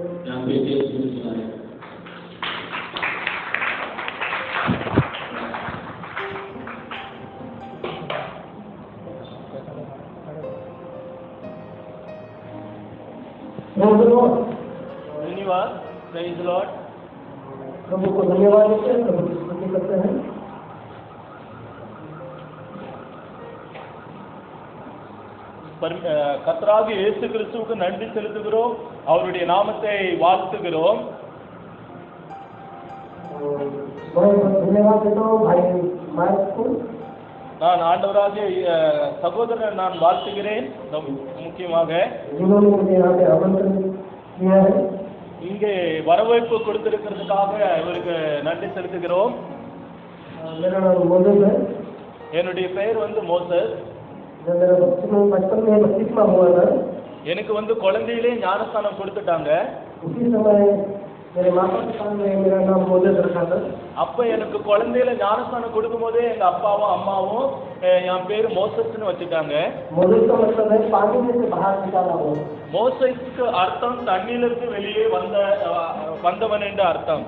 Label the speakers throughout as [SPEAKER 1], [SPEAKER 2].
[SPEAKER 1] बेटे सुन सुनाए
[SPEAKER 2] मैं बोलूँ
[SPEAKER 3] धन्यवाद प्रेज लॉर्ड
[SPEAKER 2] प्रभु को धन्यवाद देते हैं प्रभु की स्तुति करते हैं
[SPEAKER 3] பர் அஹ், கர்த்தராகிய இயேசு கிறிஸ்துவுக்கு நன்றி செலுத்துகிறோம் அவருடைய நாமத்தை வாழ்த்துகிறோம்
[SPEAKER 2] और मैं बहुत धन्यवाद देता हूँ भाई मार्क को
[SPEAKER 3] நான் ஆண்டவராகிய அஹ், சகோதரனை நான் வாழ்த்துகிறேன் நம்- முக்கியமாக
[SPEAKER 2] जिन्होंने मुझे यहाँ पे आमंत्रण किया है
[SPEAKER 3] இங்கே வரவேற்பு கொடுத்திருக்கிறதுக்காக இவருக்கு நன்றி செலுத்துகிறோம்
[SPEAKER 2] अ, मेरा नाम मोहन है
[SPEAKER 3] என்னுடைய பெயர் வந்து மோசஸ்
[SPEAKER 2] जब मेरा बच्चों में बचपन में बत्तीसवा हुआ था
[SPEAKER 3] எனக்கு வந்து குழந்தையிலே ஞானஸ்தானம் கொடுத்துட்டாங்க
[SPEAKER 2] उसी समय मेरे माता पिता ने मेरा नाम मोहन रखा था
[SPEAKER 3] அப்ப எனக்கு குழந்தையில ஞானஸ்தானம் கொடுக்கும்போதே எங்க அப்பாவும் அம்மாவும் அஹ், என் பேர் மோசஸ்ன்னு வச்சுட்டாங்க
[SPEAKER 2] मोहन का मतलब है पानी में से बाहर निकाला हुआ
[SPEAKER 3] மோசைக்கு அர்த்தம் தண்ணியிலிருந்து வெளியே வந்த அஹ், வந்தவன் என்று அர்த்தம்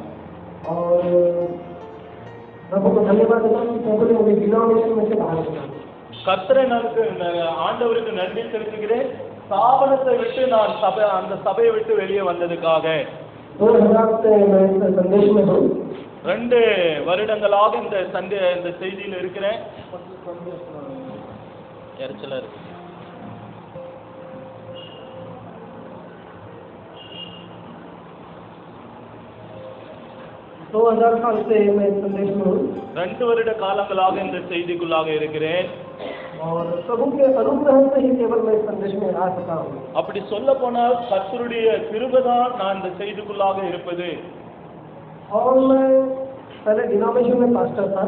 [SPEAKER 2] और प्रभु को धन्यवाद देता हूँ कि प्रभु ने मुझे डिनोमिनेशन में से बाहर निकाला
[SPEAKER 3] கர்த்தரை எனக்கு ஆண்டவருக்கு நன்றி செலுத்துகிறேன் ஸ்தாபனத்தை விட்டு நான் சபை அந்த சபையை விட்டு வெளியே வந்ததுக்காக
[SPEAKER 2] दो हजार से मैं इस संदेश में हूँ
[SPEAKER 3] ரெண்டு வருடங்களாக இந்த சண்டே இந்த செய்தியில் இருக்கிறேன் இறைச்சலா இருக்கு
[SPEAKER 2] दो हजार साल से मैं इस संदेश में हूँ
[SPEAKER 3] ரெண்டு வருட காலங்களாக இந்த செய்திக்குள்ளாக இருக்கிறேன்
[SPEAKER 2] और प्रभु के अनुग्रह से ही केवल मैं इस संदेश में आ सका हूँ
[SPEAKER 3] அப்படி சொல்ல போனால் கர்த்தருடைய கிருபைதான் நான் இந்த செய்திக்குள்ளாக இருப்பது
[SPEAKER 2] और मैं पहले डिनोमिनेशन में पास्टर था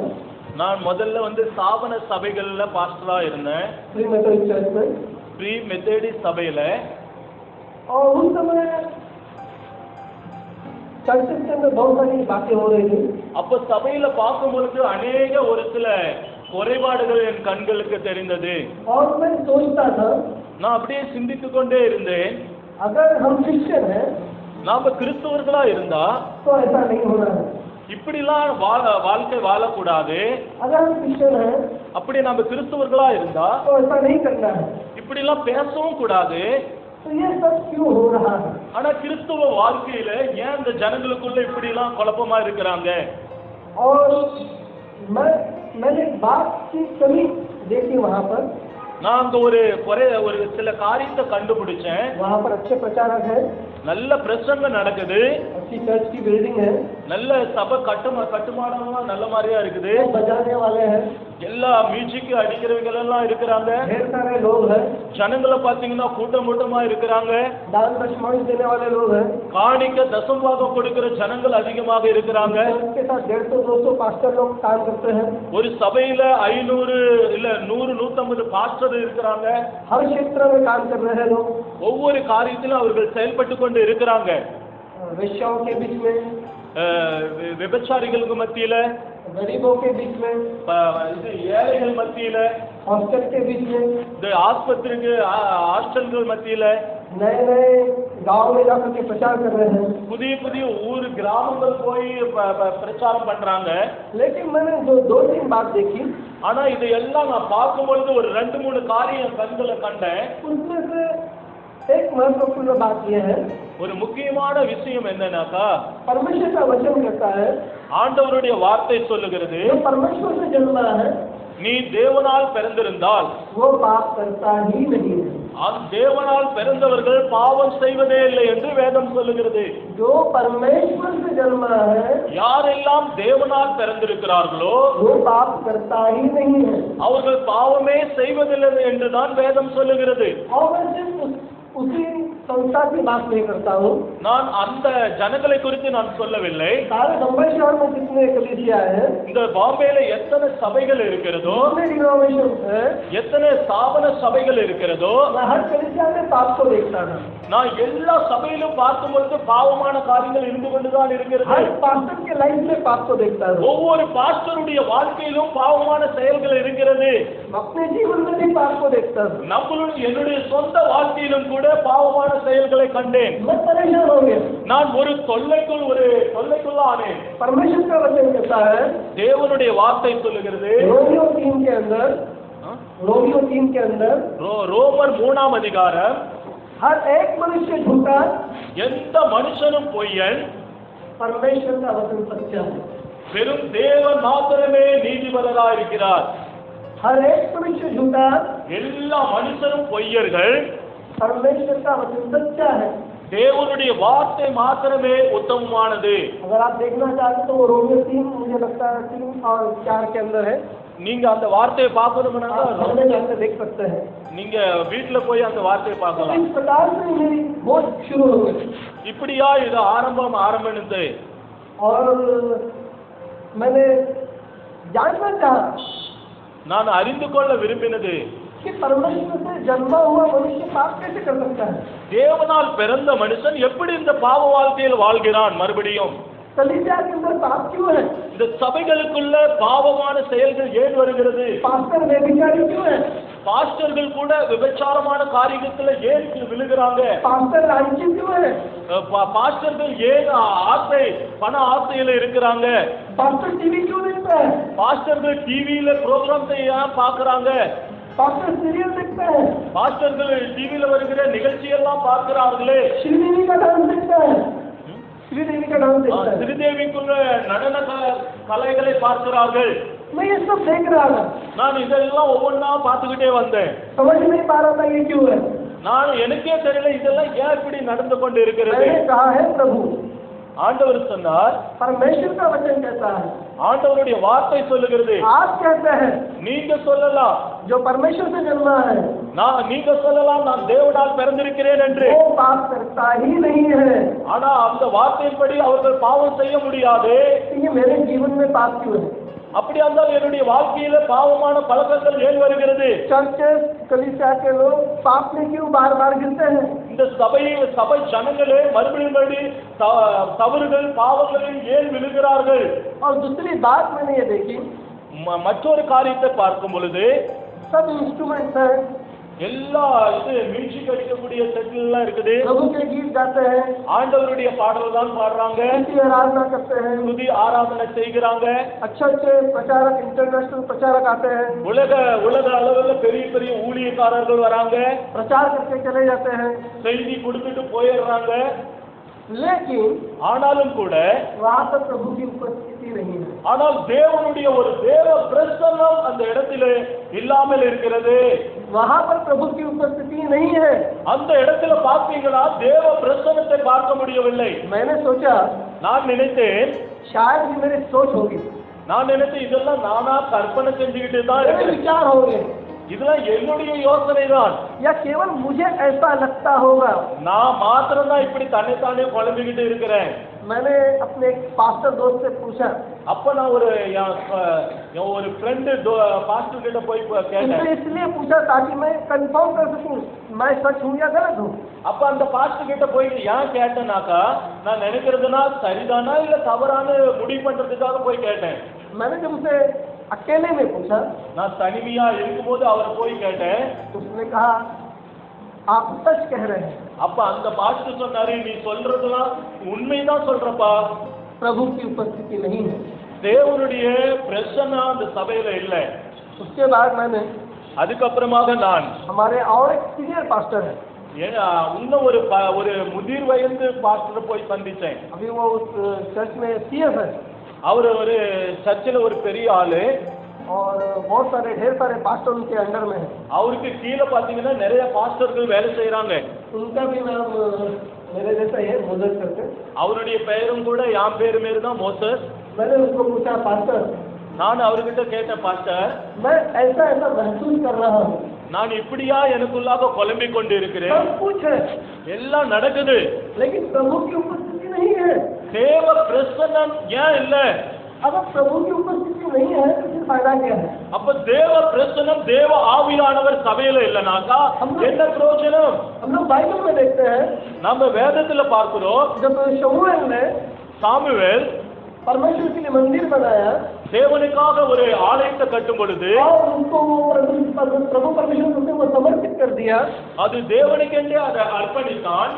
[SPEAKER 3] நான் முதல்ல வந்து ஸ்தாபன சபைகள்ல பாஸ்டரா இருந்தேன்
[SPEAKER 2] फ्री मेथोडिक चर्च में
[SPEAKER 3] ப்ரீ மெத்தேடி சபையில
[SPEAKER 2] और उस समय चर्चेस के अंदर बहुत सारी बातें हो रही थी
[SPEAKER 3] அப்ப சபையில பார்க்கும் பொழுது அநேக ஒரு சில குறைபாடுகள் என் கண்களுக்கு தெரிந்தது
[SPEAKER 2] और मैं सोचता था
[SPEAKER 3] நான் அப்படியே சிந்தித்து கொண்டே இருந்தேன்
[SPEAKER 2] अगर हम क्रिश्चियन हैं
[SPEAKER 3] நாம கிறிஸ்தவர்களா இருந்தா
[SPEAKER 2] तो ऐसा नहीं होना है
[SPEAKER 3] இப்படிலாம் வாழ வாழ்க்கை வாழக்கூடாது
[SPEAKER 2] अगर हम क्रिश्चियन हैं
[SPEAKER 3] அப்படி நாம கிறிஸ்தவர்களா இருந்தா
[SPEAKER 2] तो ऐसा नहीं करना है
[SPEAKER 3] இப்படிலாம் பேசவும் கூடாது
[SPEAKER 2] तो ये सब क्यों हो रहा है
[SPEAKER 3] ஆனா கிறிஸ்துவ வாழ்க்கையில ஏன் இந்த ஜனங்களுக்குள்ள இப்படிலாம் குழப்பமா இருக்கிறாங்க
[SPEAKER 2] और मैं मैंने बात की कमी देखी वहाँ पर
[SPEAKER 3] நான் அங்க ஒரு குறை ஒரு சில काரியத்தை கண்டுபிடிச்சேன்
[SPEAKER 2] वहाँ पर अच्छे प्रचारक हैं
[SPEAKER 3] நல்ல பிரசங்க நடக்குது
[SPEAKER 2] अच्छी चर्च की बिल्डिंग है
[SPEAKER 3] நல்ல சபை கட்டுமா கட்டுமானம்லாம் நல்ல மாதிரியா இருக்குது
[SPEAKER 2] लोग बजाने वाले हैं
[SPEAKER 3] எல்லா மியூசிக் அடிக்கிறவங்க எல்லாம் இருக்கிறாங்க
[SPEAKER 2] ढेर सारे लोग हैं
[SPEAKER 3] ஜனங்களை பாத்தீங்கன்னா கூட்டம் கூட்டமா இருக்கிறாங்க
[SPEAKER 2] दान दशमांश देने वाले लोग हैं
[SPEAKER 3] காணிக்க தசம்பாகம் கொடுக்கிற ஜனங்கள் அதிகமாக இருக்கிறாங்க
[SPEAKER 2] चर्च के साथ डेढ़ सौ दो सौ पास्टर लोग काम करते हैं
[SPEAKER 3] ஒரு சபையில ஐநூறு இல்ல நூறு நூத்தம்பது பாஸ்டர் இருக்கிறாங்க
[SPEAKER 2] हर क्षेत्र में काम कर रहे हैं लोग
[SPEAKER 3] ஒவ்வொரு காரியத்திலும் அவர்கள் செயல்பட்டு கொண்டு இருக்கிறாங்க
[SPEAKER 2] वेश्याओं के बीच में
[SPEAKER 3] அஹ் வி- விபச்சாரிகளுக்கு மத்தியில
[SPEAKER 2] गरीबों के बीच में
[SPEAKER 3] ப- இது ஏழைகள் மத்தியில
[SPEAKER 2] हॉस्टल के बीच में
[SPEAKER 3] இந்த ஆஸ்பத்திரிக்கு ஆ- ஹாஸ்டல்கள் மத்தியில
[SPEAKER 2] नए नए गांव में जाकर के प्रचार कर रहे हैं
[SPEAKER 3] புதிய புதிய ஊர் கிராமங்கள் போய் ப- ப- பிரச்சாரம் பண்றாங்க
[SPEAKER 2] लेकिन मैंने जो दो तीन बात देखी
[SPEAKER 3] ஆனா இதையெல்லாம் நான் பார்க்கும் பொழுது ஒரு ரெண்டு மூணு காரியம் கண்களை கண்டேன்
[SPEAKER 2] उनमें से एक महत्वपूर्ण बात यह है
[SPEAKER 3] ஒரு முக்கியமான விஷயம் என்னன்னாக்கா
[SPEAKER 2] परमेश्वर का वचन कहता है
[SPEAKER 3] ஆண்டவருடைய வார்த்தை சொல்லுகிறது
[SPEAKER 2] जो परमेश्वर से जन्मा है
[SPEAKER 3] நீ தேவனால் பிறந்திருந்தால்
[SPEAKER 2] वो पाप करता ही नहीं है
[SPEAKER 3] அந்த தேவனால் பிறந்தவர்கள் பாவம் செய்வதே இல்லை என்று வேதம் சொல்லுகிறது
[SPEAKER 2] जो परमेश्वर से जन्मा है
[SPEAKER 3] யாரெல்லாம் தேவனால் பிறந்திருக்கிறார்களோ
[SPEAKER 2] वो पाप करता ही नहीं है
[SPEAKER 3] அவர்கள் பாவமே செய்வதில்லை என்று தான் வேதம் சொல்லுகிறது
[SPEAKER 2] और मैं सिर्फ उस, उसी संस्था की बात नहीं करता हूँ
[SPEAKER 3] நான் அந்த ஜனங்களை குறித்து நான் சொல்லவில்லை
[SPEAKER 2] सारे बम्बई शहर में जितने कलिसिया है
[SPEAKER 3] இந்த பாம்பேல எத்தனை சபைகள் இருக்கிறதோ
[SPEAKER 2] जितने डिनोमिनेशन है
[SPEAKER 3] எத்தனை ஸ்தாபன சபைகள் இருக்கிறதோ
[SPEAKER 2] मैं हर कलिसिया में पाप को देखता था
[SPEAKER 3] நான் எல்லா சபையிலும் பார்க்கும் பொழுது பாவமான காரியங்கள் இருந்து கொண்டுதான் இருக்கிறது
[SPEAKER 2] हर पास्टर के लाइफ में पाप को देखता था
[SPEAKER 3] ஒவ்வொரு பாஸ்டருடைய வாழ்க்கையிலும் பாவமான செயல்கள் இருக்கிறது
[SPEAKER 2] अपने जीवन में भी पाप को देखता हूँ
[SPEAKER 3] நம்மளும் என்னுடைய சொந்த வாழ்க்கையிலும் கூட கண்ட பாவமான செயல்களை கண்டேன்
[SPEAKER 2] मैं परेशान हो गया
[SPEAKER 3] நான் ஒரு தொல்லைக்குள் ஒரு தொல்லைக்குள்ள ஆனேன்
[SPEAKER 2] परमेश्वर का वचन कहता है
[SPEAKER 3] தேவனுடைய வார்த்தை சொல்லுகிறது
[SPEAKER 2] रोमियो तीन के अंदर
[SPEAKER 3] ஆ?
[SPEAKER 2] रोमियो तीन के अंदर
[SPEAKER 3] ரோ- ரோமர் மூணாம் அதிகாரம்
[SPEAKER 2] हर एक मनुष्य झूठा
[SPEAKER 3] எந்த மனுஷனும் பொய்யன்
[SPEAKER 2] परमेश्वर का वचन सच्चा है
[SPEAKER 3] வெறும் தேவன் மாத்திரமே நீதிபதராக இருக்கிறார்
[SPEAKER 2] हर एक मनुष्य झूठा
[SPEAKER 3] எல்லா மனுஷனும் பொய்யர்கள்
[SPEAKER 2] परमेश्वर का वचन सच्चा है
[SPEAKER 3] தேவனுடைய வார்த்தை மாத்திரமே உத்தமமானது
[SPEAKER 2] अगर आप देखना चाहते तो वो रोमियो तीन मुझे लगता है तीन और चार के अंदर है
[SPEAKER 3] நீங்க அந்த வார்த்தையை பார்க்கணும்னாக்கா
[SPEAKER 2] आप सामने जाकर देख सकते हैं
[SPEAKER 3] நீங்க வீட்டுல போய் அந்த வார்த்தையை
[SPEAKER 2] तो
[SPEAKER 3] பார்க்கலாம்
[SPEAKER 2] इस प्रकार से मेरी बोझ शुरू हो गई
[SPEAKER 3] இப்படியா இது ஆரம்பம் ஆரம்பினது
[SPEAKER 2] और मैंने जानना चाहा
[SPEAKER 3] நான் அறிந்து கொள்ள விரும்பினது
[SPEAKER 2] कि परमेश्वर से जन्मा हुआ मनुष्य पाप कैसे कर सकता है
[SPEAKER 3] தேவனால் பிறந்த மனுஷன் எப்படி இந்த பாவ வாழ்க்கையில் வாழ்கிறான் மறுபடியும்
[SPEAKER 2] कलीसिया के अंदर पाप क्यों है
[SPEAKER 3] இந்த சபைகளுக்குள்ள பாவமான செயல்கள் ஏன் வருகிறது
[SPEAKER 2] पास्टर व्यभिचारी क्यों है
[SPEAKER 3] பாஸ்டர்கள் கூட விபச்சாரமான காரியத்துல ஏன் விழுகிறாங்க
[SPEAKER 2] पास्टर लालची क्यों है
[SPEAKER 3] அஹ் பா- பாஸ்டர்கள் ஏன் ஆ- ஆசை பண ஆசையில இருக்கிறாங்க
[SPEAKER 2] पास्टर टीवी क्यों देखता है
[SPEAKER 3] பாஸ்டர்கள் டிவியில ப்ரோக்ராம் ஏன் பாக்குறாங்க
[SPEAKER 2] पास्टर सीरियल देखता है
[SPEAKER 3] பாஸ்டர்கள் டிவியில வருகிற நிகழ்ச்சியெல்லாம் பார்க்கிறார்களே
[SPEAKER 2] श्रीदेवी का डांस देखता है श्रीदेवी का डांस
[SPEAKER 3] அஹ்
[SPEAKER 2] देखता है
[SPEAKER 3] சிறுதேவிக்குள்ள நடன க- கலைகளை பார்க்கிறார்கள்
[SPEAKER 2] मैं ये सब देख रहा था
[SPEAKER 3] நான் இதெல்லாம் ஒவ்வொன்றா பார்த்துக்கிட்டே வந்தேன்
[SPEAKER 2] समझ नहीं पा रहा था ये क्यों है
[SPEAKER 3] நான் எனக்கே தெரியல இதெல்லாம் ஏன் இப்படி நடந்து கொண்டு இருக்கிறது
[SPEAKER 2] मैंने कहा है प्रभु
[SPEAKER 3] ஆண்டவர் சொன்னார்
[SPEAKER 2] परमेश्वर का वचन कहता है
[SPEAKER 3] ஆண்டவருடைய வார்த்தை சொல்லுகிறது
[SPEAKER 2] आप कहते हैं
[SPEAKER 3] நீங்க சொல்லலாம்
[SPEAKER 2] जो परमेश्वर से जन्मा है
[SPEAKER 3] நான் நீங்க சொல்லலாம் நான் தேவனால் பிறந்திருக்கிறேன் என்று
[SPEAKER 2] वो पाप करता ही नहीं है
[SPEAKER 3] ஆனா அந்த வார்த்தையின்படி அவர்கள் பாவம் செய்ய முடியாது
[SPEAKER 2] ये मेरे जीवन में पाप क्यों है
[SPEAKER 3] அப்படி இருந்தால் என்னுடைய வாழ்க்கையில பாவமான பழக்கங்கள் ஏன் வருகிறது
[SPEAKER 2] चर्चेस कलिसिया के लोग पाप में क्यों बार बार गिरते हैं
[SPEAKER 3] இந்த சபையில் சபை ஜனங்களே மறுபடியும் மறுபடியும் த- தவறுகள் பாவங்களில் ஏன் விழுகிறார்கள்
[SPEAKER 2] और दूसरी बात मैंने ये देखी
[SPEAKER 3] ம- மற்றொரு காரியத்தை பார்க்கும் பொழுது
[SPEAKER 2] सब इंस्ट्रूमेंट्स हैं
[SPEAKER 3] எல்லா இது மியூசிக் அடிக்கக்கூடிய செட்டில்லாம் இருக்குது
[SPEAKER 2] प्रभु के गीत गाते हैं
[SPEAKER 3] ஆண்டவருடைய பாடல் தான் பாடுறாங்க
[SPEAKER 2] उनकी आराधना करते हैं
[SPEAKER 3] துதி ஆராதனை செய்கிறாங்க
[SPEAKER 2] अच्छे अच्छे प्रचारक इंटरनेशनल प्रचारक आते हैं
[SPEAKER 3] உலக உலக அளவுல பெரிய பெரிய ஊழியக்காரர்கள் वरांगे
[SPEAKER 2] प्रचार करके चले जाते हैं
[SPEAKER 3] செய்தி கொடுத்துட்டு போயிடுறாங்க
[SPEAKER 2] लेकिन
[SPEAKER 3] ஆனாலும் கூட
[SPEAKER 2] वहाँ पर प्रभु की उपस्थिति नहीं है
[SPEAKER 3] ஆனால் தேவனுடைய ஒரு தேவ பிரசன்னம் அந்த இடத்திலே இல்லாமல் இருக்கிறது
[SPEAKER 2] वहाँ पर प्रभु की उपस्थिति नहीं है
[SPEAKER 3] அந்த இடத்துல பார்த்தீங்கன்னா தேவ பிரசன்னத்தை பார்க்க முடியவில்லை
[SPEAKER 2] मैंने सोचा
[SPEAKER 3] நான் நினைத்தேன்
[SPEAKER 2] शायद ये मेरी सोच होगी
[SPEAKER 3] நான் நினைத்தேன் இதெல்லாம் நானா கற்பனை செஞ்சுக்கிட்டு தான்
[SPEAKER 2] मेरे
[SPEAKER 3] இருக்கிறேன்
[SPEAKER 2] विचार होंगे
[SPEAKER 3] இதெல்லாம் என்னுடைய யோசனை தான்
[SPEAKER 2] या केवल मुझे ऐसा लगता होगा
[SPEAKER 3] நான் மாத்திரம்தான் இப்படி தன்னைத்தானே குழம்பிக்கிட்டு இருக்கிறேன்
[SPEAKER 2] मैंने अपने एक पास्टर दोस्त से पूछा
[SPEAKER 3] அப்ப நான் ஒரு என் ப- என் ஒரு ஃப்ரெண்டு பாஸ்டர் கிட்ட போய் ப-
[SPEAKER 2] उनसे
[SPEAKER 3] கேட்டேன்
[SPEAKER 2] इसलिए पूछा ताकि मैं कंफर्म कर सकूं मैं सच हूं या गलत हूं
[SPEAKER 3] அப்ப அந்த பாஸ்டர் கிட்ட போய் ஏன் கேட்டேனாக்கா நான் நினைக்கிறதுனா சரிதானா இல்ல தவறான முடிவு பண்றதுக்காக போய் கேட்டேன்
[SPEAKER 2] मैंने जब उसे अकेले में पूछा
[SPEAKER 3] நான் தனிமையா இருக்கும்போது அவரை போய் கேட்டேன்
[SPEAKER 2] तो उसने कहा आप सच कह रहे हैं
[SPEAKER 3] அப்ப அந்த பாஸ்டர் சொன்னாரு நீ சொல்றதுலாம் உண்மைதான் சொல்றப்பா
[SPEAKER 2] प्रभु की उपस्थिति नहीं है
[SPEAKER 3] தேவனுடைய பிரச்சனை அந்த சபையில இல்லை
[SPEAKER 2] उसके बाद मैंने
[SPEAKER 3] அதுக்கப்புறமாக நான்
[SPEAKER 2] हमारे और एक सीनियर पास्टर है
[SPEAKER 3] ஏன்னா, இன்னும் ஒரு ப- ஒரு முதிர் வயது பாஸ்டர் போய் சந்திச்சேன்
[SPEAKER 2] अभी वो उस चर्च में सीएफ है
[SPEAKER 3] அவர் ஒரு சர்ச்சில் ஒரு பெரிய ஆளு
[SPEAKER 2] और बहुत सारे ढेर सारे पास्टर उनके अंडर में हैं
[SPEAKER 3] அவருக்கு கீழே பார்த்தீங்கன்னா நிறைய பாஸ்டர்கள் வேலை செய்கிறாங்க
[SPEAKER 2] उनका भी नाम अ, मेरे जैसा ही है मदद करके
[SPEAKER 3] அவருடைய பெயரும் கூட என் பேர் மாரி தான் மோசஸ்
[SPEAKER 2] मैंने उनको पूछा पास्टर
[SPEAKER 3] நான் அவர்கிட்ட கேட்டேன் பாஸ்டர்
[SPEAKER 2] मैं ऐसा ऐसा महसूस कर रहा हूँ
[SPEAKER 3] நான் இப்படியா எனக்குள்ளாக குழம்பிக் கொண்டு இருக்கிறேன்
[SPEAKER 2] सब कुछ है
[SPEAKER 3] எல்லாம் நடக்குது
[SPEAKER 2] लेकिन प्रभु की उपस्थिति नहीं है
[SPEAKER 3] தேவ பிரசன்னம் ஏன் இல்லை
[SPEAKER 2] अगर प्रभु की उपस्थिति नहीं है तो फिर फायदा क्या है
[SPEAKER 3] அப்ப தேவ பிரசன்னம் தேவ ஆவியானவர் சபையில இல்லைனாக்கா என்ன பிரயோஜனம்
[SPEAKER 2] हम लोग बाइबल में देखते हैं
[SPEAKER 3] நம்ம வேதத்துல பார்க்கிறோம்
[SPEAKER 2] जब शमूएल ने
[SPEAKER 3] சாமுவேல்
[SPEAKER 2] परमेश्वर के लिए मंदिर बनाया
[SPEAKER 3] தேவனுக்காக ஒரு ஆலயத்தை கட்டும் பொழுது
[SPEAKER 2] और उनको वो प्रभु प्रभु- प्रभु परमेश्वर उसे वो समर्पित कर दिया
[SPEAKER 3] அது தேவனுக்கென்றே அதை அர்ப்பணித்தான்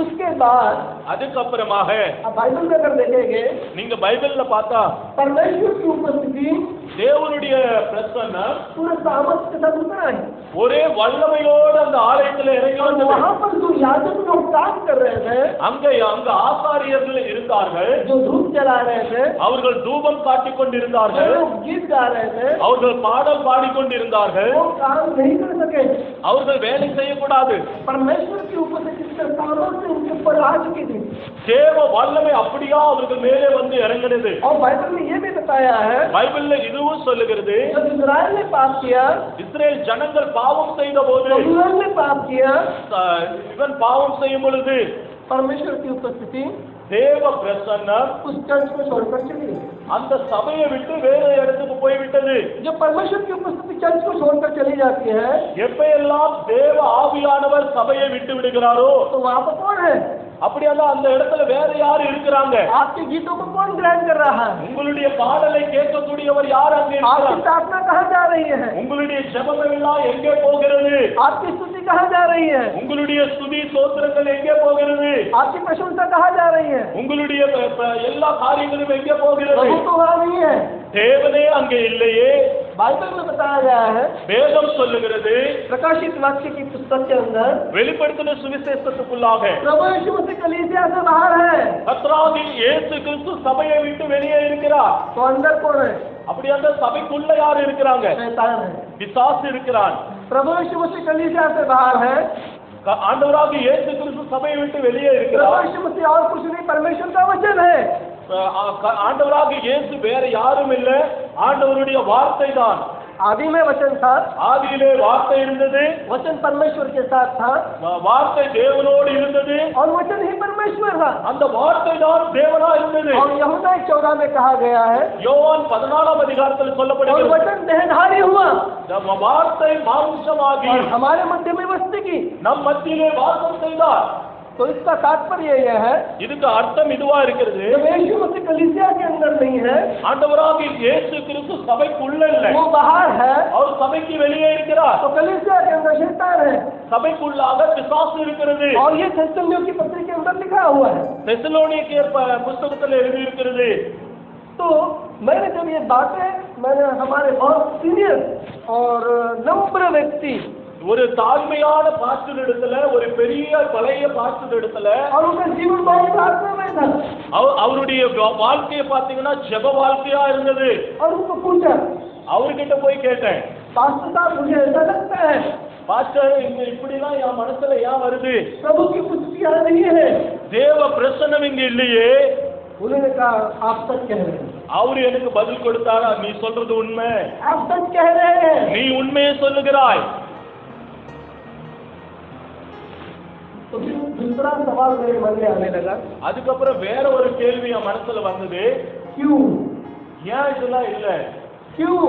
[SPEAKER 2] उसके बाद
[SPEAKER 3] அதுக்கப்புறமாக
[SPEAKER 2] आप बाइबल में अगर देखेंगे
[SPEAKER 3] நீங்க பைபிள்ல பார்த்தா
[SPEAKER 2] परमेश्वर की उपस्थिति
[SPEAKER 3] தேவனுடைய பிரசன்னம்
[SPEAKER 2] पूरे सामर्थ के साथ उतर आई
[SPEAKER 3] ஒரே வல்லமையோடு அந்த ஆலயத்துல இறங்கி
[SPEAKER 2] और
[SPEAKER 3] வந்தது
[SPEAKER 2] वहाँ पर जो याजक लोग काम कर रहे थे
[SPEAKER 3] அங்க அங்க ஆசாரியர்கள் இருந்தார்கள்
[SPEAKER 2] जो धूप जला रहे थे
[SPEAKER 3] அவர்கள் தூபம் காட்டிக்
[SPEAKER 2] जो
[SPEAKER 3] கொண்டிருந்தார்கள்
[SPEAKER 2] लोग गीत गा रहे थे
[SPEAKER 3] அவர்கள் பாடல் பாடிக்கொண்டிருந்தார்கள்
[SPEAKER 2] वो काम नहीं कर सके
[SPEAKER 3] அவர்கள் வேலை செய்யக்கூடாது
[SPEAKER 2] परमेश्वर की उपस्थिति के सामर्थ से उनके ऊपर आ चुकी थी
[SPEAKER 3] தேவ வல்லமை அப்படியா அவர்கள் மேலே வந்து இறங்கினது
[SPEAKER 2] और बाइबल में ये भी बताया है
[SPEAKER 3] பைபிள்ல இதுவும் சொல்லுகிறது
[SPEAKER 2] जब इजराइल ने पाप किया
[SPEAKER 3] இஸ்ரேல் ஜனங்கள் பாவம் செய்த போது
[SPEAKER 2] बबुलर ने पाप किया
[SPEAKER 3] அஹ், இவன் பாவம் செய்யும் பொழுது
[SPEAKER 2] परमेश्वर की उपस्थिति
[SPEAKER 3] தேவ பிரசன்னம்
[SPEAKER 2] उस चर्च को छोड़कर चली गई
[SPEAKER 3] அந்த சபையை விட்டு வேற இடத்துக்கு போய்விட்டது
[SPEAKER 2] जब परमेश्वर की उपस्थिति चर्च को छोड़कर चली जाती है
[SPEAKER 3] எப்பெல்லாம் தேவ ஆவியானவர் சபையை விட்டு விடுகிறாரோ
[SPEAKER 2] तो वहाँ पर कौन है
[SPEAKER 3] அப்படியெல்லாம் அந்த இடத்துல வேற யார் இருக்கிறாங்க
[SPEAKER 2] आपके गीतों को कौन ग्रहण कर रहा है
[SPEAKER 3] உங்களுடைய பாடலை கேட்கக்கூடியவர் யார் அங்கே
[SPEAKER 2] आपकी
[SPEAKER 3] இருக்கிறார்
[SPEAKER 2] प्रार्थना कहाँ जा रही है
[SPEAKER 3] உங்களுடைய ஜெபம் எல்லாம் எங்கே போகிறது
[SPEAKER 2] आपकी स्तुति कहाँ जा रही है
[SPEAKER 3] உங்களுடைய ஸ்துதி சோத்திரங்கள் எங்கே போகிறது
[SPEAKER 2] आपकी प्रशंसा कहाँ जा रही है
[SPEAKER 3] உங்களுடைய ப- ப- எல்லா காரியங்களும் எங்கே போகிறது
[SPEAKER 2] प्रभु तो वहाँ नहीं है
[SPEAKER 3] தேவனே அங்கே இல்லையே
[SPEAKER 2] बाइबल में बताया गया है
[SPEAKER 3] வேதம் சொல்லுகிறது
[SPEAKER 2] प्रकाशित वाक्य की पुस्तक के अंदर
[SPEAKER 3] வெளிப்படுத்தின சுவிசேஷத்துக்குள்ளாக
[SPEAKER 2] प्रभु यीशु मसीह कलीसिया से बाहर है
[SPEAKER 3] கத்ராதி இயேசு கிறிஸ்து சபையை விட்டு வெளியே இருக்கிறார்
[SPEAKER 2] तो अंदर कौन है
[SPEAKER 3] அப்படி அந்த சபைக்குள்ள யார் இருக்கிறாங்க
[SPEAKER 2] शैतान है
[SPEAKER 3] பிசாசு இருக்கிறான்
[SPEAKER 2] प्रभु यीशु मसीह कलीसिया से बाहर है
[SPEAKER 3] க- ஆண்டவராக இயேசு கிறிஸ்து சபையை விட்டு வெளியே
[SPEAKER 2] प्रभु
[SPEAKER 3] இருக்கிறார்
[SPEAKER 2] यीशु मसीह और कुछ नहीं परमेश्वर का वचन है
[SPEAKER 3] அஹ் ஆ- க- ஆண்டவராக இயேசு வேற யாரும் இல்லை ஆண்டவருடைய வார்த்தை தான்
[SPEAKER 2] आदि में वचन था
[SPEAKER 3] ஆதியிலே வார்த்தை இருந்தது
[SPEAKER 2] वचन परमेश्वर के साथ था
[SPEAKER 3] வ- வார்த்தை தேவனோடு இருந்தது
[SPEAKER 2] और वचन ही परमेश्वर था
[SPEAKER 3] அந்த வார்த்தை தான் தேவனா இருந்தது
[SPEAKER 2] और यमुना चौदह में कहा गया है
[SPEAKER 3] யோவான் பதினாலாம் அதிகாரத்தில்
[SPEAKER 2] और
[SPEAKER 3] சொல்லப்படுகிறது
[SPEAKER 2] वचन देहधारी हुआ
[SPEAKER 3] நம்ம வார்த்தை மாம்சமாகி
[SPEAKER 2] और हमारे मध्य में बस्ती की
[SPEAKER 3] நம் மத்தியிலே வாசம் செய்தார்
[SPEAKER 2] तो इसका तात्पर्य यह है
[SPEAKER 3] இதுக்கு அர்த்தம் இதுவா இருக்கிறது
[SPEAKER 2] जब यीशु मसीह कलीसिया के अंदर नहीं है
[SPEAKER 3] ஆண்டவராக இயேசு கிறிஸ்து சபைக்குள்ள இல்லை
[SPEAKER 2] वो बाहर है
[SPEAKER 3] அவர் சபைக்கு வெளியே இருக்கிறார்
[SPEAKER 2] तो कलीसिया के अंदर शैतान है
[SPEAKER 3] சபைக்குள்ளாக பிசாசு இருக்கிறது
[SPEAKER 2] और ये थेसलियों की पत्री के अंदर लिखा हुआ है
[SPEAKER 3] தெசலோனிக்கேயர் ப- புஸ்தகத்துல எழுதி இருக்கிறது
[SPEAKER 2] तो मैंने जब ये बातें मैंने हमारे बहुत सीनियर और नम्र व्यक्ति
[SPEAKER 3] ஒரு தாழ்மையான பாஸ்டரிடத்துல ஒரு பெரிய பழைய பாஸ்டரிடத்துல
[SPEAKER 2] और उनका जीवन बहुत प्रार्थना में था
[SPEAKER 3] அவ- அவருடைய வா- வாழ்க்கையை பாத்தீங்கன்னா ஜெப வாழ்க்கையா இருந்தது
[SPEAKER 2] और उनको पूछा
[SPEAKER 3] அவர்கிட்ட போய் கேட்டேன்
[SPEAKER 2] पास्टर साहब मुझे ऐसा लगता है
[SPEAKER 3] பாஸ்டர் இங்க இப்படிலாம் என் மனசுல ஏன் வருது
[SPEAKER 2] प्रभु की पुष्टि यहाँ नहीं है
[SPEAKER 3] தேவ பிரசன்னம் இங்க இல்லையே
[SPEAKER 2] उन्होंने कहा आप सच कह रहे हैं
[SPEAKER 3] அவரு எனக்கு பதில் கொடுத்தாரா நீ சொல்றது உண்மை
[SPEAKER 2] आप सच कह रहे हैं
[SPEAKER 3] நீ உண்மையை சொல்லுகிறாய்
[SPEAKER 2] तो फिर दूसरा सवाल मेरे मन में आने लगा
[SPEAKER 3] அதுக்கப்புறம் வேற ஒரு கேள்வி என் மனசுல வந்தது
[SPEAKER 2] क्यों
[SPEAKER 3] ஏன் இதெல்லாம் இல்ல
[SPEAKER 2] क्यों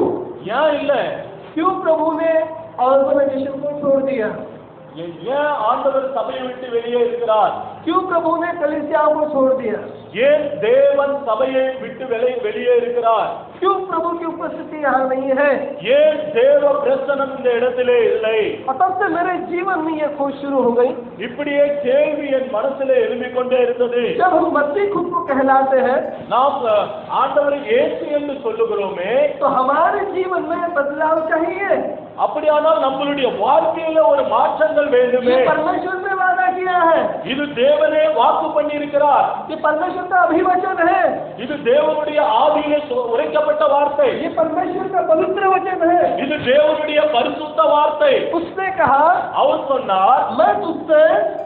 [SPEAKER 3] ஏன் இல்ல
[SPEAKER 2] क्यों प्रभु ने ऑर्गेनाइजेशन को छोड़ दिया
[SPEAKER 3] ஏ- ஏன் ஆண்டவர் சபையை விட்டு வெளியே இருக்கிறார்
[SPEAKER 2] क्यों प्रभु ने कलिसिया को छोड़ दिया
[SPEAKER 3] ஏன் தேவன் சபையை விட்டு வெளியே வெளியே இருக்கிறார்
[SPEAKER 2] क्यों प्रभु की उपस्थिति यहाँ नहीं है
[SPEAKER 3] ஏன் தேவ பிரசனம் இந்த இடத்திலே இல்லை
[SPEAKER 2] और तब से मेरे जीवन में ये खोज शुरू हो गई
[SPEAKER 3] இப்படியே கேள்வி என் மனசுல எழும்பிக் கொண்டே இருந்தது
[SPEAKER 2] जब हम मसीह खुद को कहलाते हैं
[SPEAKER 3] நாம் அஹ், ஆண்டவரை இயேசு என்று சொல்லுகிறோமே
[SPEAKER 2] तो हमारे जीवन में बदलाव चाहिए
[SPEAKER 3] அப்படியானால் நம்மளுடைய வாழ்க்கையில ஒரு மாற்றங்கள்
[SPEAKER 2] ये
[SPEAKER 3] வேண்டுமே
[SPEAKER 2] परमेश्वर ने वादा किया है
[SPEAKER 3] இது தேவனே வாக்கு பண்ணியிருக்கிறார்
[SPEAKER 2] ये परमेश्वर का अभिवचन है
[SPEAKER 3] இது தேவனுடைய ஆவியிலே சொ- உரைக்கப்பட்ட வார்த்தை
[SPEAKER 2] ये परमेश्वर का पवित्र वचन है
[SPEAKER 3] இது தேவனுடைய பரிசுத்த வார்த்தை
[SPEAKER 2] उसने कहा
[SPEAKER 3] அவர் சொன்னார்
[SPEAKER 2] मैं तुझसे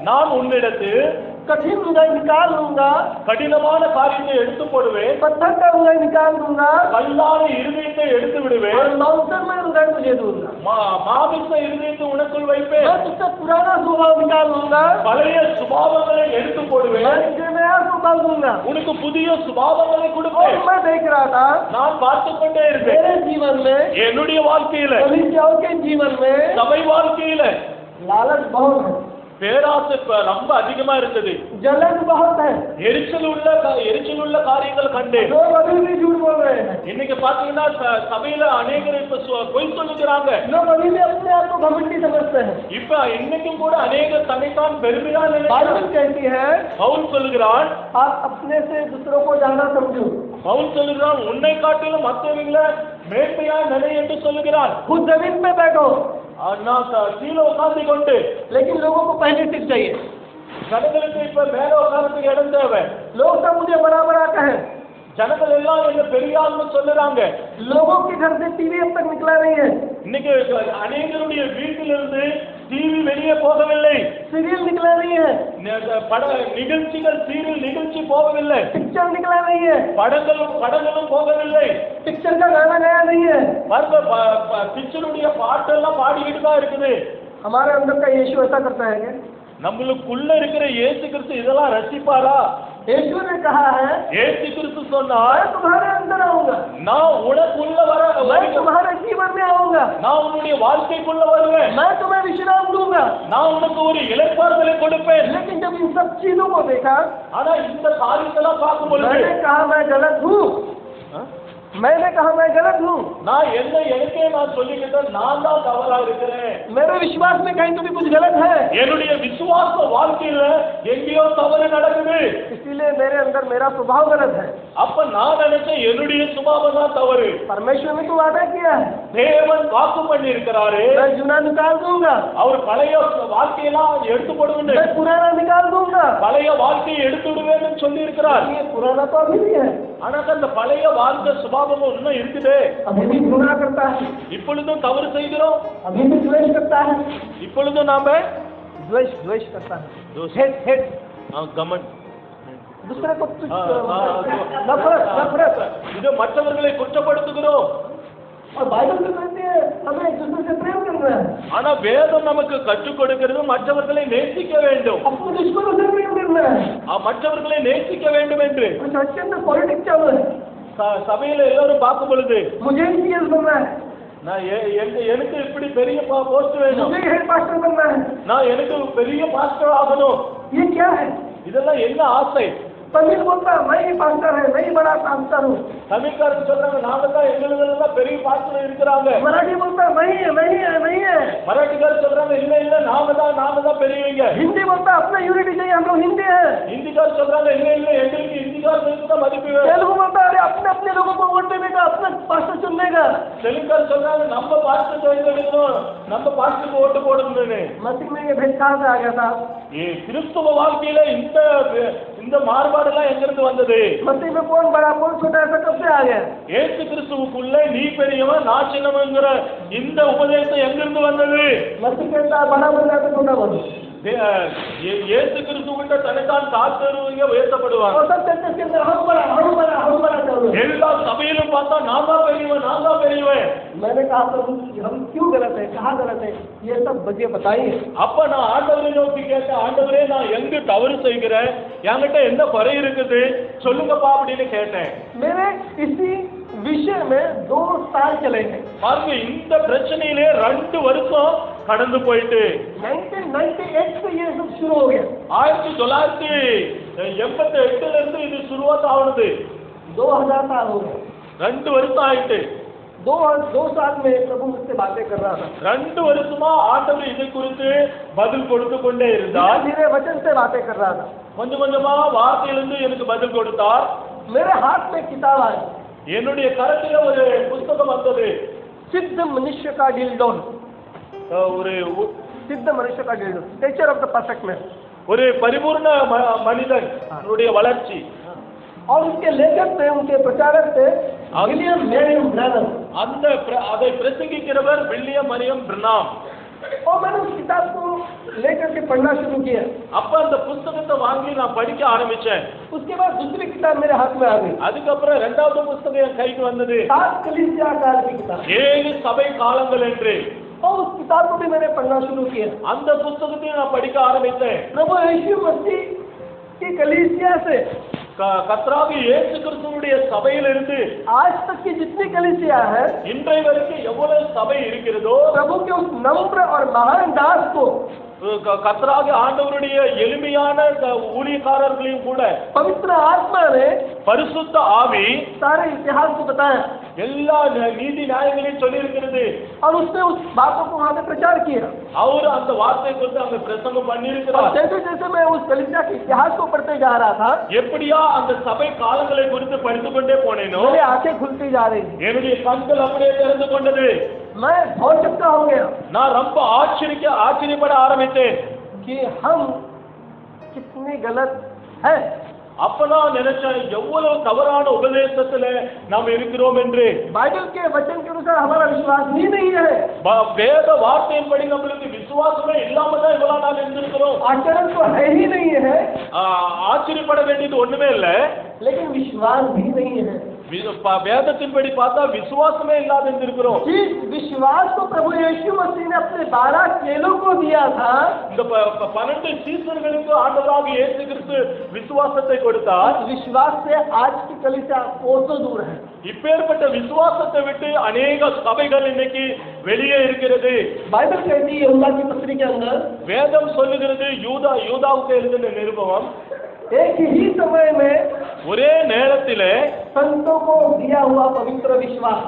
[SPEAKER 3] நான் उन्निடத்தில்
[SPEAKER 2] कठिन हृदय निकाल लूंगा
[SPEAKER 3] கடினமான காரியத்தை எடுத்து போடுவேன்
[SPEAKER 2] पत्थर का हृदय निकाल दूंगा
[SPEAKER 3] கல்லான இருதயத்தை எடுத்து
[SPEAKER 2] और
[SPEAKER 3] விடுவேன்
[SPEAKER 2] मांसल में हृदय तुझे दूंगा
[SPEAKER 3] மா- மாமிச இருதயத்தை உனக்குள் வைப்பேன்
[SPEAKER 2] मैं तुझसे पुराना स्वभाव निकाल दूंगा
[SPEAKER 3] பழைய சுபாவங்களை எடுத்து
[SPEAKER 2] मैं
[SPEAKER 3] போடுவேன்
[SPEAKER 2] तुझे नया स्वभाव दूंगा
[SPEAKER 3] உனக்கு புதிய சுபாவங்களை
[SPEAKER 2] और
[SPEAKER 3] கொடுப்பேன்
[SPEAKER 2] मैं देख रहा था
[SPEAKER 3] நான் பார்த்து கொண்டே இருப்பேன்
[SPEAKER 2] मेरे जीवन में
[SPEAKER 3] என்னுடைய வாழ்க்கையில
[SPEAKER 2] कलिसियाओं के जीवन में
[SPEAKER 3] சபை வாழ்க்கையில
[SPEAKER 2] लालच बहुत है
[SPEAKER 3] பேராசை ப- ரொம்ப அதிகமா இருந்தது
[SPEAKER 2] जलन बहुत है
[SPEAKER 3] எரிச்சல் உள்ள கா- எரிச்சல் உள்ள காரியங்கள் கண்டேன்
[SPEAKER 2] लोग अभी भी झूठ बोल रहे हैं
[SPEAKER 3] இன்னைக்கு பாத்தீங்கன்னா ச- சபையில அநேகர் இப்ப சொ- பொய் சொல்லுகிறாங்க
[SPEAKER 2] लोग अभी भी अपने आप को घमंडी समझते हैं
[SPEAKER 3] இப்ப இன்னைக்கும் கூட அநேகர் தன்னைத்தான் பெருமையா
[SPEAKER 2] बाइबल
[SPEAKER 3] நினைக்கிறார்கள்
[SPEAKER 2] कहती है
[SPEAKER 3] பவுல் சொல்லுகிறான்
[SPEAKER 2] आप अपने से दूसरों को जाना समझो
[SPEAKER 3] பவுல் சொல்லுகிறான் உன்னை காட்டிலும் மற்றவங்கள மேன்மையா நினை என்று சொல்லுகிறான்
[SPEAKER 2] खुद जमीन पे बैठो
[SPEAKER 3] ஆனா க- கீழே உட்கார்ந்து கொண்டு
[SPEAKER 2] लेकिन लोगों को पहले सीख चाहिए
[SPEAKER 3] ஜனங்களுக்கு இப்ப மேல உட்கார்றதுக்கு இடம் தேவை
[SPEAKER 2] लोग सब मुझे बड़ा बड़ा कहें
[SPEAKER 3] ஜனங்கள் எல்லாம் என்ன பெரிய ஆள்னு சொல்லுறாங்க
[SPEAKER 2] लोगों के घर से टीवी अब तक निकला नहीं है
[SPEAKER 3] இன்னைக்கு அநேகருடைய வீட்டிலிருந்து டிவி வெளியே போகவில்லை
[SPEAKER 2] सीरियल निकला नहीं है
[SPEAKER 3] ந- க- பட நிகழ்ச்சிகள் சீரியல் நிகழ்ச்சி போகவில்லை
[SPEAKER 2] पिक्चर निकला नहीं है
[SPEAKER 3] படங்களும் படங்களும் போகவில்லை
[SPEAKER 2] पिक्चर का गाना नया नहीं है
[SPEAKER 3] மறுப ப- ப- பிக்சருடைய பாட்டெல்லாம் பாடிக்கிட்டு தான் இருக்குது
[SPEAKER 2] हमारे अंदर का यीशु ऐसा करता है क्या
[SPEAKER 3] நம்மளுக்குள்ள இருக்கிற இயேசு கிறிஸ்து இதெல்லாம் ரசிப்பாரா
[SPEAKER 2] यीशु ने कहा है
[SPEAKER 3] இயேசு கிறிஸ்து சொன்னார்
[SPEAKER 2] मैं तुम्हारे अंदर आऊंगा
[SPEAKER 3] நான் உனக்குள்ள வர
[SPEAKER 2] मैं तुम्हारे जीवन में आऊंगा
[SPEAKER 3] நான் உன்னுடைய வாழ்க்கைக்குள்ள வருவேன்
[SPEAKER 2] मैं तुम्हें विश्राम दूंगा
[SPEAKER 3] நான் உனக்கு ஒரு இலைப்பாறுதலை கொடுப்பேன்
[SPEAKER 2] लेकिन जब इन सब चीजों को देखा
[SPEAKER 3] ஆனா இந்த காரியத்தெல்லாம் பார்க்கும் பொழுது
[SPEAKER 2] मैंने कहा मैं गलत हूँ
[SPEAKER 3] ஆ?
[SPEAKER 2] हाँ? मैंने कहा मैं गलत हूँ
[SPEAKER 3] நான் என்ன எனக்கே நான் சொல்லிக்கிட்டேன் நான் தான் தவறா இருக்கிறேன்
[SPEAKER 2] मेरे विश्वास में कहीं तो भी कुछ गलत है
[SPEAKER 3] என்னுடைய விசுவாச வாழ்க்கையில எங்கேயோ தவறு நடக்குது
[SPEAKER 2] इसीलिए मेरे अंदर मेरा स्वभाव गलत है
[SPEAKER 3] அப்ப நான் நினைச்சேன் என்னுடைய சுபாவம் தான் தவறு
[SPEAKER 2] परमेश्वर ने तो वादा किया है
[SPEAKER 3] தேவன் வாக்கு பண்ணி இருக்கிறாரு
[SPEAKER 2] मैं जुना निकाल दूंगा
[SPEAKER 3] அவர் பழைய வாழ்க்கையெல்லாம் எடுத்து போடுவேன்னு
[SPEAKER 2] मैं पुराना निकाल दूंगा
[SPEAKER 3] பழைய வாழ்க்கையை எடுத்து விடுவேன்னு சொல்லி இருக்கிறார்
[SPEAKER 2] ये पुराना तो अभी भी है
[SPEAKER 3] ஆனா அந்த பழைய வாழ்க்கை சுபாவம் இன்னும் இருக்குது
[SPEAKER 2] अभी भी गुना करता है
[SPEAKER 3] இப்பொழுதும் தவறு செய்கிறோம்
[SPEAKER 2] अभी भी द्वेष करता है
[SPEAKER 3] இப்பொழுதும் நாம
[SPEAKER 2] द्वेष द्वेष करता है
[SPEAKER 3] ஹெட் ஹெட் கமன்
[SPEAKER 2] दूसरे को तुच्छ- हाँ, नफरत नफरत
[SPEAKER 3] இது மற்றவர்களை குற்றப்படுத்துகிறோம்
[SPEAKER 2] और बाइबल में कहते हैं हमें एक दूसरे से प्रेम करना है
[SPEAKER 3] ஆனா வேதம் நமக்கு கற்றுக் கொடுக்கிறது मற்றவர்களை நேசிக்க வேண்டும்
[SPEAKER 2] अपने दुश्मनों से प्रेम करना है
[SPEAKER 3] ஆ, மற்றவர்களை நேசிக்க வேண்டும் என்று
[SPEAKER 2] और चर्च के अंदर पॉलिटिक्स चालू है
[SPEAKER 3] ச- சபையில எல்லாரும் பார்க்கும் பொழுது
[SPEAKER 2] मुझे ही सीएस बनना है
[SPEAKER 3] நான் எ- எனக்கு- எனக்கு இப்படி பெரிய போஸ்ட் வேணும்
[SPEAKER 2] मुझे हेड मास्टर बनना है
[SPEAKER 3] நான் எனக்கு பெரிய பாஸ்டர் ஆகணும்
[SPEAKER 2] ये क्या है
[SPEAKER 3] இதெல்லாம் என்ன ஆசை
[SPEAKER 2] तमिल बोलता है मैं ही पास्टर है मैं ही बड़ा पास्टर हूँ
[SPEAKER 3] தமிழ்காரன் சொல்றாங்க நாங்க தான் எங்களுக்கு தான் பெரிய பாஸ்டர் இருக்கிறாங்க
[SPEAKER 2] मराठी बोलता है मैं ही है मैं ही है मैं ही है
[SPEAKER 3] மராட்டிக்கார் சொல்றாங்க இல்ல இல்ல நாம தான் நாம தான் பெரியவங்க
[SPEAKER 2] हिंदी बोलता है अपना यूनिटी चाहिए हम लोग हिंदी है
[SPEAKER 3] இந்திக்கார் சொல்றாங்க இல்ல இல்ல எங்களுக்கு இந்திக்காரர்களுக்கு தான் மதிப்பு வேணும்
[SPEAKER 2] तेलुगु बोलता है अरे अपने अपने लोगों को वोट देने का अपना पास्टर चुनने का
[SPEAKER 3] தெலுங்கார் சொல்றாங்க நம்ம பாஸ்டர் தேர்ந்தெடுக்கணும் நம்ம பாஸ்டருக்கு ஓட்டு போடணும்னு
[SPEAKER 2] मसीह में ये भेद कहाँ से आ गया था
[SPEAKER 3] ஏ, கிறிஸ்துவ வாழ்க்கையில இந்த இந்த மாறுபாடெல்லாம் எங்கிருந்து வந்தது
[SPEAKER 2] मसीह में कौन बड़ा कौन छोटा ऐसा कब से आ गया
[SPEAKER 3] ஏசு கிறிஸ்துவுக்குள்ள நீ பெரியவன் நான் சின்னவன்கிற இந்த உபதேசம் எங்கிருந்து வந்தது
[SPEAKER 2] मसीह कहता है बड़ा बन जाता छोटा बन
[SPEAKER 3] ஏ- ஏ- இயேசு கிறிஸ்துவிட்ட தன்னைத்தான் தாத்தருவீங்க உயர்த்தப்படுவாங்க
[SPEAKER 2] और सब चर्चा के अंदर हम बड़ा हम बड़ा हम बड़ा करो
[SPEAKER 3] எல்லா சபையிலும் பார்த்தா நான் தான் பெரியவன் நான் தான் பெரியவன்
[SPEAKER 2] मैंने कहा प्रभु कि हम क्यों गलत है कहाँ गलत है ये सब मुझे बताइए
[SPEAKER 3] அப்ப நான் ஆண்டவரை நோக்கி கேட்டேன் ஆண்டவரே நான் எங்கு தவறு செய்கிறேன் என்கிட்ட என்ன குறை இருக்குது சொல்லுங்கப்பா அப்படின்னு கேட்டேன்
[SPEAKER 2] मेरे इसी विषय में दो साल चले गए
[SPEAKER 3] பாருங்க இந்த பிரச்சனையிலே ரெண்டு வருஷம் கடந்து போயிட்டு
[SPEAKER 2] 1998 से ये सब शुरू हो गया
[SPEAKER 3] ஆயிரத்தி தொள்ளாயிரத்தி எண்பத்தி எட்டுல இருந்து இது சுருவாத் ஆகுது
[SPEAKER 2] 2000 साल हो गए
[SPEAKER 3] ரெண்டு வருஷம் ஆயிட்டு
[SPEAKER 2] दो दो साल में प्रभु मुझसे बातें कर रहा था
[SPEAKER 3] ரெண்டு வருஷமா ஆண்டவர் இது குறித்து பதில் கொடுத்து கொண்டே
[SPEAKER 2] धीरे
[SPEAKER 3] இருந்தார்
[SPEAKER 2] धीरे वचन से बातें कर रहा था
[SPEAKER 3] கொஞ்சம் கொஞ்சமா வார்த்தையிலிருந்து எனக்கு பதில் கொடுத்தார்
[SPEAKER 2] मेरे हाथ में किताब आई
[SPEAKER 3] என்னுடைய கருத்துல ஒரு புஸ்தகம் வந்தது
[SPEAKER 2] सिद्ध मनुष्य का डिल्डोन
[SPEAKER 3] அஹ் ஒரு உ-
[SPEAKER 2] सिद्ध मनुष्य का डिल्डोन nature of the perfect man
[SPEAKER 3] ஒரு பரிபூர்ண ம- மனிதன் அவனுடைய வளர்ச்சி
[SPEAKER 2] और उसके लेखक थे उनके प्रचारक थे
[SPEAKER 3] और-
[SPEAKER 2] विलियम मैरियम ब्रैनम
[SPEAKER 3] அந்த பிர- அதை பிரசங்கிக்கிறவர் வில்லியம் மரியம் பிரணாம்
[SPEAKER 2] और मैंने उस किताब को लेकर के पढ़ना शुरू किया
[SPEAKER 3] அப்ப அந்த புஸ்தகத்தை வாங்கி நான் படிக்க आरம்பிச்சேன்
[SPEAKER 2] उसके बाद दूसरी किताब मेरे हाथ में आ गई
[SPEAKER 3] அதுக்கப்புறம் ரெண்டாவது புஸ்தகம் என் கைக்கு வந்தது
[SPEAKER 2] सात कलिसिया काल की किताब
[SPEAKER 3] ஏழு சபை காலங்கள் என்று
[SPEAKER 2] और उस किताब को भी मैंने पढ़ना शुरू किया
[SPEAKER 3] அந்த புஸ்தகத்தையும் நான் படிக்க ஆரம்பித்தேன்
[SPEAKER 2] प्रभु यीशु मसीह की कलिसिया से
[SPEAKER 3] க- கர்த்தராகிய இயேசு கிறிஸ்துவனுடைய சபையிலிருந்து
[SPEAKER 2] आज तक की जितनी कलिसिया है
[SPEAKER 3] இன்றை வரைக்கும் எவ்வளவு சபை இருக்கிறதோ
[SPEAKER 2] प्रभु के उस नम्र और महान दास को
[SPEAKER 3] க- கர்த்தராகிய ஆண்டவருடைய எளிமையான க- ஊழியக்காரர்களையும் கூட
[SPEAKER 2] पवित्र आत्मा ने
[SPEAKER 3] பரிசுத்த ஆவி
[SPEAKER 2] सारे इतिहास को बताया
[SPEAKER 3] எல்லா ந- நீதி நியாயங்களையும் சொல்லி இருக்கிறது
[SPEAKER 2] और उसने उस बातों को वहाँ पे प्रचार किया
[SPEAKER 3] அவர் அந்த வார்த்தை குறித்து அங்க பிரசங்கம்
[SPEAKER 2] और
[SPEAKER 3] பண்ணியிருக்கிறார்
[SPEAKER 2] जैसे जैसे मैं उस कलिसिया के इतिहास को पढ़ते जा रहा था
[SPEAKER 3] எப்படியா அந்த சபை காலங்களை குறித்து படித்துக் கொண்டே போனேனோ
[SPEAKER 2] मेरी आंखें खुलती जा रही थी
[SPEAKER 3] என்னுடைய கண்கள் அப்படியே திறந்து கொண்டது
[SPEAKER 2] मैं बहुत चक्का हो गया
[SPEAKER 3] நான் ரொம்ப ஆச்சரிக்க ஆச்சரியப்பட ஆரம்பித்தேன்
[SPEAKER 2] कि हम कितने गलत हैं
[SPEAKER 3] அப்ப நான் நினைச்சேன் எவ்வளவு தவறான உபதேசத்துல நாம் இருக்கிறோம் என்று
[SPEAKER 2] बाइबल के वचन के अनुसार हमारा विश्वास ही नहीं है
[SPEAKER 3] ப- வேத வார்த்தையின்படி நம்மளுக்கு விசுவாசமே இல்லாம தான் இவ்வளவு நாள் இருந்திருக்கிறோம்
[SPEAKER 2] आचरण तो है ही नहीं है
[SPEAKER 3] ஆ, ஆச்சரியப்பட வேண்டியது ஒண்ணுமே இல்ல
[SPEAKER 2] लेकिन विश्वास भी नहीं है
[SPEAKER 3] வி- ப- வேதத்தின்படி பார்த்தா விசுவாசமே இல்லாத இருந்திருக்கிறோம்
[SPEAKER 2] जिस विश्वास को प्रभु यीशु मसीह ने अपने बारह चेलों को दिया था
[SPEAKER 3] இந்த ப- ப- பன்னெண்டு சீசர்களுக்கு ஆண்டவராக இயேசு கிறிஸ்து விசுவாசத்தை கொடுத்தார்
[SPEAKER 2] उस विश्वास से आज की कलिसिया कोसों दूर है
[SPEAKER 3] இப்பேற்பட்ட விசுவாசத்தை விட்டு அநேக சபைகள் இன்னைக்கு வெளியே இருக்கிறது
[SPEAKER 2] बाइबल कहती है उम्मा की पत्री के अंदर
[SPEAKER 3] வேதம் சொல்லுகிறது யூதா யூதாவுக்கு எழுதின நிருபம்
[SPEAKER 2] एक ही समय में
[SPEAKER 3] ஒரே நேரத்திலே
[SPEAKER 2] संतों को दिया हुआ पवित्र विश्वास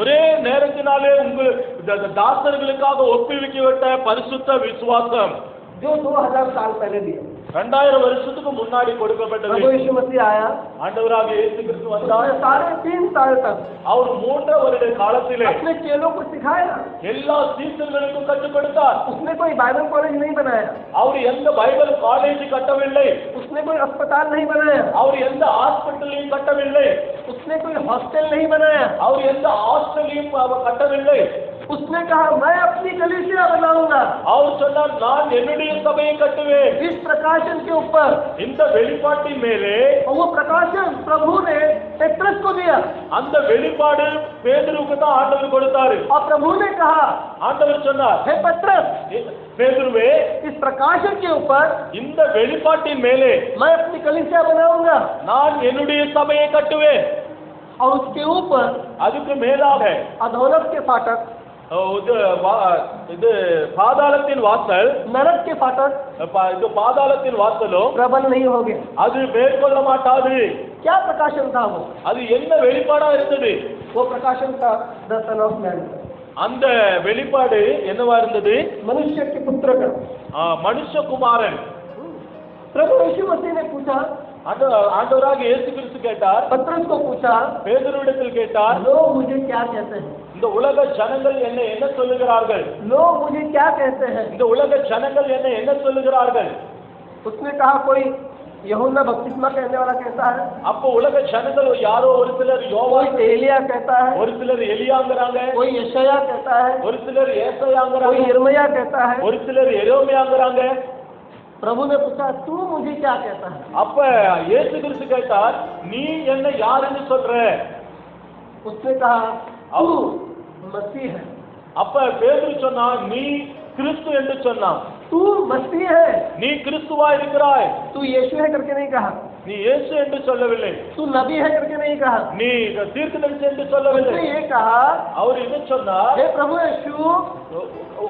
[SPEAKER 3] ஒரே நேரத்தினாலே உங்கள் த- த- தாசர்களுக்காக ஒப்புவிக்கப்பட்ட பரிசுத்த விசுவாசம்
[SPEAKER 2] जो 2000 साल पहले दिया
[SPEAKER 3] ரெண்டாயிரம் வருஷத்துக்கு முன்னாடி
[SPEAKER 2] प्रभु
[SPEAKER 3] கொடுக்கப்பட்டது
[SPEAKER 2] यीशु मसीह आया
[SPEAKER 3] ஆண்டவராக இயேசு கிறிஸ்து வந்தார்
[SPEAKER 2] उसने साढ़े तीन साल तक
[SPEAKER 3] அவர் மூன்றாம் வருட காலத்திலே
[SPEAKER 2] अपने चेलों को सिखाया
[SPEAKER 3] எல்லா சீசர்களுக்கும் கற்றுக் கொடுத்தார்
[SPEAKER 2] उसने कोई बाइबल कॉलेज नहीं बनाया
[SPEAKER 3] அவர் எந்த பைபிள் காலேஜ் கட்டவில்லை
[SPEAKER 2] उसने कोई अस्पताल नहीं बनाया
[SPEAKER 3] அவர் எந்த ஹாஸ்பிட்டலையும் கட்டவில்லை
[SPEAKER 2] उसने कोई हॉस्टल नहीं बनाया
[SPEAKER 3] அவர் எந்த ஹாஸ்டலையும் அவர் கட்டவில்லை
[SPEAKER 2] उसने कहा मैं अपनी कलीसिया बनाऊंगा
[SPEAKER 3] அவர் சொன்னார் நான் என்னுடைய சபையை கட்டுவேன்
[SPEAKER 2] इस प्रकाशन के ऊपर
[SPEAKER 3] இந்த வெளிப்பாட்டின் மேலே
[SPEAKER 2] और वो प्रकाशन प्रभु ने पेट्रस को दिया
[SPEAKER 3] அந்த வெளிப்பாடு பேதுருவுக்கு தான் ஆண்டவர் கொடுத்தாரு
[SPEAKER 2] और प्रभु ने कहा
[SPEAKER 3] ஆண்டவர் சொன்னார்
[SPEAKER 2] हे पत्रस
[SPEAKER 3] "ஏ, பேதுருவே
[SPEAKER 2] इस प्रकाशन के ऊपर
[SPEAKER 3] இந்த வெளிப்பாட்டின் மேலே
[SPEAKER 2] मैं अपनी कलीसिया बनाऊंगा
[SPEAKER 3] நான் என்னுடைய சபையை கட்டுவேன்
[SPEAKER 2] और उसके ऊपर
[SPEAKER 3] அதுக்கு மேலாக
[SPEAKER 2] अधोलक के फाटक
[SPEAKER 3] அஹ், இது வா- இது பாதாளத்தின் வாசல்
[SPEAKER 2] नरक के फाटक
[SPEAKER 3] அஹ், பா- இது பாதாளத்தின் வாசலும்
[SPEAKER 2] प्रबल नहीं हो गए
[SPEAKER 3] அது மேற்கொள்ள माटाது
[SPEAKER 2] क्या प्रकाशन था वो
[SPEAKER 3] அது என்ன வெளிப்பாடா இருந்தது
[SPEAKER 2] वो प्रकाशन था दर्शन ऑफ मैन
[SPEAKER 3] அந்த வெளிப்பாடு என்னவா இருந்தது
[SPEAKER 2] मनुष्य के पुत्र का
[SPEAKER 3] ஆ, மனுஷகுமாரன்
[SPEAKER 2] प्रभु यीशु मसीह ने पूछा
[SPEAKER 3] ஆண்ட- ஆண்டவராக இயேசு கிறிஸ்து கேட்டார்
[SPEAKER 2] पत्रस को पूछा
[SPEAKER 3] பேதுருவிடத்தில் கேட்டார்
[SPEAKER 2] लोग मुझे क्या कहते हैं
[SPEAKER 3] இந்த உலக ஜனங்கள் என்ன என்ன சொல்லுகிறார்கள்
[SPEAKER 2] लोग मुझे क्या कहते हैं
[SPEAKER 3] இந்த उलग ஜனங்கள் என்ன என்ன சொல்லுகிறார்கள்
[SPEAKER 2] उसने कहा कोई यहूदा बपतिस्मा कहने वाला कहता है
[SPEAKER 3] அப்போ உலக ஜனங்கள் யாரோ ஒரு சிலர் யோவா
[SPEAKER 2] कोई एलिया कहता है
[SPEAKER 3] ஒரு सिलर எலியாங்கிறாங்க
[SPEAKER 2] कोई यशया कहता है
[SPEAKER 3] ஒரு சிலர் ஏசையாங்கிறாங்க
[SPEAKER 2] कोई यरमया कहता है
[SPEAKER 3] ஒரு சிலர் எரோமியாங்கிறாங்க
[SPEAKER 2] प्रभु ने पूछा तू मुझे क्या कहता है
[SPEAKER 3] அப்ப இயேசு கிறிஸ்து கேட்டார் நீ என்ன யாருன்னு சொல்ற
[SPEAKER 2] उसने कहा तू मसीह है
[SPEAKER 3] அப்ப பேதுரு சொன்னா நீ கிறிஸ்து என்று சொன்னான்
[SPEAKER 2] तू मसीह है
[SPEAKER 3] நீ கிறிஸ்துவா இருக்கிறாய்
[SPEAKER 2] तू यीशु है करके नहीं कहा
[SPEAKER 3] நீ இயேசு என்று சொல்லவில்லை
[SPEAKER 2] तू नबी है करके नहीं कहा
[SPEAKER 3] நீ தீர்க்கதரிசி என்று
[SPEAKER 2] उसने
[SPEAKER 3] சொல்லவில்லை
[SPEAKER 2] ये कहा
[SPEAKER 3] அவர் என்ன சொன்னார்
[SPEAKER 2] हे प्रभु यीशु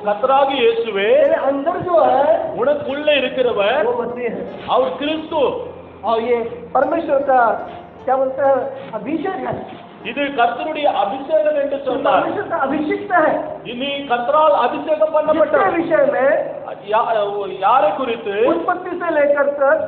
[SPEAKER 3] கத்தராகி இயேசுவே
[SPEAKER 2] तेरे अंदर जो है
[SPEAKER 3] உனக்குள்ள இருக்கிறவர்
[SPEAKER 2] वो मसीह है
[SPEAKER 3] அவர் கிறிஸ்து
[SPEAKER 2] और ये परमेश्वर का क्या बोलते हैं अभिषेक है
[SPEAKER 3] இது கர்த்தருடைய அபிஷேகம் என்று
[SPEAKER 2] तू
[SPEAKER 3] சொன்னார்
[SPEAKER 2] परमेश्वर का अभिषिक्त है
[SPEAKER 3] நீ கர்த்தரால் அபிஷேகம்
[SPEAKER 2] जिसके
[SPEAKER 3] பண்ணப்பட்ட
[SPEAKER 2] विषय में
[SPEAKER 3] யா- யாரை குறித்து
[SPEAKER 2] उत्पत्ति से लेकर तक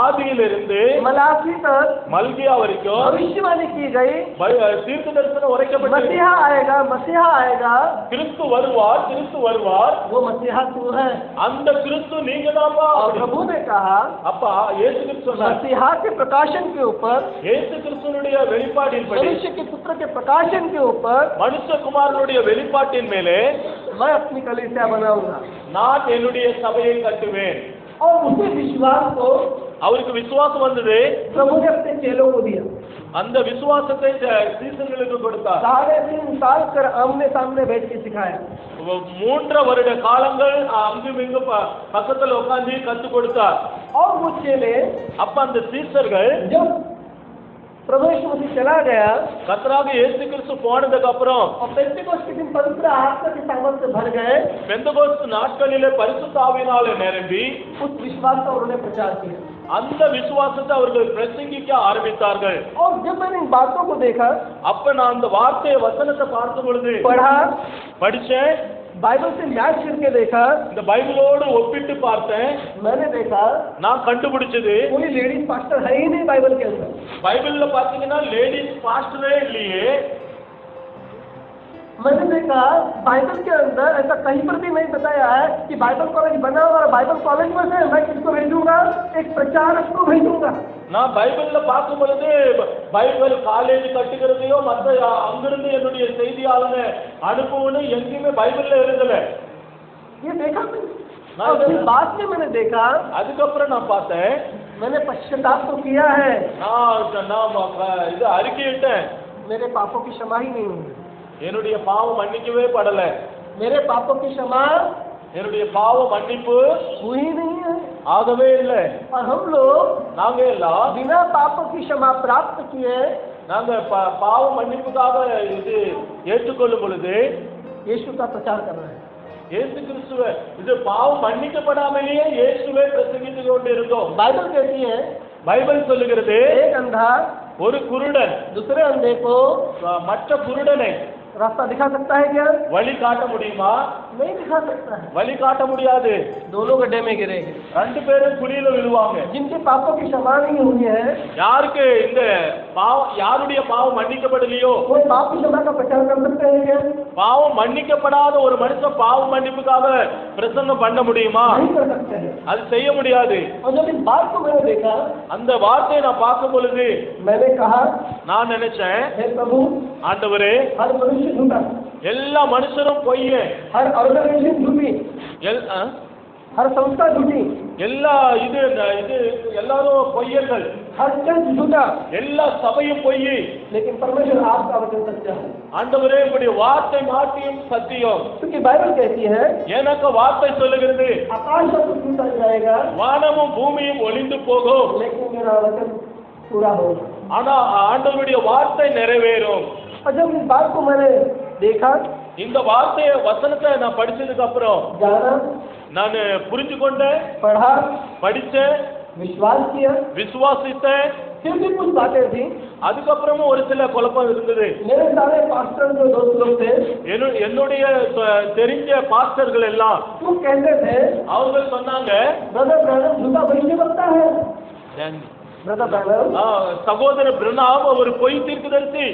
[SPEAKER 3] ஆதியிலிருந்து
[SPEAKER 2] मलासी तक
[SPEAKER 3] மல்கியா வரைக்கும்
[SPEAKER 2] भविष्यवाणी की गई
[SPEAKER 3] பை- தீர்க்க தரிசனம் உரைக்கப்பட்டது
[SPEAKER 2] मसीहा आएगा मसीहा आएगा
[SPEAKER 3] கிறிஸ்து வருவார் கிறிஸ்து வருவார்
[SPEAKER 2] वो मसीहा तू है
[SPEAKER 3] அந்த கிறிஸ்து நீங்க தான்ப்பா
[SPEAKER 2] और प्रभु ने कहा
[SPEAKER 3] அப்பா இயேசு கிறிஸ்து சொன்னார்
[SPEAKER 2] मसीहा के प्रकाशन के ऊपर
[SPEAKER 3] இயேசு கிறிஸ்துனுடைய வெளிப்பாட்டின்படி
[SPEAKER 2] मनुष्य के पुत्र के प्रकाशन के ऊपर
[SPEAKER 3] மனுஷகுமாரனுடைய வெளிப்பாட்டின் மேலே
[SPEAKER 2] मैं अपनी कलिसिया बनाऊंगा
[SPEAKER 3] நான் என்னுடைய சபையை கட்டுவேன்
[SPEAKER 2] और उसी विश्वास को
[SPEAKER 3] அவருக்கு விசுவாசம் வந்தது
[SPEAKER 2] प्रभु ने अपने चेलों को दिया
[SPEAKER 3] அந்த விசுவாசத்தை ச- சீசர்களுக்கு கொடுத்தார்
[SPEAKER 2] साढ़े तीन साल कर आमने सामने बैठ के सिखाया
[SPEAKER 3] மூன்று வருட காலங்கள் அங்கும் இங்கும் ப- பக்கத்துல உட்காந்து கற்றுக் கொடுத்தார்
[SPEAKER 2] और वो चेले
[SPEAKER 3] அப்ப அந்த சீசர்கள்
[SPEAKER 2] जब प्रभु यीशु मसीह चला गया
[SPEAKER 3] கர்த்தராக இயேசு கிறிஸ்து போனதுக்கு அப்புறம்
[SPEAKER 2] और पेंटिकोस्ट के दिन पवित्र आत्मा के सामर्थ से भर गए
[SPEAKER 3] பெந்தகோஸ்து நாட்களிலே பரிசுத்த ஆவியினாலே நிரம்பி
[SPEAKER 2] उस विश्वास का उन्होंने प्रचार किया
[SPEAKER 3] அந்த விசுவாசத்தை அவர்கள் பிரசங்கிக்க ஆரம்பித்தார்கள்
[SPEAKER 2] और जब मैंने इन बातों को देखा
[SPEAKER 3] அப்ப நான் அந்த வார்த்தையை வசனத்தை பார்க்கும் பொழுது
[SPEAKER 2] पढ़ा
[SPEAKER 3] படிச்சேன்
[SPEAKER 2] बाइबल से मैच करके देखा
[SPEAKER 3] இந்த பைபிளோடு ஒப்பிட்டு பார்த்தேன்
[SPEAKER 2] मैंने देखा
[SPEAKER 3] நான் கண்டுபிடிச்சது
[SPEAKER 2] कोई लेडीज पास्टर है ही नहीं बाइबल के अंदर
[SPEAKER 3] பைபிள்ல பாத்தீங்கன்னா லேடிஸ் பாஸ்டரே இல்லையே
[SPEAKER 2] मैंने देखा बाइबल के अंदर ऐसा कहीं पर भी नहीं बताया है कि बाइबल कॉलेज बना हुआ है, बाइबल कॉलेज में से मैं किसको भेजूंगा एक प्रचारक को भेजूंगा
[SPEAKER 3] நான் பைபிள்ல பார்க்கும் பொழுது ப- பைபிள் காலேஜ் கட்டுகிறதையோ மற்ற அ- அங்கிருந்து என்னுடைய செய்தியாளனை அனுப்புவனு எங்கேயுமே பைபிள்ல எழுதல
[SPEAKER 2] ये देखा मैंने और फिर
[SPEAKER 3] मैंने-
[SPEAKER 2] बाद में मैंने देखा
[SPEAKER 3] அதுக்கப்புறம் நான் பார்த்தேன்
[SPEAKER 2] मैंने पश्चाताप तो किया है
[SPEAKER 3] நான் சொ- நான் ம- ப- இது அறிக்கையிட்டேன்
[SPEAKER 2] मेरे पापों की क्षमा ही नहीं हुई
[SPEAKER 3] என்னுடைய பாவம் மன்னிக்கவே படல
[SPEAKER 2] मेरे पापों की क्षमा
[SPEAKER 3] என்னுடைய பாவம் மன்னிப்பு
[SPEAKER 2] हुई नहीं है
[SPEAKER 3] ஆகவே இல்லை
[SPEAKER 2] और हम लोग
[SPEAKER 3] நாங்க எல்லாம்
[SPEAKER 2] बिना पापों की क्षमा प्राप्त किए
[SPEAKER 3] நாங்க ப- பாவம் மன்னிப்புக்காக இது ஏற்றுக்கொள்ளும் பொழுது
[SPEAKER 2] यीशु का प्रचार कर रहे हैं
[SPEAKER 3] இயேசு கிறிஸ்துவ இது பாவம் மன்னிக்கப்படாமலேயே இயேசுவை பிரசங்கித்து கொண்டு இருக்கோம்
[SPEAKER 2] बाइबल कहती है
[SPEAKER 3] பைபிள் சொல்லுகிறது
[SPEAKER 2] एक अंधा
[SPEAKER 3] ஒரு குருடன்
[SPEAKER 2] दूसरे अंधे को
[SPEAKER 3] அஹ், மற்ற குருடனை
[SPEAKER 2] रास्ता दिखा सकता है क्या
[SPEAKER 3] வழி காட்ட முடியுமா
[SPEAKER 2] नहीं दिखा सकता है
[SPEAKER 3] வழி காட்ட முடியாது
[SPEAKER 2] दोनों गड्ढे में गिरेंगे
[SPEAKER 3] ரெண்டு பேரும் குழியில விழுவாங்க
[SPEAKER 2] जिनके पापों की क्षमा नहीं हुई है
[SPEAKER 3] யாருக்கு இந்த பாவம் யாருடைய பாவம் மன்னிக்கப்படலையோ
[SPEAKER 2] वो पाप की क्षमा का प्रचार कर सकते हैं क्या नहीं
[SPEAKER 3] பாவம் மன்னிக்கப்படாத ஒரு மனுஷன் பாவம் மன்னிப்புக்காக பிரசங்கம் பண்ண முடியுமா
[SPEAKER 2] कर सकते हैं
[SPEAKER 3] அது செய்ய முடியாது
[SPEAKER 2] और जब इस बात को मैंने देखा
[SPEAKER 3] அந்த வார்த்தையை நான் பார்க்கும் பொழுது
[SPEAKER 2] मैंने कहा
[SPEAKER 3] நான் நினைச்சேன்
[SPEAKER 2] हे प्रभु
[SPEAKER 3] ஆண்டவரே
[SPEAKER 2] हर मनुष्य झूठा
[SPEAKER 3] எல்லா மனுஷரும் பொய்யன்
[SPEAKER 2] हर ऑर्गेनाइजेशन झूठी
[SPEAKER 3] எல் ஆ?
[SPEAKER 2] हर संस्था झूठी
[SPEAKER 3] எல்லா இது இது எல்லாரும் பொய்யர்கள்
[SPEAKER 2] हर चर्च झूठा
[SPEAKER 3] எல்லா சபையும் பொய்
[SPEAKER 2] लेकिन परमेश्वर आपका वचन सच्चा है
[SPEAKER 3] ஆண்டவரே உங்களுடைய வார்த்தை மாற்றியும் சத்தியம்
[SPEAKER 2] क्योंकि बाइबल कहती है
[SPEAKER 3] எனக்கு வார்த்தை சொல்லுகிறது
[SPEAKER 2] आकाश सब कुछ टूटा जाएगा
[SPEAKER 3] வானமும் பூமியும் ஒளிந்து போகும்
[SPEAKER 2] लेकिन मेरा वचन पूरा होगा
[SPEAKER 3] ஆனா ஆண்டவருடைய வார்த்தை நிறைவேறும்
[SPEAKER 2] और जब इस बात को मैंने देखा
[SPEAKER 3] இந்த வார்த்தையை வசனத்தை நான் படிச்சதுக்கு அப்புறம்
[SPEAKER 2] जाना
[SPEAKER 3] நான் புரிஞ்சு கொண்டேன்
[SPEAKER 2] पढ़ा
[SPEAKER 3] படிச்சேன்
[SPEAKER 2] विश्वास किया
[SPEAKER 3] விசுவாசித்தேன்
[SPEAKER 2] फिर भी कुछ बातें थी
[SPEAKER 3] அதுக்கப்புறமும் ஒரு சில குழப்பம் இருந்தது
[SPEAKER 2] मेरे सारे पास्टर जो दोस्त लोग थे
[SPEAKER 3] என்னு- என்னுடைய சொ- தெரிஞ்ச பாஸ்டர்கள் எல்லாம்
[SPEAKER 2] वो कहते थे
[SPEAKER 3] அவங்க சொன்னாங்க
[SPEAKER 2] ब्रदर ब्रैनम झूठा भविष्य बनता है ब्रदर ब्रैनम
[SPEAKER 3] ஆ, சகோதரர் பிரணாம் அவர் பொய் தீர்க்கதரிசி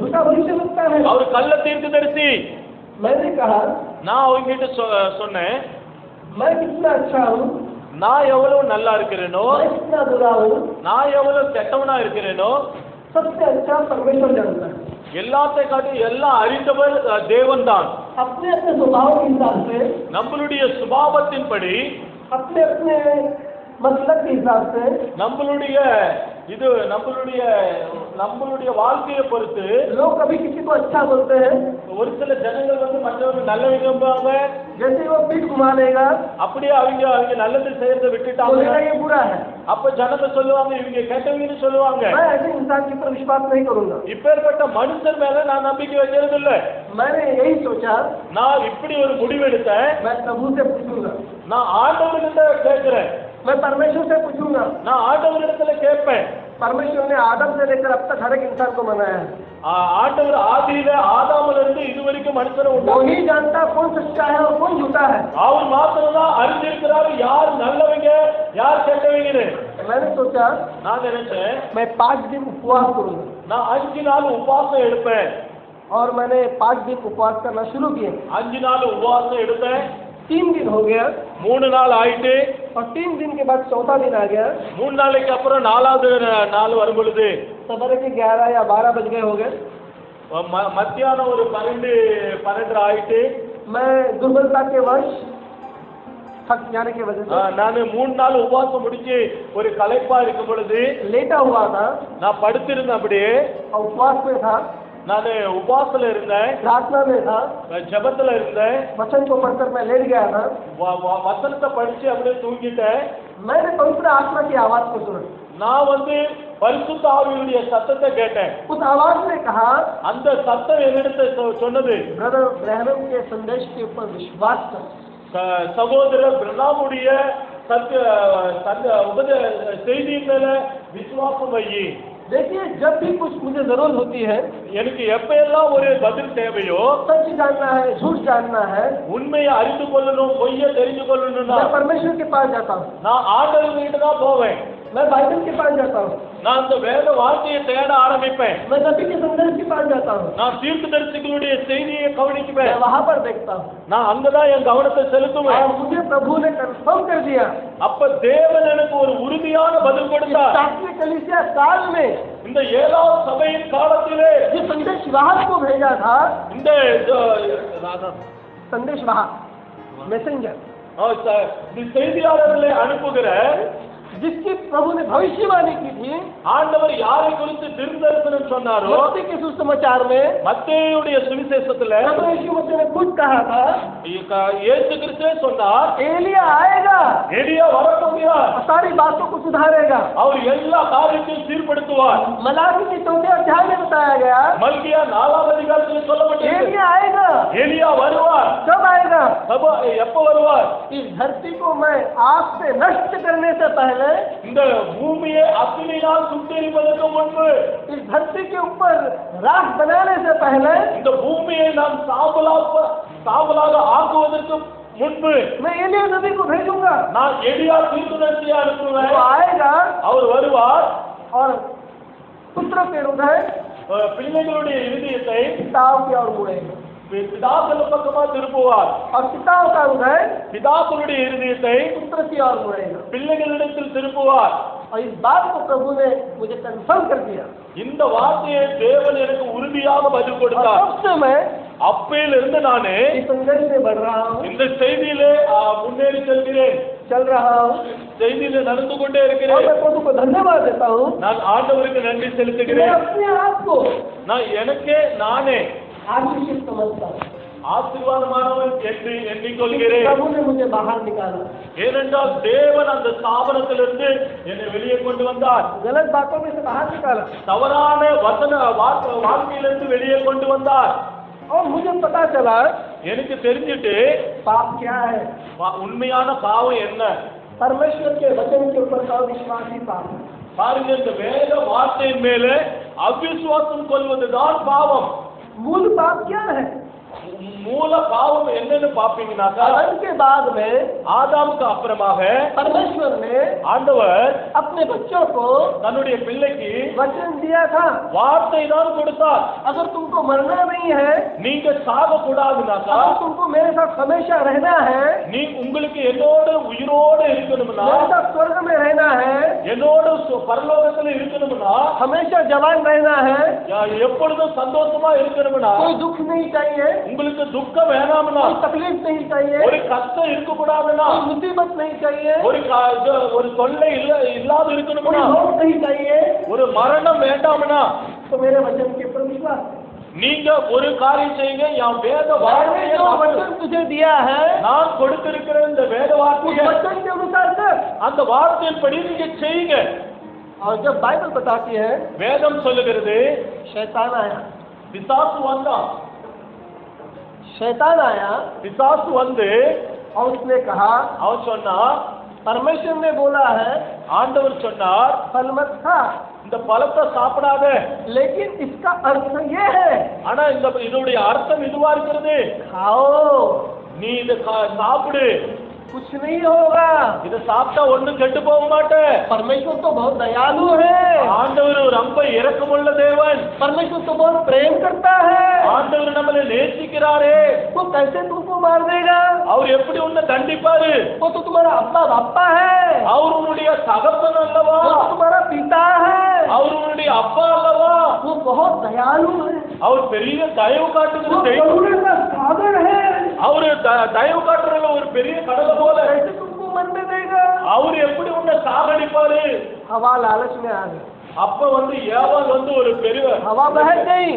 [SPEAKER 2] झूठा भविष्य बनता है
[SPEAKER 3] அவர் கள்ள தீர்க்கதரிசி
[SPEAKER 2] मैंने कहा
[SPEAKER 3] நான் அவங்க கிட்ட சொ- சொன்னேன்
[SPEAKER 2] मैं कितना अच्छा हूँ
[SPEAKER 3] நான் எவ்வளவு நல்லா இருக்கிறேனோ
[SPEAKER 2] मैं कितना बुरा हूँ
[SPEAKER 3] நான் எவ்வளவு கெட்டவனா இருக்கிறேனோ
[SPEAKER 2] सबसे अच्छा परमेश्वर जानता है
[SPEAKER 3] எல்லாத்தை காட்டி எல்லாம் அறிந்தவர் அ, தேவன்தான்
[SPEAKER 2] अपने अपने स्वभाव के हिसाब से
[SPEAKER 3] நம்மளுடைய சுபாவத்தின்படி
[SPEAKER 2] अपने अपने मतलब के हिसाब से
[SPEAKER 3] நம்மளுடைய இது நம்மளுடைய நம்மளுடைய வாழ்க்கையை பொறுத்து
[SPEAKER 2] लोग कभी किसी को अच्छा बोलते हैं
[SPEAKER 3] ஒரு சில ஜனங்கள் வந்து மற்றவர்கள் நல்ல விரும்புவாங்க
[SPEAKER 2] जैसे ही वो पीठ घुमा लेगा
[SPEAKER 3] அப்படியே அவங்க அவங்க நல்லது
[SPEAKER 2] तो
[SPEAKER 3] செய்யறதை
[SPEAKER 2] बोलेगा
[SPEAKER 3] விட்டுட்டாங்க
[SPEAKER 2] ये बुरा है
[SPEAKER 3] அப்ப ஜனங்க சொல்லுவாங்க இவங்க கெட்டவங்கன்னு சொல்லுவாங்க
[SPEAKER 2] मैं ऐसे इंसान के ऊपर विश्वास नहीं करूंगा
[SPEAKER 3] இப்பேற்பட்ட மனுஷர் மேல நான் நம்பிக்கை வைக்கிறது இல்ல
[SPEAKER 2] मैंने यही सोचा
[SPEAKER 3] நான் இப்படி ஒரு முடிவெடுத்தேன்
[SPEAKER 2] मैं प्रभु से पूछूंगा
[SPEAKER 3] நான் ஆண்டவர்கிட்ட கேட்கிறேன்
[SPEAKER 2] मैं परमेश्वर से पूछूंगा
[SPEAKER 3] நான் ஆண்டவரிடத்துல கேட்பேன்
[SPEAKER 2] परमेश्वर ने आदम से लेकर अब तक हर एक इंसान को मनाया है
[SPEAKER 3] ஆ, ஆண்டவர் ஆதியில ஆதாமிலிருந்து இருந்து இதுவரைக்கும் மனுஷனை
[SPEAKER 2] वो
[SPEAKER 3] உண்டாக்கி
[SPEAKER 2] ही जानता है कौन सच्चा है और कौन झूठा है
[SPEAKER 3] அவர் மாத்திரம் தான் அறிஞ்சிருக்கிறாரு யார் நல்லவங்க யார் கெட்டவங்கன்னு
[SPEAKER 2] मैंने सोचा
[SPEAKER 3] நான் நினைச்சேன்
[SPEAKER 2] मैं पाँच दिन उपवास करूंगा
[SPEAKER 3] நான் அஞ்சு நாள் உபவாசம் எடுப்பேன்
[SPEAKER 2] और मैंने पाँच दिन उपवास करना शुरू किए
[SPEAKER 3] அஞ்சு நாள் உபவாசம் எடுத்தேன்
[SPEAKER 2] तीन दिन हो गया
[SPEAKER 3] மூணு நாள் ஆயிட்டு
[SPEAKER 2] और तीन दिन के बाद चौथा दिन आ गया
[SPEAKER 3] மூணு நாளைக்கு அப்புறம் நாலாவது நா- நாள் வரும் பொழுது
[SPEAKER 2] सवेरे के ग्यारह या बारह बज गए हो गए
[SPEAKER 3] ம- மத்தியானம் ஒரு பன்னெண்டு பன்னெண்டு ஆயிட்டு
[SPEAKER 2] मैं दुर्बलता के वश थक जाने की वजह से
[SPEAKER 3] நான் மூணு நாள் உபவாசம் முடிச்சு ஒரு களைப்பா இருக்கும் பொழுது
[SPEAKER 2] लेटा हुआ था
[SPEAKER 3] நான் படுத்திருந்தேன் அப்படியே
[SPEAKER 2] और उपवास में था
[SPEAKER 3] நான் உபவாசத்துல இருந்தேன்
[SPEAKER 2] प्रार्थना में था
[SPEAKER 3] ஜபத்துல இருந்தேன்
[SPEAKER 2] वचन को पढ़कर मैं लेट गया था
[SPEAKER 3] வ- வ- வசனத்தை படிச்சு அப்படியே தூங்கிட்டேன்
[SPEAKER 2] मैंने पवित्र आत्मा की आवाज़ को सुना
[SPEAKER 3] நான் வந்து பரிசுத்த ஆவியினுடைய சத்தத்தை கேட்டேன்
[SPEAKER 2] उस आवाज ने कहा
[SPEAKER 3] அந்த சத்தம் என்னிடத்தை சொ- சொன்னது
[SPEAKER 2] ब्रदर ब्रहणम के संदेश के ऊपर विश्वास कर
[SPEAKER 3] ச- சகோதரர் பிரலாமுடைய சத்திய சந்த உபத செய்தியின் மேல விசுவாசம் வையி
[SPEAKER 2] देखिए जब भी कुछ मुझे जरूरत होती है
[SPEAKER 3] எனக்கு எப்பெல்லாம் ஒரு பதில் தேவையோ
[SPEAKER 2] सच जानना है झूठ जानना है
[SPEAKER 3] உண்மையை அறிந்து கொள்ளணும் பொய்யை தெரிந்து கொள்ளணும்னா
[SPEAKER 2] मैं परमेश्वर के पास जाता हूँ
[SPEAKER 3] நான் ஆண்டவர்கிட்ட தான் போவேன்
[SPEAKER 2] मैं बाइबल के पास जाता हूँ
[SPEAKER 3] நான் அந்த வேத வார்த்தையை தேட ஆரம்பிப்பேன்
[SPEAKER 2] मैं नबी के संदेश के पास जाता हूँ
[SPEAKER 3] நான் தீர்க்கதரிசிகளுடைய செய்தியை
[SPEAKER 2] मैं
[SPEAKER 3] கவனிக்குவேன்
[SPEAKER 2] वहाँ पर देखता हूँ
[SPEAKER 3] நான் அங்கதான் என் கவனத்தை செலுத்துவேன்
[SPEAKER 2] और मुझे प्रभु ने कंफर्म कर दिया
[SPEAKER 3] அப்ப देवन எனக்கு ஒரு உறுதியான பதில் கொடுத்தார்
[SPEAKER 2] सातवें कलिसिया काल में
[SPEAKER 3] இந்த ஏழாம் சபையின் காலத்திலே
[SPEAKER 2] जो संदेश वाहक को भेजा था
[SPEAKER 3] இந்த ராதா
[SPEAKER 2] संदेश वाहक मैसेंजर
[SPEAKER 3] இந்த செய்தியாளர்களை அனுப்புகிற
[SPEAKER 2] जिसकी प्रभु ने भविष्यवाणी की थी
[SPEAKER 3] ஆண்டவர் யாரை குறித்து திருதரிசனம் சொன்னாரோ
[SPEAKER 2] मत्ती के सुसमाचार में
[SPEAKER 3] மத்தேயுடைய சுவிசேஷத்துல
[SPEAKER 2] प्रभु यीशु मसीह ने खुद कहा था
[SPEAKER 3] இயேசு கிறிஸ்துவே சொன்னார்
[SPEAKER 2] एलिया आएगा
[SPEAKER 3] எலியா வரக்கூடியார்
[SPEAKER 2] और सारी बातों को सुधारेगा
[SPEAKER 3] அவர் எல்லா காரியத்தையும் சீர்படுத்துவார்
[SPEAKER 2] मलाकी के चौथे अध्याय में बताया गया
[SPEAKER 3] மல்கியா நாலாவது அதிகாரத்தில் சொல்லப்பட்டிருக்கு
[SPEAKER 2] एलिया आएगा
[SPEAKER 3] எலியா வருவார்
[SPEAKER 2] कब आएगा
[SPEAKER 3] சபா எப்ப வருவார்
[SPEAKER 2] इस धरती को मैं आग से नष्ट करने से पहले
[SPEAKER 3] இந்த பூமியை அக்னியால் சுட்டெரிப்பதற்கு முன்பு
[SPEAKER 2] इस धरती के ऊपर राख बनाने से पहले
[SPEAKER 3] இந்த பூமியை நாம் சாம்பலா சாம்பலாக ஆக்குவதற்கு முன்பு
[SPEAKER 2] मैं एलिया नबी को भेजूंगा
[SPEAKER 3] நான் எலியா தீர்க்குணர்ச்சியை அனுப்புவேன்
[SPEAKER 2] वो आएगा
[SPEAKER 3] அவர் வருவார்
[SPEAKER 2] और पुत्र पेड़ूंगा
[SPEAKER 3] அஹ், பிள்ளைகளுடைய இருதயத்தை
[SPEAKER 2] किताब की ओर मुड़ेगा
[SPEAKER 3] பி- பிதாக்கள் பக்கமா திருப்புவார்
[SPEAKER 2] और किताब का उदय
[SPEAKER 3] பிதாக்களுடைய இருதயத்தை
[SPEAKER 2] पुत्र की ओर मुड़ेगा
[SPEAKER 3] பிள்ளைகளிடத்தில் திருப்புவார்
[SPEAKER 2] और इस बात को प्रभु ने मुझे कंफर्म कर दिया
[SPEAKER 3] இந்த வார்த்தையை தேவன் எனக்கு उறுதியாக பதில்
[SPEAKER 2] और
[SPEAKER 3] கொடுத்தார்
[SPEAKER 2] तब से मैं
[SPEAKER 3] அப்பையிலிருந்து நானே
[SPEAKER 2] इस संघर्ष में बढ़ रहा हूँ
[SPEAKER 3] இந்த செய்தியிலே அஹ், முன்னேறி செல்கிறேன்
[SPEAKER 2] चल रहा हूँ
[SPEAKER 3] செய்தியில நடந்து கொண்டே
[SPEAKER 2] और
[SPEAKER 3] இருக்கிறேன்
[SPEAKER 2] मैं प्रभु को धन्यवाद देता हूँ
[SPEAKER 3] நான் ஆண்டவருக்கு நன்றி
[SPEAKER 2] कि मैं
[SPEAKER 3] செலுத்துகிறேன்
[SPEAKER 2] अपने आप को
[SPEAKER 3] நான் எனக்கே நானே
[SPEAKER 2] आशीषित समझता हूँ
[SPEAKER 3] ஆசீர்வாதமானவன் என்று எண்ணிக்கொள்கிறேன்
[SPEAKER 2] प्रभु ने मुझे बाहर निकाला
[SPEAKER 3] ஏனென்றால் தேவன் அந்த ஸ்தாபனத்திலிருந்து என்னை வெளியே கொண்டு வந்தார்
[SPEAKER 2] गलत बातों में से बाहर निकाला
[SPEAKER 3] தவறான வசன வார்த்தை- வாழ்க்கையிலிருந்து வெளியே கொண்டு வந்தார்
[SPEAKER 2] और मुझे पता चला
[SPEAKER 3] எனக்கு தெரிஞ்சுட்டு
[SPEAKER 2] पाप क्या है
[SPEAKER 3] பா- उண்மையான பாவம் என்ன
[SPEAKER 2] परमेश्वर के वचन के ऊपर का विश्वास ही पाप है
[SPEAKER 3] பாருங்க இந்த வேத வார்த்தையின் மேலே அவிசுவாசம் கொள்வதுதான் பாவம்
[SPEAKER 2] मूल पाप क्या है
[SPEAKER 3] மூல பாவம் என்னன்னு பாப்பீங்கன்னாக்கா
[SPEAKER 2] कारण के बाद में
[SPEAKER 3] ஆதாமுக்கு அப்புறமாக
[SPEAKER 2] परमेश्वर ने
[SPEAKER 3] ஆண்டவர்
[SPEAKER 2] अपने बच्चों को
[SPEAKER 3] தன்னுடைய பிள்ளைக்கு
[SPEAKER 2] वचन दिया था
[SPEAKER 3] வார்த்தை தான் கொடுத்தார்
[SPEAKER 2] अगर तुमको मरना नहीं है
[SPEAKER 3] நீங்க சாக கூடாதுனாக்கா
[SPEAKER 2] अगर तुमको मेरे साथ हमेशा रहना है
[SPEAKER 3] நீ உங்களுக்கு என்னோட உயிரோட இருக்கணும்னா
[SPEAKER 2] मेरे साथ स्वर्ग में रहना है
[SPEAKER 3] என்னோட சு- பரலோகத்துல இருக்கணும்னா
[SPEAKER 2] हमेशा जवान रहना है
[SPEAKER 3] யா- எப்பொழுதும் சந்தோஷமா இருக்கணும்னா
[SPEAKER 2] कोई दुख नहीं चाहिए
[SPEAKER 3] உங்களுக்கு துக்கம் வேணாம்னா
[SPEAKER 2] कोई तकलीफ नहीं चाहिए
[SPEAKER 3] ஒரு கஷ்டம் இருக்க கூடாதுன்னா
[SPEAKER 2] कोई मुसीबत नहीं चाहिए
[SPEAKER 3] ஒரு க- இது- ஒரு தொல்லை இல்ல இல்லாத
[SPEAKER 2] कोई
[SPEAKER 3] இருக்கணும்னா
[SPEAKER 2] मौत नहीं चाहिए
[SPEAKER 3] ஒரு மரணம் வேண்டாம்னா
[SPEAKER 2] तो मेरे वचन के ऊपर विश्वास है।
[SPEAKER 3] நீங்க ஒரு कारिंग செய்யுங்க என் வேத
[SPEAKER 2] मैंने
[SPEAKER 3] வார்த்தையை
[SPEAKER 2] जो
[SPEAKER 3] நான்
[SPEAKER 2] वचन तुझे दिया है
[SPEAKER 3] நான் கொடுத்திருக்கிற இந்த வேத
[SPEAKER 2] उस
[SPEAKER 3] வார்த்தையை
[SPEAKER 2] वचन के अनुसार कर
[SPEAKER 3] அந்த வார்த்தையின்படி நீங்க செய்யுங்க
[SPEAKER 2] और जब बाइबल बताती है
[SPEAKER 3] வேதம் சொல்லுகிறது
[SPEAKER 2] शैतान आया
[SPEAKER 3] பிசாசு வந்தான்
[SPEAKER 2] शैतान आया
[SPEAKER 3] பிசாசு வந்து
[SPEAKER 2] और उसने कहा
[SPEAKER 3] அவன் சொன்னா
[SPEAKER 2] परमेश्वर ने बोला है
[SPEAKER 3] ஆண்டவர் சொன்னார்
[SPEAKER 2] फल मत खा
[SPEAKER 3] இந்த பழத்தை சாப்பிடாத
[SPEAKER 2] लेकिन इसका अर्थ ये है
[SPEAKER 3] ஆனா இந்த இதனுடைய அர்த்தம் இதுவா இருக்கிறது
[SPEAKER 2] खाओ
[SPEAKER 3] நீ இதை கா- சாப்பிடு
[SPEAKER 2] कुछ नहीं होगा
[SPEAKER 3] இதை சாப்பிட்டா ஒண்ணும் கெட்டு போக மாட்ட
[SPEAKER 2] परमेश्वर तो बहुत दयालु है
[SPEAKER 3] ஆண்டவர் ரொம்ப இரக்கமுள்ள தேவன்
[SPEAKER 2] परमेश्वर तो बहुत प्रेम करता है
[SPEAKER 3] ஆண்டவர் நம்மளை நேசிக்கிறாரே
[SPEAKER 2] वो कैसे तुमको मार देगा
[SPEAKER 3] அவர் எப்படி உன்னை தண்டிப்பாரு
[SPEAKER 2] वो तो तुम्हारा अब्बा बापा है
[SPEAKER 3] அவர் உன்னுடைய தகப்பன் அல்லவா
[SPEAKER 2] वो तो तुम्हारा पिता है
[SPEAKER 3] அவர் உன்னுடைய அப்பா அல்லவா
[SPEAKER 2] वो बहुत दयालु है
[SPEAKER 3] அவர் பெரிய தயவு
[SPEAKER 2] वो
[SPEAKER 3] காட்டுகிற தெய்வம்
[SPEAKER 2] करुणा का सागर है
[SPEAKER 3] அவரு த- தயவு காட்டுறதுல ஒரு பெரிய கடல் போல
[SPEAKER 2] कैसे तुमको मरने देगा
[SPEAKER 3] அவர் எப்படி உன்னை சாகடிப்பாரு
[SPEAKER 2] हवा लालच में आ गई
[SPEAKER 3] அப்ப வந்து ஏவாள் வந்து ஒரு பெரிய
[SPEAKER 2] हवा बहक गई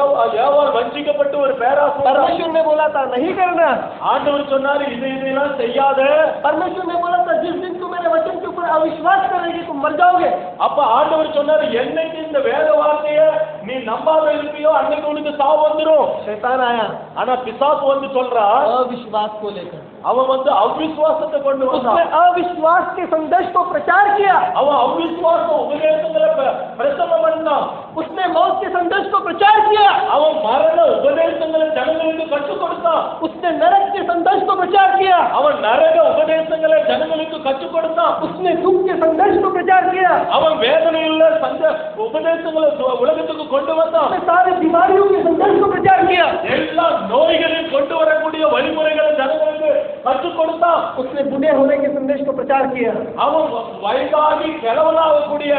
[SPEAKER 3] ஏவா- ஏவாள் வஞ்சிக்கப்பட்டு ஒரு பேராசை
[SPEAKER 2] परमेश्वर ने बोला था नहीं करना
[SPEAKER 3] ஆண்டவர் சொன்னாரு இது இதெல்லாம் செய்யாத
[SPEAKER 2] परमेश्वर ने बोला था जिस दिन तुम मेरे वचन के ऊपर अविश्वास करेगी तुम मर जाओगे
[SPEAKER 3] அப்ப ஆண்டவர் சொன்னாரு என்னைக்கு இந்த வேத வார்த்தைய நீ நம்பாம இருப்பியோ அன்னைக்கு உனக்கு சாவு வந்துரும்
[SPEAKER 2] शैतान आया
[SPEAKER 3] ஆனா பிசாசு வந்து சொல்றா
[SPEAKER 2] अविश्वास को लेकर
[SPEAKER 3] அவன் வந்து அவிசுவாசத்தை கொண்டு
[SPEAKER 2] उसने
[SPEAKER 3] வந்தான்
[SPEAKER 2] अविश्वास के संदेश को प्रचार किया
[SPEAKER 3] அவன் அவிசுவாச உபதேசங்களை பிர- பிரசங்கம் பண்ணான்
[SPEAKER 2] उसने मौत के संदेश को प्रचार किया
[SPEAKER 3] அவன் மரண உபதேசங்களை ஜனங்களுக்கு கற்றுக் கொடுத்தான்
[SPEAKER 2] उसने नरक के संदेश को प्रचार किया
[SPEAKER 3] அவன் நரக உபதேசங்களை ஜனங்களுக்கு கற்றுக் கொடுத்தான்
[SPEAKER 2] उसने दुख के संदेश को प्रचार किया
[SPEAKER 3] அவன் வேதனையுள்ள சந்த உபதேசங்களை உ- உலகத்துக்கு கொண்டு வந்தான்
[SPEAKER 2] उसने सारे बीमारियों के संदेश को प्रचार किया
[SPEAKER 3] எல்லா நோய்களையும் கொண்டு வரக்கூடிய வழிமுறைகளை ஜனங்களுக்கு கற்றுக் கொடுத்தான்
[SPEAKER 2] उसने बुढ़े होने के संदेश को प्रचार किया
[SPEAKER 3] அவன் வயதாகி கிழவனாகக்கூடிய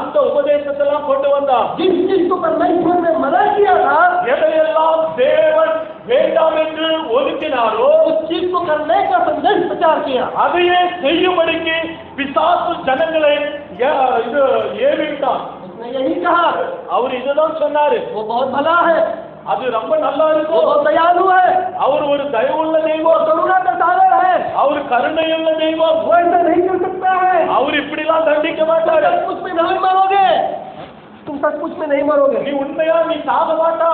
[SPEAKER 3] அந்த உபதேசத்தெல்லாம் கொண்டு வந்தான்
[SPEAKER 2] जिस चीज को पर नई भर में मना किया था
[SPEAKER 3] எதையெல்லாம் தேவன் வேண்டாம் என்று ஒதுக்கினாரோ
[SPEAKER 2] उस चीज को करने का संदेश प्रचार किया
[SPEAKER 3] அதையே செய்யும்படிக்கு பிசாசு ஜனங்களை ஏ- இது ஏவிட்டான்
[SPEAKER 2] उसने यही कहा
[SPEAKER 3] அவர் இதுதான் சொன்னாரு
[SPEAKER 2] वो बहुत भला है
[SPEAKER 3] அது ரொம்ப நல்லா
[SPEAKER 2] वो
[SPEAKER 3] இருக்கும்
[SPEAKER 2] बहुत दयालु है
[SPEAKER 3] அவர் ஒரு தயவுள்ள
[SPEAKER 2] वो
[SPEAKER 3] தெய்வம்
[SPEAKER 2] करुणा का सागर है
[SPEAKER 3] அவர் கருணையுள்ள தெய்வம்
[SPEAKER 2] वो ऐसा नहीं कर सकता है
[SPEAKER 3] அவர் இப்படிலாம் தண்டிக்க
[SPEAKER 2] तुम
[SPEAKER 3] மாட்டாரு
[SPEAKER 2] सचमुच में नहीं मरोगे तुम सचमुच में नहीं
[SPEAKER 3] நீ
[SPEAKER 2] मरोगे
[SPEAKER 3] உண்மையா நீ சாக மாட்டா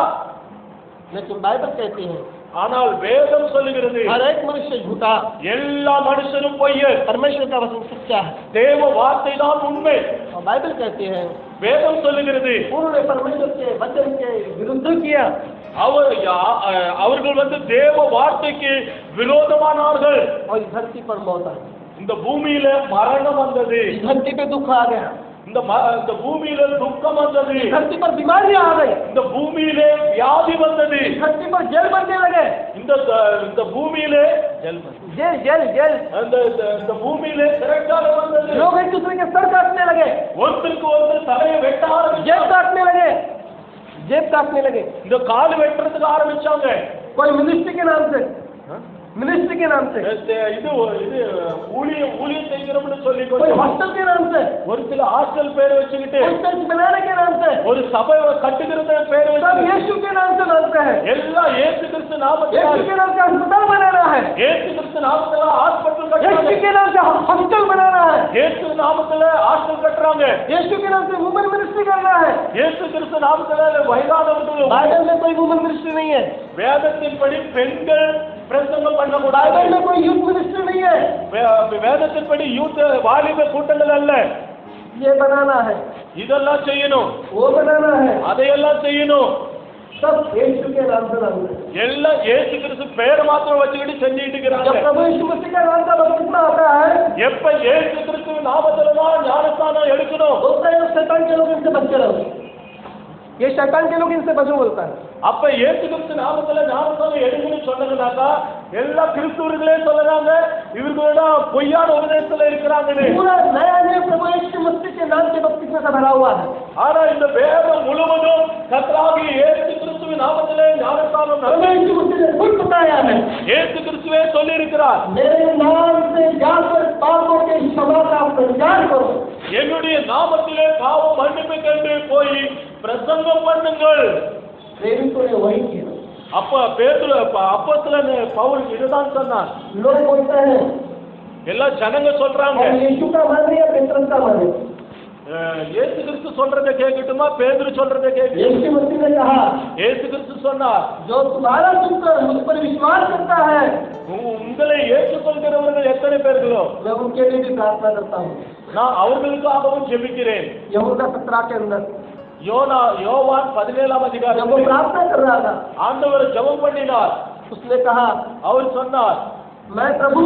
[SPEAKER 2] लेकिन बाइबल कहती है
[SPEAKER 3] ஆனால் வேதம் சொல்லுகிறது
[SPEAKER 2] हर एक मनुष्य झूठा
[SPEAKER 3] எல்லா மனுஷனும் பொய்யர்
[SPEAKER 2] परमेश्वर का वचन सच्चा है
[SPEAKER 3] தேவ வார்த்தை தான் உண்மை
[SPEAKER 2] और बाइबल कहती है
[SPEAKER 3] வேதம் சொல்லுகிறது
[SPEAKER 2] उन्होंने परमेश्वर के वचन के विरुद्ध किया
[SPEAKER 3] அவர் யா- அஹ், அவர்கள் வந்து தேவ வார்த்தைக்கு விரோதமானார்கள்
[SPEAKER 2] और इस धरती पर मौत आई
[SPEAKER 3] இந்த பூமியில மரணம் வந்தது
[SPEAKER 2] इस धरती पे दुख आ गया
[SPEAKER 3] இந்த ம- இந்த பூமியில துக்கம் वந்தது
[SPEAKER 2] इस धरती पर बीमारियां आ गई
[SPEAKER 3] இந்த பூமியில வியாதி வந்தது
[SPEAKER 2] इस धरती पर जेल बनने लगे
[SPEAKER 3] இந்த இந்த பூமியில
[SPEAKER 2] जेल जेल जेल
[SPEAKER 3] அந்த இந்த இந்த பூமியில திரட்டால வந்தது
[SPEAKER 2] लोग एक दूसरे के सर काटने लगे
[SPEAKER 3] ஒருத்தருக்கு ஒருத்தர் தலையை வெட்ட
[SPEAKER 2] जेब
[SPEAKER 3] ஆரம்பிச்சாங்க
[SPEAKER 2] काटने लगे जेब काटने लगे
[SPEAKER 3] இந்த கால் வெட்டுறதுக்கு आरம்பிச்சாங்க
[SPEAKER 2] कोई मिनिस्ट्री के नाम से मिनिस्ट्री के नाम से
[SPEAKER 3] இது இது ஊழியம் ஊழியம் செய்கிறோம்னு சொல்லி
[SPEAKER 2] कोई
[SPEAKER 3] கொஞ்சம்
[SPEAKER 2] हॉस्टल के नाम से
[SPEAKER 3] ஒரு சில ஹாஸ்டல் பேர் வச்சுக்கிட்டு
[SPEAKER 2] कोई चर्च बनाने के नाम से
[SPEAKER 3] ஒரு சபை கட்டுகிறத பேர்
[SPEAKER 2] सब
[SPEAKER 3] வச்சு
[SPEAKER 2] यीशु के नाम से नाचते हैं
[SPEAKER 3] எல்லாம் ஏசு கிறிஸ்து
[SPEAKER 2] यीशु
[SPEAKER 3] நாமத்தினால்
[SPEAKER 2] के नाम से अस्पताल बनाना है
[SPEAKER 3] ஏசு கிறிஸ்து நாமத்தில ஹாஸ்பிட்டல்
[SPEAKER 2] यीशु
[SPEAKER 3] கட்டுறாங்க
[SPEAKER 2] के नाम से हॉस्टल बनाना है
[SPEAKER 3] ஏசு நாமத்தில ஹாஸ்டல் கட்டுறாங்க
[SPEAKER 2] यीशु के नाम से वुमेन मिनिस्ट्री करना है
[SPEAKER 3] ஏசு கிறிஸ்து நாமத்தில வயதானவர்கள்
[SPEAKER 2] बाइबल में कोई वुमेन मिनिस्ट्री नहीं है
[SPEAKER 3] வேதத்தின்படி பெண்கள் பிரசங்கம்
[SPEAKER 2] बाइबल
[SPEAKER 3] பண்ணக்கூடாது
[SPEAKER 2] में कोई यूथ मिनिस्ट्री नहीं है
[SPEAKER 3] வே- வேதத்தின்படி யூத் வாலிப கூட்டங்கள் அல்ல
[SPEAKER 2] ये बनाना है
[SPEAKER 3] இதெல்லாம் செய்யணும்
[SPEAKER 2] वो बनाना है
[SPEAKER 3] அதையெல்லாம் செய்யணும்
[SPEAKER 2] सब यीशु के नाम से नाम है
[SPEAKER 3] எல்லாம் ஏசு கிறிஸ்து பேர் மாத்திரம் வச்சுக்கிட்டு செஞ்சுட்டு
[SPEAKER 2] जब
[SPEAKER 3] இருக்கிறாங்க
[SPEAKER 2] प्रभु यीशु मसीह का नाम का बपतिस्मा आता है
[SPEAKER 3] எப்ப ஏசு கிறிஸ்து நாமத்தில தான் ஞானஸ்தானம் எடுக்கணும்
[SPEAKER 2] बोलता है शैतान के लोग इनसे बचते रहो ये शैतान के लोग इनसे बचो बोलता है
[SPEAKER 3] அப்ப இயேசு கிறிஸ்து நாமத்துல ஞானஸ்தானம் எடுங்கன்னு சொன்னதுனாக்கா எல்லா கிறிஸ்துவர்களே சொல்லுறாங்க இவர்களெல்லாம் பொய்யான உபதேசத்துல இருக்கிறாங்கன்னு
[SPEAKER 2] पूरा नया नया प्रभु यीशु मसीह के नाम के बपतिस्मा से भरा हुआ है
[SPEAKER 3] ஆனா இந்த வேதம் முழுவதும் கர்த்தராகிய இயேசு கிறிஸ்துவின் நாமத்திலே ஞானஸ்தானம்
[SPEAKER 2] प्रभु यीशु
[SPEAKER 3] நடந்தது
[SPEAKER 2] मसीह ने खुद बताया है
[SPEAKER 3] இயேசு கிறிஸ்துவே சொல்லி இருக்கிறார்
[SPEAKER 2] मेरे नाम से जाकर पापों के क्षमा का प्रचार करो
[SPEAKER 3] என்னுடைய நாமத்திலே பாவம் மன்னிப்பு கண்டு போய் பிரசங்கம் பண்ணுங்கள்
[SPEAKER 2] प्रेरितों ने वही किया
[SPEAKER 3] அப்ப பேதுரு அப்ப அப்பத்துல பவுல் இதுதான் சொன்னான்
[SPEAKER 2] लोग बोलते हैं
[SPEAKER 3] எல்லா ஜனங்க சொல்றாங்க
[SPEAKER 2] हम यीशु का मान रहे हैं पेतरस का मान रहे हैं?
[SPEAKER 3] அஹ், இயேசு கிறிஸ்து சொல்றதை கேட்கட்டுமா பேதுரு சொல்றதை கேட்க
[SPEAKER 2] यीशु मसीह ने कहा
[SPEAKER 3] இயேசு கிறிஸ்து சொன்னார்
[SPEAKER 2] जो तुम्हारा सुनकर मुझ पर विश्वास करता है
[SPEAKER 3] "உ- உங்களை ஏற்றுக்கொள்கிறவர்கள் எத்தனை பேர்களோ
[SPEAKER 2] मैं उनके लिए भी प्रार्थना करता हूँ
[SPEAKER 3] நான் அவர்களுக்காகவும் ஜெபிக்கிறேன்
[SPEAKER 2] यहूदा सत्रह के अंदर
[SPEAKER 3] யோனா யோவான் பதினேழாம்
[SPEAKER 2] जब वो
[SPEAKER 3] அதிகாரம்
[SPEAKER 2] प्रार्थना कर रहा था
[SPEAKER 3] ஆண்டவர் ஜெபம் பண்ணினார்
[SPEAKER 2] उसने कहा
[SPEAKER 3] அவர் சொன்னார்
[SPEAKER 2] मैं प्रभु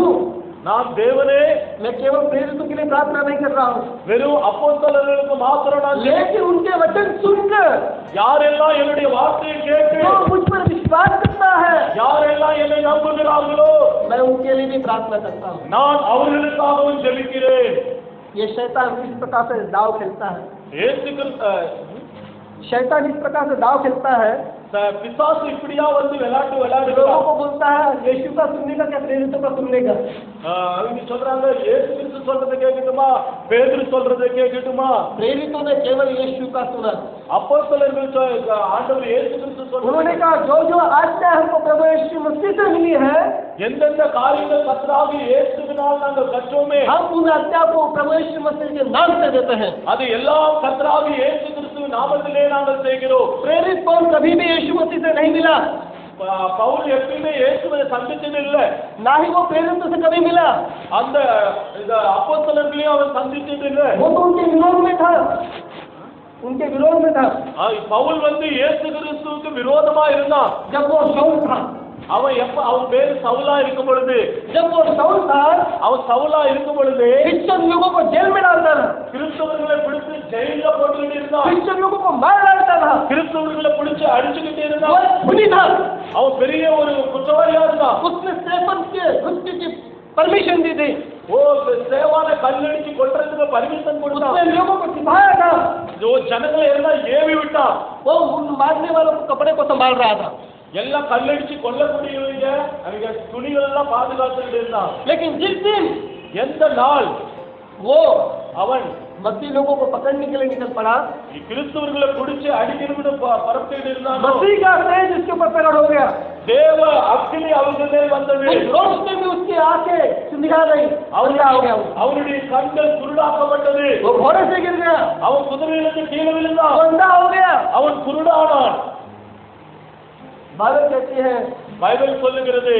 [SPEAKER 3] நான் தேவனே
[SPEAKER 2] मैं केवल प्रेरितों के लिए प्रार्थना नहीं कर रहा हूँ
[SPEAKER 3] வெறும் அப்போஸ்தலர்களுக்கு மாத்திரம் நான் ஜெபம்
[SPEAKER 2] लेकिन उनके वचन सुनकर
[SPEAKER 3] யாரெல்லாம் என்னுடைய वार्த்தையை கேட்டு
[SPEAKER 2] जो मुझ पर विश्वास करता है
[SPEAKER 3] யாரெல்லாம் என்னை நம்புகிறார்களோ
[SPEAKER 2] मैं उनके लिए भी प्रार्थना करता हूँ
[SPEAKER 3] நான் அவர்களுக்காகவும் ஜெபிக்கிறேன்
[SPEAKER 2] ये शैतान इस प्रकार से दाव खेलता है
[SPEAKER 3] இயேசு கிறிஸ்து
[SPEAKER 2] शैतान इस प्रकार से दाव खेलता है
[SPEAKER 3] அஹ், பிசாசு இப்படியா வந்து விளையாட்டு
[SPEAKER 2] तो लोगों
[SPEAKER 3] விளையாடுகிறார்
[SPEAKER 2] को बोलता है यीशु का सुनने का क्या प्रेरितों का सुनने का
[SPEAKER 3] ஆஹ் அவங்க சொல்றாங்க ஏசு கிறிஸ்து சொல்றதை கேட்கட்டுமா பேதுரு சொல்றதை கேட்கட்டுமா
[SPEAKER 2] प्रेरितों ने केवल यीशु का सुना
[SPEAKER 3] அப்போஸ்தலர்கள் சொ- ஆண்டவர் இயேசு கிறிஸ்து
[SPEAKER 2] तो उन्होंने
[SPEAKER 3] சொல்றது
[SPEAKER 2] कहा जो जो आज्ञा हमको प्रभु यीशु मसीह से मिली है
[SPEAKER 3] எந்தெந்த காரியங்கள் கத்தராக இயேசு நாள் நாங்கள் கற்றோமே
[SPEAKER 2] हम उन आज्ञा को प्रभु यीशु मसीह के नाम से देते हैं
[SPEAKER 3] அது எல்லாம் கர்த்தராகி இயேசு கிறிஸ்துவ நாமத்திலே நாங்கள் செய்கிறோம்
[SPEAKER 2] प्रेरित पौल कभी भी यीशु मसीह से नहीं मिला
[SPEAKER 3] ப- பவுல் எப்பயுமே இயேசுவை சந்திச்சது இல்ல
[SPEAKER 2] ना ही वो प्रेरित से कभी मिला
[SPEAKER 3] அந்த இந்த அப்போஸ்தலர்களையும் அவன் சந்திச்சது இல்ல
[SPEAKER 2] वो तो उनके विरोध में था उनके विरोध में था
[SPEAKER 3] ஆ, பவுல் வந்து இயேசு கிறிஸ்துவுக்கு விரோதமா இருந்தான்
[SPEAKER 2] जब वो शौल था
[SPEAKER 3] அவன் எப்ப அவன் பேர் சவுலா இருக்கும் பொழுது
[SPEAKER 2] जब वो शौल था
[SPEAKER 3] அவன் சவுலா இருக்கும் பொழுது
[SPEAKER 2] क्रिश्चियन लोगों को जेल में डालता था
[SPEAKER 3] கிறிஸ்தவர்களை பிடிச்சு ஜெயில போட்டுக்கிட்டு இருந்தான்
[SPEAKER 2] क्रिश्चियन लोगों को मार डालता था
[SPEAKER 3] கிறிஸ்தவர்களை பிடிச்சு அடிச்சுக்கிட்டு
[SPEAKER 2] वो
[SPEAKER 3] இருந்தான்
[SPEAKER 2] एक खुली था
[SPEAKER 3] அவன் பெரிய ஒரு குற்றவாளியா இருந்தான்
[SPEAKER 2] उसने स्टेफन के उसकी की परमिशन दी थी
[SPEAKER 3] ஓ சேவான கல்லடிச்சு கொட்டுறதுக்கு பர்மிஷன் கொடுத்தான்
[SPEAKER 2] उसने लोगों को सिखाया था
[SPEAKER 3] ஓ ஜனங்களை எல்லாம் ஏவி விட்டான்
[SPEAKER 2] वो उन मारने वालों के कपड़े को संभाल रहा था
[SPEAKER 3] எல்லாம் கல்லடிச்சு கொல்லக்கூடியவங்க அவங்க துணிகள் எல்லாம் பாதுகாத்துட்டு இருந்தான்
[SPEAKER 2] लेकिन जिस दिन
[SPEAKER 3] எந்த நாள்
[SPEAKER 2] वो
[SPEAKER 3] அவன்
[SPEAKER 2] मसीह लोगों को पकड़ने के लिए निकल पड़ा
[SPEAKER 3] கிறிஸ்தவர்களை பிடிச்சு அடிக்கிறதுன்னு ப- பரப்பிட்டு இருந்தான்
[SPEAKER 2] मसीह का तेज उसके ऊपर प्रकट हो गया
[SPEAKER 3] தேவ அக்னி அவங்க மேல் वंदने
[SPEAKER 2] उस रोज में भी उसकी आंखें सुनिखा रही और क्या हो गया वो?
[SPEAKER 3] அவருடைய கண்கள் குருடாக்கப்பட்டது
[SPEAKER 2] वो घोड़े से गिर गया
[SPEAKER 3] அவன் குதிரையிலிருந்து கீழே விழுந்தான்
[SPEAKER 2] वो अंधा हो गया
[SPEAKER 3] அவன் குருடானான்
[SPEAKER 2] बाइबल कहती है
[SPEAKER 3] பைபிள் சொல்லுகிறது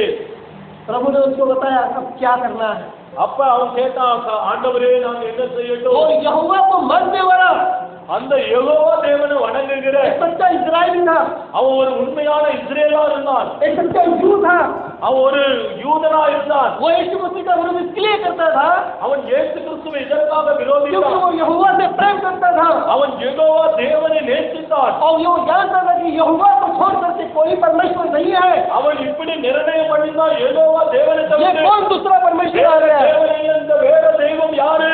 [SPEAKER 2] प्रभु ने उसको बताया अब क्या करना है
[SPEAKER 3] அப்ப அவன் கேட்டான் ஆண்டவரே நான் என்ன
[SPEAKER 2] और
[SPEAKER 3] செய்யட்டும்
[SPEAKER 2] यहोवा को मानने वाला
[SPEAKER 3] அந்த யெகோவா தேவனை வணங்குகிற
[SPEAKER 2] एक सच्चा इजरायली था
[SPEAKER 3] அவன் ஒரு உண்மையான இஸ்ரேலா இருந்தான்
[SPEAKER 2] एक सच्चा यू था
[SPEAKER 3] அவன் ஒரு யூதனா இருந்தான்
[SPEAKER 2] वो यीशु मसीह का विरोध इसलिए करता था
[SPEAKER 3] அவன் இயேசு கிறிஸ்துவை இதற்காக
[SPEAKER 2] क्योंकि
[SPEAKER 3] விரோதித்தான்
[SPEAKER 2] वो यहोवा से प्रेम करता था
[SPEAKER 3] அவன் யெகோவா தேவனை நேசித்தான்
[SPEAKER 2] और वो जानता था कि यहोवा को छोड़ करके कोई परमेश्वर नहीं है
[SPEAKER 3] அவன் இப்படி நிர்ணயம் பண்ணித்தான் யெகோவா தேவனை
[SPEAKER 2] ये
[SPEAKER 3] தவிர
[SPEAKER 2] कौन दूसरा परमेश्वर आ
[SPEAKER 3] வேறு
[SPEAKER 2] गया है
[SPEAKER 3] தேவனை இந்த வேற தெய்வம் யாரு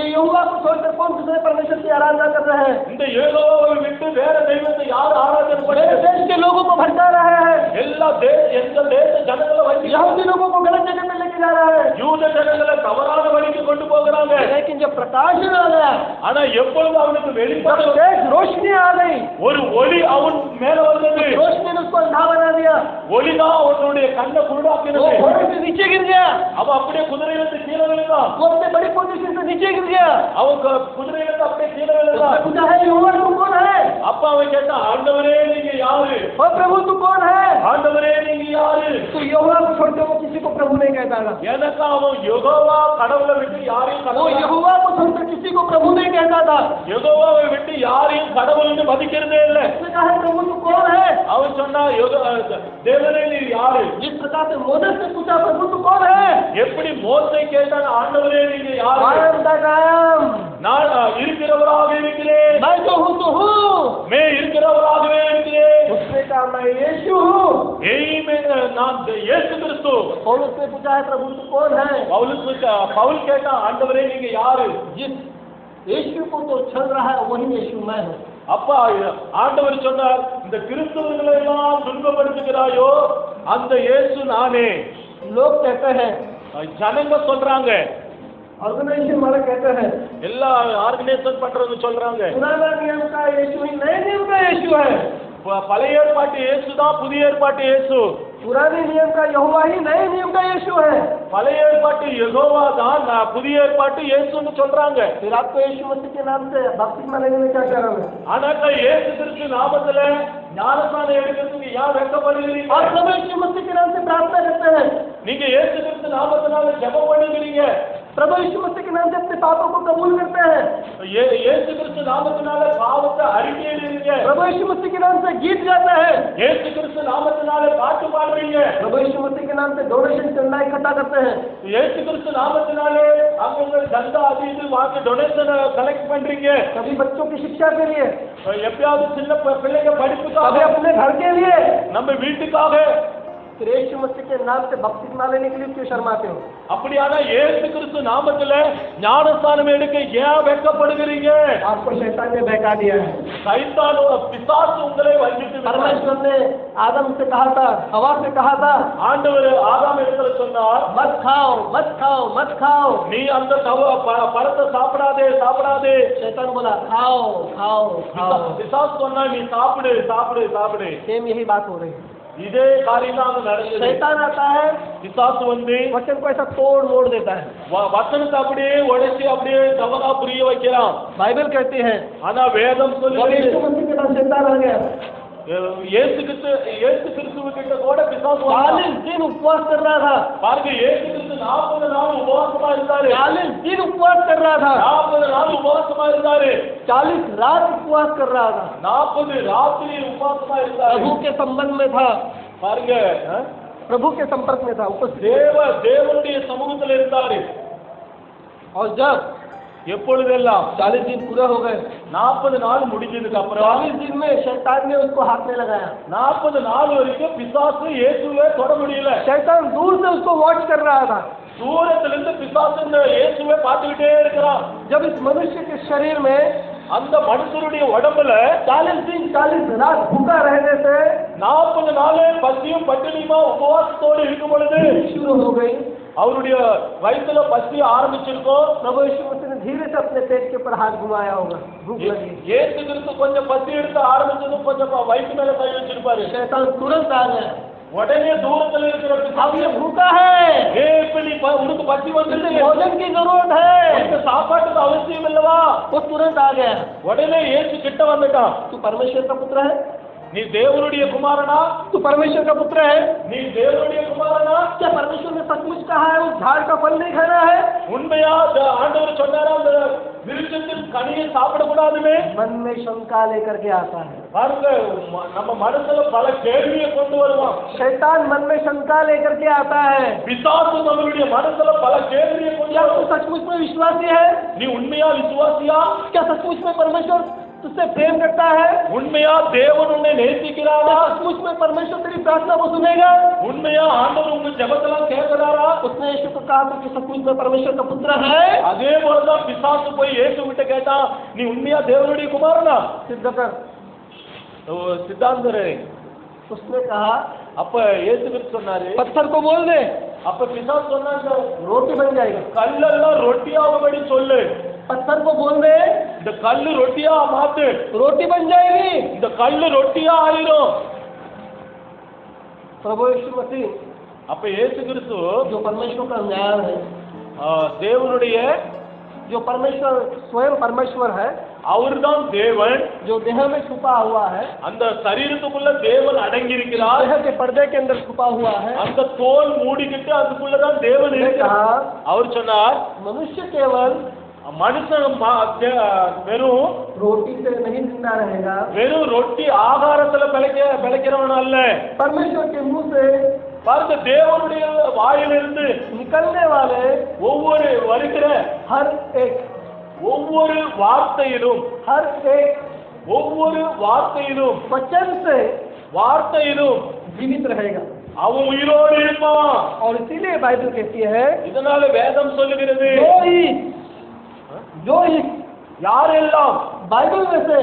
[SPEAKER 2] ये यहोवा को छोड़कर कौन दूसरे परमेश्वर की आराधना कर रहे हैं
[SPEAKER 3] இந்த யெகோவாவை விட்டு வேற தெய்வத்தை யார் ஆராதனை
[SPEAKER 2] मेरे
[SPEAKER 3] பண்ண
[SPEAKER 2] देश के लोगों को भटका रहा है
[SPEAKER 3] எல்லா தேச எந்த தேச ஜனங்களை வைக்கிறான்
[SPEAKER 2] यहूदी लोगों को गलत जगह में लेके जा रहा है
[SPEAKER 3] யூத ஜனங்களை தவறான வழிக்கு கொண்டு போகிறாங்க
[SPEAKER 2] लेकिन जब प्रकाश आ गया
[SPEAKER 3] ஆனா எப்பொழுது அவனுக்கு
[SPEAKER 2] जब
[SPEAKER 3] வெளிப்பாடு
[SPEAKER 2] तेज रोशनी आ गई
[SPEAKER 3] ஒரு ஒளி அவன் மேல வந்தது
[SPEAKER 2] रोशनी ने उसको अंधा बना दिया
[SPEAKER 3] ஒளிதான் அவனுடைய கண்ணை
[SPEAKER 2] वो
[SPEAKER 3] குருடாக்கினது
[SPEAKER 2] घोड़े से नीचे गिर गया
[SPEAKER 3] அவன் அப்படியே குதிரையிலிருந்து கீழே விழுந்தான்
[SPEAKER 2] वो अपने बड़ी पोजीशन से नीचे गिर गया
[SPEAKER 3] அவன் கு- குதிரையிலிருந்து அப்படியே கீழே
[SPEAKER 2] उसने
[SPEAKER 3] விழுந்தான்
[SPEAKER 2] पूछा तो है यहोवा तू कौन है
[SPEAKER 3] அப்ப அவன் கேட்டான் ஆண்டவரே நீங்க யாரு
[SPEAKER 2] और प्रभु तू कौन है
[SPEAKER 3] ஆண்டவரே நீங்க யாரு
[SPEAKER 2] तो यहोवा को छोड़कर वो किसी को प्रभु नहीं कहता था
[SPEAKER 3] எனக்கு அவன் யெகோவா கடவுளை விட்டு யாரையும்
[SPEAKER 2] वो
[SPEAKER 3] கடவுள்
[SPEAKER 2] यहोवा को छोड़कर किसी को प्रभु नहीं कहता था
[SPEAKER 3] யெகோவாவை விட்டு யாரையும் கடவுள்னு மதிக்கிறதே இல்லை
[SPEAKER 2] उसने कहा प्रभु तू कौन है
[SPEAKER 3] அவன் சொன்னா "யெகோ- அஹ் தேவனே நீ யாரு
[SPEAKER 2] जिस प्रकार से मोदक से पूछा प्रभु तू कौन है
[SPEAKER 3] எப்படி மோசை கேட்டான் ஆண்டவரே நீங்க யாரு
[SPEAKER 2] कायम था कायम
[SPEAKER 3] நான் அஹ், இருக்கிறவராக இருக்கிறேன்
[SPEAKER 2] मैं जो हूँ तो हूँ
[SPEAKER 3] மே இருக்கிறவராகவே இருக்கிறேன்
[SPEAKER 2] उसने कहा मैं यीशु हूँ
[SPEAKER 3] ஏய், மே- நான் இயேசு கிறிஸ்து
[SPEAKER 2] और उसने पूछा है प्रभु तू कौन है
[SPEAKER 3] பவுலுக்கு பவுல் கேட்டான் ஆண்டவரே நீங்க யாரு
[SPEAKER 2] जिस यीशु को तो छल रहा है वही यीशु मैं हूँ
[SPEAKER 3] அப்பா ஆண்டவர் சொன்னார் இந்த கிறிஸ்தவர்களை எல்லாம் துன்பப்படுத்துகிறாயோ அந்த இயேசு நானே
[SPEAKER 2] लोग कहते हैं
[SPEAKER 3] ஜனங்க சொல்றாங்க
[SPEAKER 2] ऑर्गेनाइजेशन वाले कहते हैं
[SPEAKER 3] எல்லா ஆர்கனைசேஷன் பண்றவங்க சொல்றாங்க
[SPEAKER 2] पुराना नियम का यीशु ही नए नियम का यीशु है
[SPEAKER 3] ப- பழைய ஏற்பாட்டு இயேசு தான் புதிய ஏற்பாட்டு இயேசு
[SPEAKER 2] पुराने नियम का यहोवा ही नए नियम का यीशु है
[SPEAKER 3] பழைய ஏற்பாட்டு எகோவா தான் நான் புதிய ஏற்பாட்டு இயேசுன்னு சொல்றாங்க
[SPEAKER 2] फिर आपको यीशु मसीह के नाम से बपतिस्मा लेने में क्या कारण है
[SPEAKER 3] ஆனாக்கா இயேசு கிறிஸ்து நாமத்துல ஞானஸ்தானம் எடுக்கிறதுக்கு யார் வெட்கப்படுகிறீங்க
[SPEAKER 2] आप सब यीशु मसीह के नाम से प्रार्थना करते हैं
[SPEAKER 3] நீங்க இயேசு கிறிஸ்து நாமத்தினால ஜெபம் பண்ணுகிறீங்க
[SPEAKER 2] प्रभु यीशु मसीह के नाम से अपने पापों को कबूल करते हैं
[SPEAKER 3] இயே- இயேசு கிறிஸ்து நாமத்தினால பாவத்தை அறிக்கையிடுறீங்க
[SPEAKER 2] प्रभु यीशु मसीह के नाम से गीत गाता है
[SPEAKER 3] இயேசு கிறிஸ்து நாமத்தினால பாட்டு பாடுறீங்க
[SPEAKER 2] प्रभु यीशु मसीह के नाम से डोनेशन चंदा इकट्ठा करते हैं
[SPEAKER 3] இயேசு கிறிஸ்து நாமத்தினாலே அவங்க சந்தா அது இது வாங்கி டொனேஷனை கலெக்ட் பண்றீங்க
[SPEAKER 2] कभी बच्चों की शिक्षा के लिए
[SPEAKER 3] எப்பயாவது சின்ன ப- பிள்ளைங்க
[SPEAKER 2] कभी
[SPEAKER 3] படிப்புக்காக
[SPEAKER 2] अपने घर के लिए
[SPEAKER 3] நம்ம வீட்டுக்காக
[SPEAKER 2] फिर यीशु मसीह के नाम से बपतिस्मा लेने के लिए क्यों शर्माते हो
[SPEAKER 3] அப்படியான இயேசு கிறிஸ்து நாமத்துல ஞானஸ்தானம் எடுக்க ஏன் வெட்கப்படுகிறீங்க
[SPEAKER 2] आपको शैतान ने बहका दिया है
[SPEAKER 3] சைத்தானோட பிசாசு உங்களை வஞ்சித்து விட்டார்.
[SPEAKER 2] परमेश्वर ने आदम से कहा था हवा से कहा था
[SPEAKER 3] ஆண்டவர் ஆதாம் இடத்துல சொன்னார்
[SPEAKER 2] मत खाओ मत खाओ மத் खाओ
[SPEAKER 3] நீ அந்த தவ- ப- பழத்தை சாப்பிடாதே சாப்பிடாதே
[SPEAKER 2] शैतान बोला खाओ खाओ खाओ
[SPEAKER 3] பிசாசு சொன்னா நீ சாப்பிடு சாப்பிடு சாப்பிடு
[SPEAKER 2] सेम यही बात हो रही है
[SPEAKER 3] இதே காரியம் தான் அங்க நடந்தது
[SPEAKER 2] शैतान आता है
[SPEAKER 3] பிசாசு வந்து
[SPEAKER 2] वचन को ऐसा तोड़ मोड़ देता है
[SPEAKER 3] வ- வசனத்தை அப்படியே உடைச்சு அப்படியே தவறா புரிய வைக்கலாம்
[SPEAKER 2] बाइबल कहती है
[SPEAKER 3] ஆனா வேதம்
[SPEAKER 2] और यीशु
[SPEAKER 3] சொல்லுது
[SPEAKER 2] मसीह के पास शैतान आ गया तो
[SPEAKER 3] அஹ், இயேசு கிறிஸ்து இயேசு கிறிஸ்துவ கிட்ட கூட பிசாசு வந்தான்.
[SPEAKER 2] चालीस दिन उपवास कर रहा था
[SPEAKER 3] பாருங்க இயேசு கிறிஸ்து நாற்பது நாள் உபவாசமா இருந்தாரு
[SPEAKER 2] चालीस दिन उपवास कर रहा था
[SPEAKER 3] நாற்பது நாள் உபவாசமா இருந்தாரு
[SPEAKER 2] चालीस रात उपवास कर रहा था
[SPEAKER 3] நாற்பது ராத்திரி உபவாசமா இருந்தாரு
[SPEAKER 2] प्रभु के संबंध में था
[SPEAKER 3] பாருங்க அஹ்,
[SPEAKER 2] प्रभु के संपर्क में था उपस्थित
[SPEAKER 3] தேவ தேவனுடைய சமூகத்துல இருந்தாரு
[SPEAKER 2] और जब
[SPEAKER 3] எப்பொழுதெல்லாம்
[SPEAKER 2] चालीस दिन पूरा हो गए
[SPEAKER 3] நாற்பது நாள் முடிஞ்சதுக்கு அப்புறம்
[SPEAKER 2] चालीस दिन में शैतान ने उसको हाथ में लगाया
[SPEAKER 3] நாற்பது நாள் வரைக்கும் பிசாசு இயேசுவை தொட முடியல
[SPEAKER 2] शैतान दूर से उसको वॉच कर रहा था
[SPEAKER 3] தூரத்துல இருந்து பிசாசு இந்த இயேசுவை பார்த்துக்கிட்டே இருக்கிறான்
[SPEAKER 2] जब इस मनुष्य के शरीर में
[SPEAKER 3] அந்த மனுஷருடைய உடம்புல
[SPEAKER 2] चालीस दिन चालीस रात भूखा रहने से
[SPEAKER 3] நாற்பது நாள் பசியும் பட்டினியுமா உபவாசத்தோடு இருக்கும் பொழுது
[SPEAKER 2] शुरू हो गई
[SPEAKER 3] அவருடைய வயிற்றுல பசி ஆரம்பிச்சிருக்கும்
[SPEAKER 2] प्रभु यीशु मसीह ने धीरे से अपने पेट के ऊपर हाथ घुमाया होगा भूख
[SPEAKER 3] ஏ-
[SPEAKER 2] लगी
[SPEAKER 3] இயேசு கிறிஸ்து கொஞ்சம் பசி எடுத்து ஆரம்பிச்சதும் கொஞ்சம் ப- வயிற்று மேல கை வச்சிருப்பாரு
[SPEAKER 2] शैतान तुरंत आ गया
[SPEAKER 3] உடனே தூரத்துல இருக்கிற
[SPEAKER 2] अब
[SPEAKER 3] பிசாசு
[SPEAKER 2] ये भूखा है
[SPEAKER 3] ஏ இப்ப நீ ப- உனக்கு பசி
[SPEAKER 2] उसे
[SPEAKER 3] வந்துருச்சு
[SPEAKER 2] भोजन की जरूरत है
[SPEAKER 3] உனக்கு சாப்பாட்டுக்கு அவசியம் இல்லவா
[SPEAKER 2] वो तुरंत आ गया
[SPEAKER 3] உடனே இயேசு கிட்ட வந்துட்டான்
[SPEAKER 2] तू परमेश्वर का पुत्र है
[SPEAKER 3] நீ தேவனுடைய குமாரனா
[SPEAKER 2] तू परमेश्वर का पुत्र है
[SPEAKER 3] நீ देवனுடைய குமாரனா
[SPEAKER 2] क्या परमेश्वर ने सचमुच कहा है उस झाड़ का फल नहीं खाना है
[SPEAKER 3] உண்மையா த- ஆண்டவர் சொன்னாரா அந்த விருட்சத்தின் கனியை சாப்பிடக்கூடாதுன்னு
[SPEAKER 2] मन में शंका लेकर के आता है
[SPEAKER 3] பாருங்க ம- நம்ம மனசுல பல கேள்வியை கொண்டு வருவான்
[SPEAKER 2] शैतान मन में शंका लेकर के आता है
[SPEAKER 3] பிசாசு நம்மளுடைய மனசுல பல கேள்வியை கொண்டு
[SPEAKER 2] क्या तू
[SPEAKER 3] வருவான்.
[SPEAKER 2] सचमुच में विश्वासी है
[SPEAKER 3] நீ उண்மையா விசுவாசியா
[SPEAKER 2] क्या सचमुच में परमेश्वर तुझसे प्रेम करता है
[SPEAKER 3] உண்மையா தேவன் உன்னை நேசிக்கிறாரா
[SPEAKER 2] क्या सचमुच में परमेश्वर तेरी प्रार्थना को सुनेगा
[SPEAKER 3] உண்மையா ஆண்டவர் உங்க ஜெபத்தெல்லாம் கேட்கிறாரா
[SPEAKER 2] उसने यीशु को कहा था कि सचमुच में परमेश्वर का पुत्र है
[SPEAKER 3] அதே போலதான் பிசாசு போய் இயேசு கிட்ட கேட்டா நீ உண்மையா தேவனுடைய குமாரனா
[SPEAKER 2] सिद्ध कर
[SPEAKER 3] ஓ, சித்தாந்தரே
[SPEAKER 2] उसने कहा
[SPEAKER 3] அப்ப இயேசு கிறிஸ்து சொன்னாரு
[SPEAKER 2] पत्थर को बोल दे
[SPEAKER 3] அப்ப பிசாசு சொன்னாங்க
[SPEAKER 2] रोटी बन जाएगा
[SPEAKER 3] கல்லெல்லாம் ரொட்டியாகும்படி சொல்லு
[SPEAKER 2] पत्थर को बोल दे
[SPEAKER 3] இந்த கல்லு ரொட்டியா மாத்து
[SPEAKER 2] रोटी बन जाएगी
[SPEAKER 3] இந்த கல்லு ரொட்டியா ஆயிரும்
[SPEAKER 2] प्रभु यीशु मसीह
[SPEAKER 3] அப்ப இயேசு கிறிஸ்து
[SPEAKER 2] जो परमेश्वर का न्याय है
[SPEAKER 3] ஆ, தேவனுடைய
[SPEAKER 2] जो परमेश्वर स्वयं परमेश्वर है
[SPEAKER 3] அவர்தான் தேவன்
[SPEAKER 2] जो देह में छुपा हुआ है
[SPEAKER 3] அந்த சரீரத்துக்குள்ள தேவன் அடங்கியிருக்கிறார்
[SPEAKER 2] देह के पर्दे के अंदर छुपा हुआ है
[SPEAKER 3] அந்த தோல் மூடிக்கிட்டு அதுக்குள்ளதான் தேவன்
[SPEAKER 2] उसने
[SPEAKER 3] இருக்கிறார்
[SPEAKER 2] कहा
[SPEAKER 3] அவர் சொன்னார்
[SPEAKER 2] मनुष्य केवल
[SPEAKER 3] மனுஷன் மா- தே- வெறும்
[SPEAKER 2] रोटी से नहीं जिंदा रहेगा
[SPEAKER 3] வெறும் ரொட்டி ஆகாரத்துல பிழைக்க பிழைக்கிறவன் அல்ல
[SPEAKER 2] परमेश्वर के मुंह से
[SPEAKER 3] பாருங்க தேவனுடைய வாயிலிருந்து
[SPEAKER 2] निकलने वाले
[SPEAKER 3] ஒவ்வொரு வருகிற
[SPEAKER 2] हर एक
[SPEAKER 3] ஒவ்வொரு வார்த்தையிலும்
[SPEAKER 2] हर एक
[SPEAKER 3] ஒவ்வொரு வார்த்தையிலும்
[SPEAKER 2] वचन से
[SPEAKER 3] வார்த்தையிலும்
[SPEAKER 2] जीवित रहेगा
[SPEAKER 3] அவன் உயிரோடு இருப்பான்
[SPEAKER 2] और इसीलिए बाइबल कहती है
[SPEAKER 3] இதனால வேதம் சொல்லுகிறது
[SPEAKER 2] जो ही जो ही
[SPEAKER 3] யாரெல்லாம்
[SPEAKER 2] बाइबल में से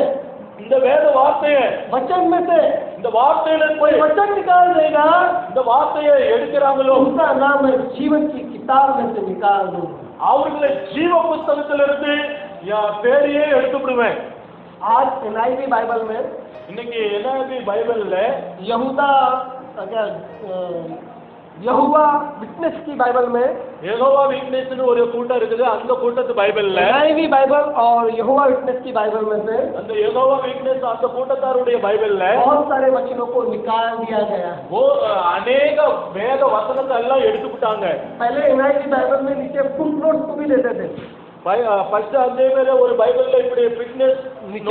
[SPEAKER 3] இந்த வேத வார்த்தைய
[SPEAKER 2] वचन में से
[SPEAKER 3] இந்த வார்த்தையில
[SPEAKER 2] कोई
[SPEAKER 3] போய்
[SPEAKER 2] वचन निकाल देगा
[SPEAKER 3] இந்த வார்த்தையை
[SPEAKER 2] तो
[SPEAKER 3] எடுக்கிறாங்களோ
[SPEAKER 2] उसका नाम है जीवन की किताब में से निकाल दो
[SPEAKER 3] அவர்களை ஜீவ புத்தகத்திலிருந்து என் பேரையே எடுத்துவிடுவேன்
[SPEAKER 2] आज एन बाइबल में
[SPEAKER 3] இன்னைக்கு என்ன பைபிள்ல
[SPEAKER 2] यहूदा अ, क्या अ, यहुवा विटनेस की बाइबल में
[SPEAKER 3] ஏகோவா வீக்னஸ்னு ஒரு கூட்டம் இருக்குது அந்த கூட்டத்து பைபிள்ல
[SPEAKER 2] एन बाइबल और यहुवा विटनेस की बाइबल में से
[SPEAKER 3] அந்த ஏகோவா வீக்னஸ் அந்த கூட்டத்தாருடைய பைபிள்ல
[SPEAKER 2] बहुत सारे वचनों को निकाल दिया गया है
[SPEAKER 3] ஓ- அநேக வேத வசனத்தை எல்லாம் எடுத்துக்கிட்டாங்க
[SPEAKER 2] पहले एन बाइबल में नीचे फुट नोट को भी देते थे
[SPEAKER 3] ஃபர்ஸ்ட் அத்தியாயமே ஒரு பைபிள்ல இப்படி ஃபிட்னஸ்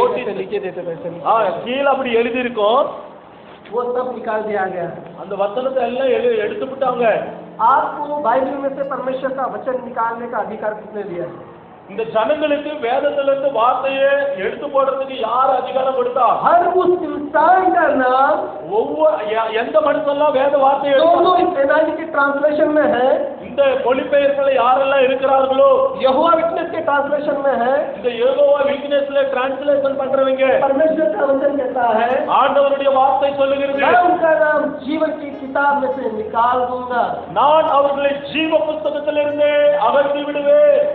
[SPEAKER 3] நோட்டீஸ்
[SPEAKER 2] नीचे देते थे ऐसे।
[SPEAKER 3] ஆ கீழே அப்படி எழுதி இருக்கும்
[SPEAKER 2] वो सब निकाल दिया गया है
[SPEAKER 3] அந்த வசனத்தை எல்லாம் எழு எடுத்து விட்டாங்க
[SPEAKER 2] आपको बाइबल में से परमेश्वर का वचन निकालने का अधिकार किसने दिया है?
[SPEAKER 3] இந்த ஜனங்களுக்கு வேதத்துல இருந்து வார்த்தையை எடுத்து போடுறதுக்கு யார் அதிகாரம் கொடுத்தா
[SPEAKER 2] हर उस इंसान का नाम
[SPEAKER 3] ஒவ்வொரு எ- எந்த மனுஷன்லாம் வேத வார்த்தையை
[SPEAKER 2] जो जो
[SPEAKER 3] எடுத்து
[SPEAKER 2] इस NIV के ट्रांसलेशन में है
[SPEAKER 3] இந்த மொழிபெயர்ப்புல யாரெல்லாம் இருக்கிறார்களோ
[SPEAKER 2] यहोवा विटनेस के ट्रांसलेशन में है
[SPEAKER 3] இந்த ஏகோவா வீக்னஸ்ல டிரான்ஸ்லேஷன் பண்றவங்க
[SPEAKER 2] परमेश्वर का वचन कहता है
[SPEAKER 3] ஆண்டவருடைய வார்த்தை சொல்லுகிறது
[SPEAKER 2] मैं उनका नाम जीवन की किताब में से निकाल दूंगा
[SPEAKER 3] நான் அவர்களை ஜீவ புத்தகத்திலிருந்து அகற்றி விடுவேன்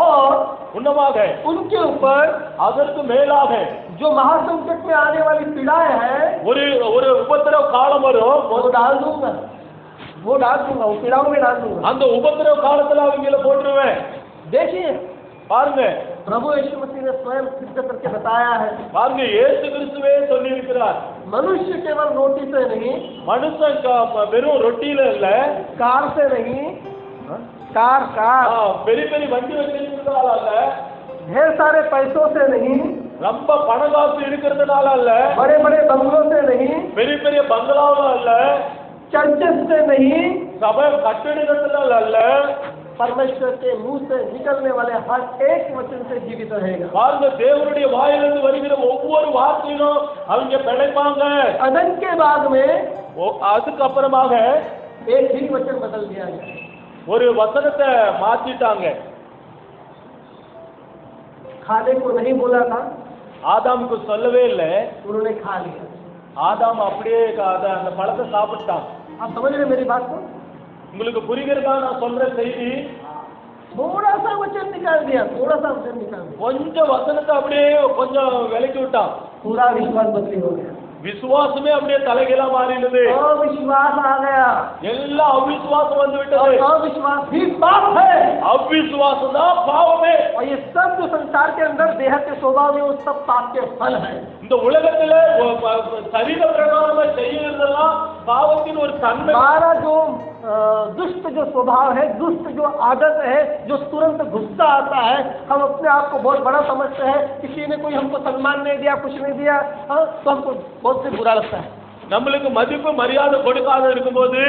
[SPEAKER 2] और
[SPEAKER 3] உன்னமாக
[SPEAKER 2] उनके ऊपर
[SPEAKER 3] அதற்கு மேலாக
[SPEAKER 2] जो महासंकट में आने वाली पीड़ाएं हैं
[SPEAKER 3] ஒரு ஒரு உபத்திரவ காலம் வரும்
[SPEAKER 2] वो डाल दूंगा वो डाल दूंगा वो पीड़ाओं में डाल दूंगा
[SPEAKER 3] அந்த உபத்திரவ காலத்துல அவங்கள போட்டுருவேன்
[SPEAKER 2] देखिए
[SPEAKER 3] பாருங்க
[SPEAKER 2] प्रभु यीशु मसीह ने स्वयं सिद्ध करके बताया है
[SPEAKER 3] பாருங்க இயேசு கிறிஸ்துவே சொல்லி இருக்கிறார்
[SPEAKER 2] मनुष्य केवल रोटी से नहीं
[SPEAKER 3] மனுஷன் க- வெறும் ரொட்டியில இல்ல
[SPEAKER 2] कार से नहीं हाँ? कार
[SPEAKER 3] ஆ,
[SPEAKER 2] कार
[SPEAKER 3] பெரிய பெரிய வண்டி வச்சிருக்கிறதால அல்ல
[SPEAKER 2] ढेर सारे पैसों से नहीं
[SPEAKER 3] ரொம்ப பண காசு இருக்கிறதுனால அல்ல
[SPEAKER 2] बड़े बड़े बंगलों से नहीं
[SPEAKER 3] பெரிய பெரிய பங்களாவும் அல்ல
[SPEAKER 2] चर्चेस से नहीं
[SPEAKER 3] சபை கட்டிடங்களால் அல்ல
[SPEAKER 2] परमेश्वर के मुंह से निकलने वाले हर एक वचन से जीवित रहेगा
[SPEAKER 3] பாருங்க தேவனுடைய வாயிலிருந்து வருகிற ஒவ்வொரு வார்த்தையிலும் அவங்க பிழைப்பாங்க
[SPEAKER 2] अदन के बाद में एक
[SPEAKER 3] ஒ- அதுக்கப்புறமாக
[SPEAKER 2] ही वचन बदल दिया गया
[SPEAKER 3] ஒரு வசனத்தை மாத்திட்டாங்க
[SPEAKER 2] खाने को नहीं बोला था
[SPEAKER 3] ஆதாமுக்கு சொல்லவே இல்லை
[SPEAKER 2] उन्होंने खा लिया
[SPEAKER 3] ஆதாம் அப்படியே க- அத- அந்த பழத்தை சாப்பிட்டான்
[SPEAKER 2] आप समझ रहे मेरी बात को
[SPEAKER 3] உங்களுக்கு புரிகிறதா நான் சொல்ற செய்தி
[SPEAKER 2] थोड़ा सा वचन निकाल दिया थोड़ा सा वचन निकाल दिया
[SPEAKER 3] கொஞ்சம் வசனத்தை அப்படியே கொஞ்சம் விலக்கி விட்டான்
[SPEAKER 2] पूरा विश्वास बदली हो गया
[SPEAKER 3] விசுவாசமே அப்படியே தலைகீழா மாறிடுது
[SPEAKER 2] अविश्वास आ गया
[SPEAKER 3] எல்லா அவிசுவாசம் வந்து
[SPEAKER 2] और
[SPEAKER 3] விட்டது
[SPEAKER 2] अविश्वास भी पाप है
[SPEAKER 3] அவிசுவாசம் தான் पावமே
[SPEAKER 2] और ये सब जो संसार के अंदर देह के स्वभाव में वो सब पाप के फल है
[SPEAKER 3] இந்த உலகத்துல ஒ- ப- ப- சரீர பிரகாரமா செய்யறதெல்லாம் பாவத்தின் ஒரு தன்மை
[SPEAKER 2] हमारा जो अ, दुष्ट जो स्वभाव है दुष्ट जो आदत है जो तुरंत गुस्सा आता है हम अपने आप को बहुत बड़ा समझते हैं किसी ने कोई हमको सम्मान नहीं दिया कुछ नहीं दिया हाँ तो हमको बहुत से बुरा लगता है
[SPEAKER 3] நம்மளுக்கு மதிப்பு மரியாதை கொடுக்காத இருக்கும்போது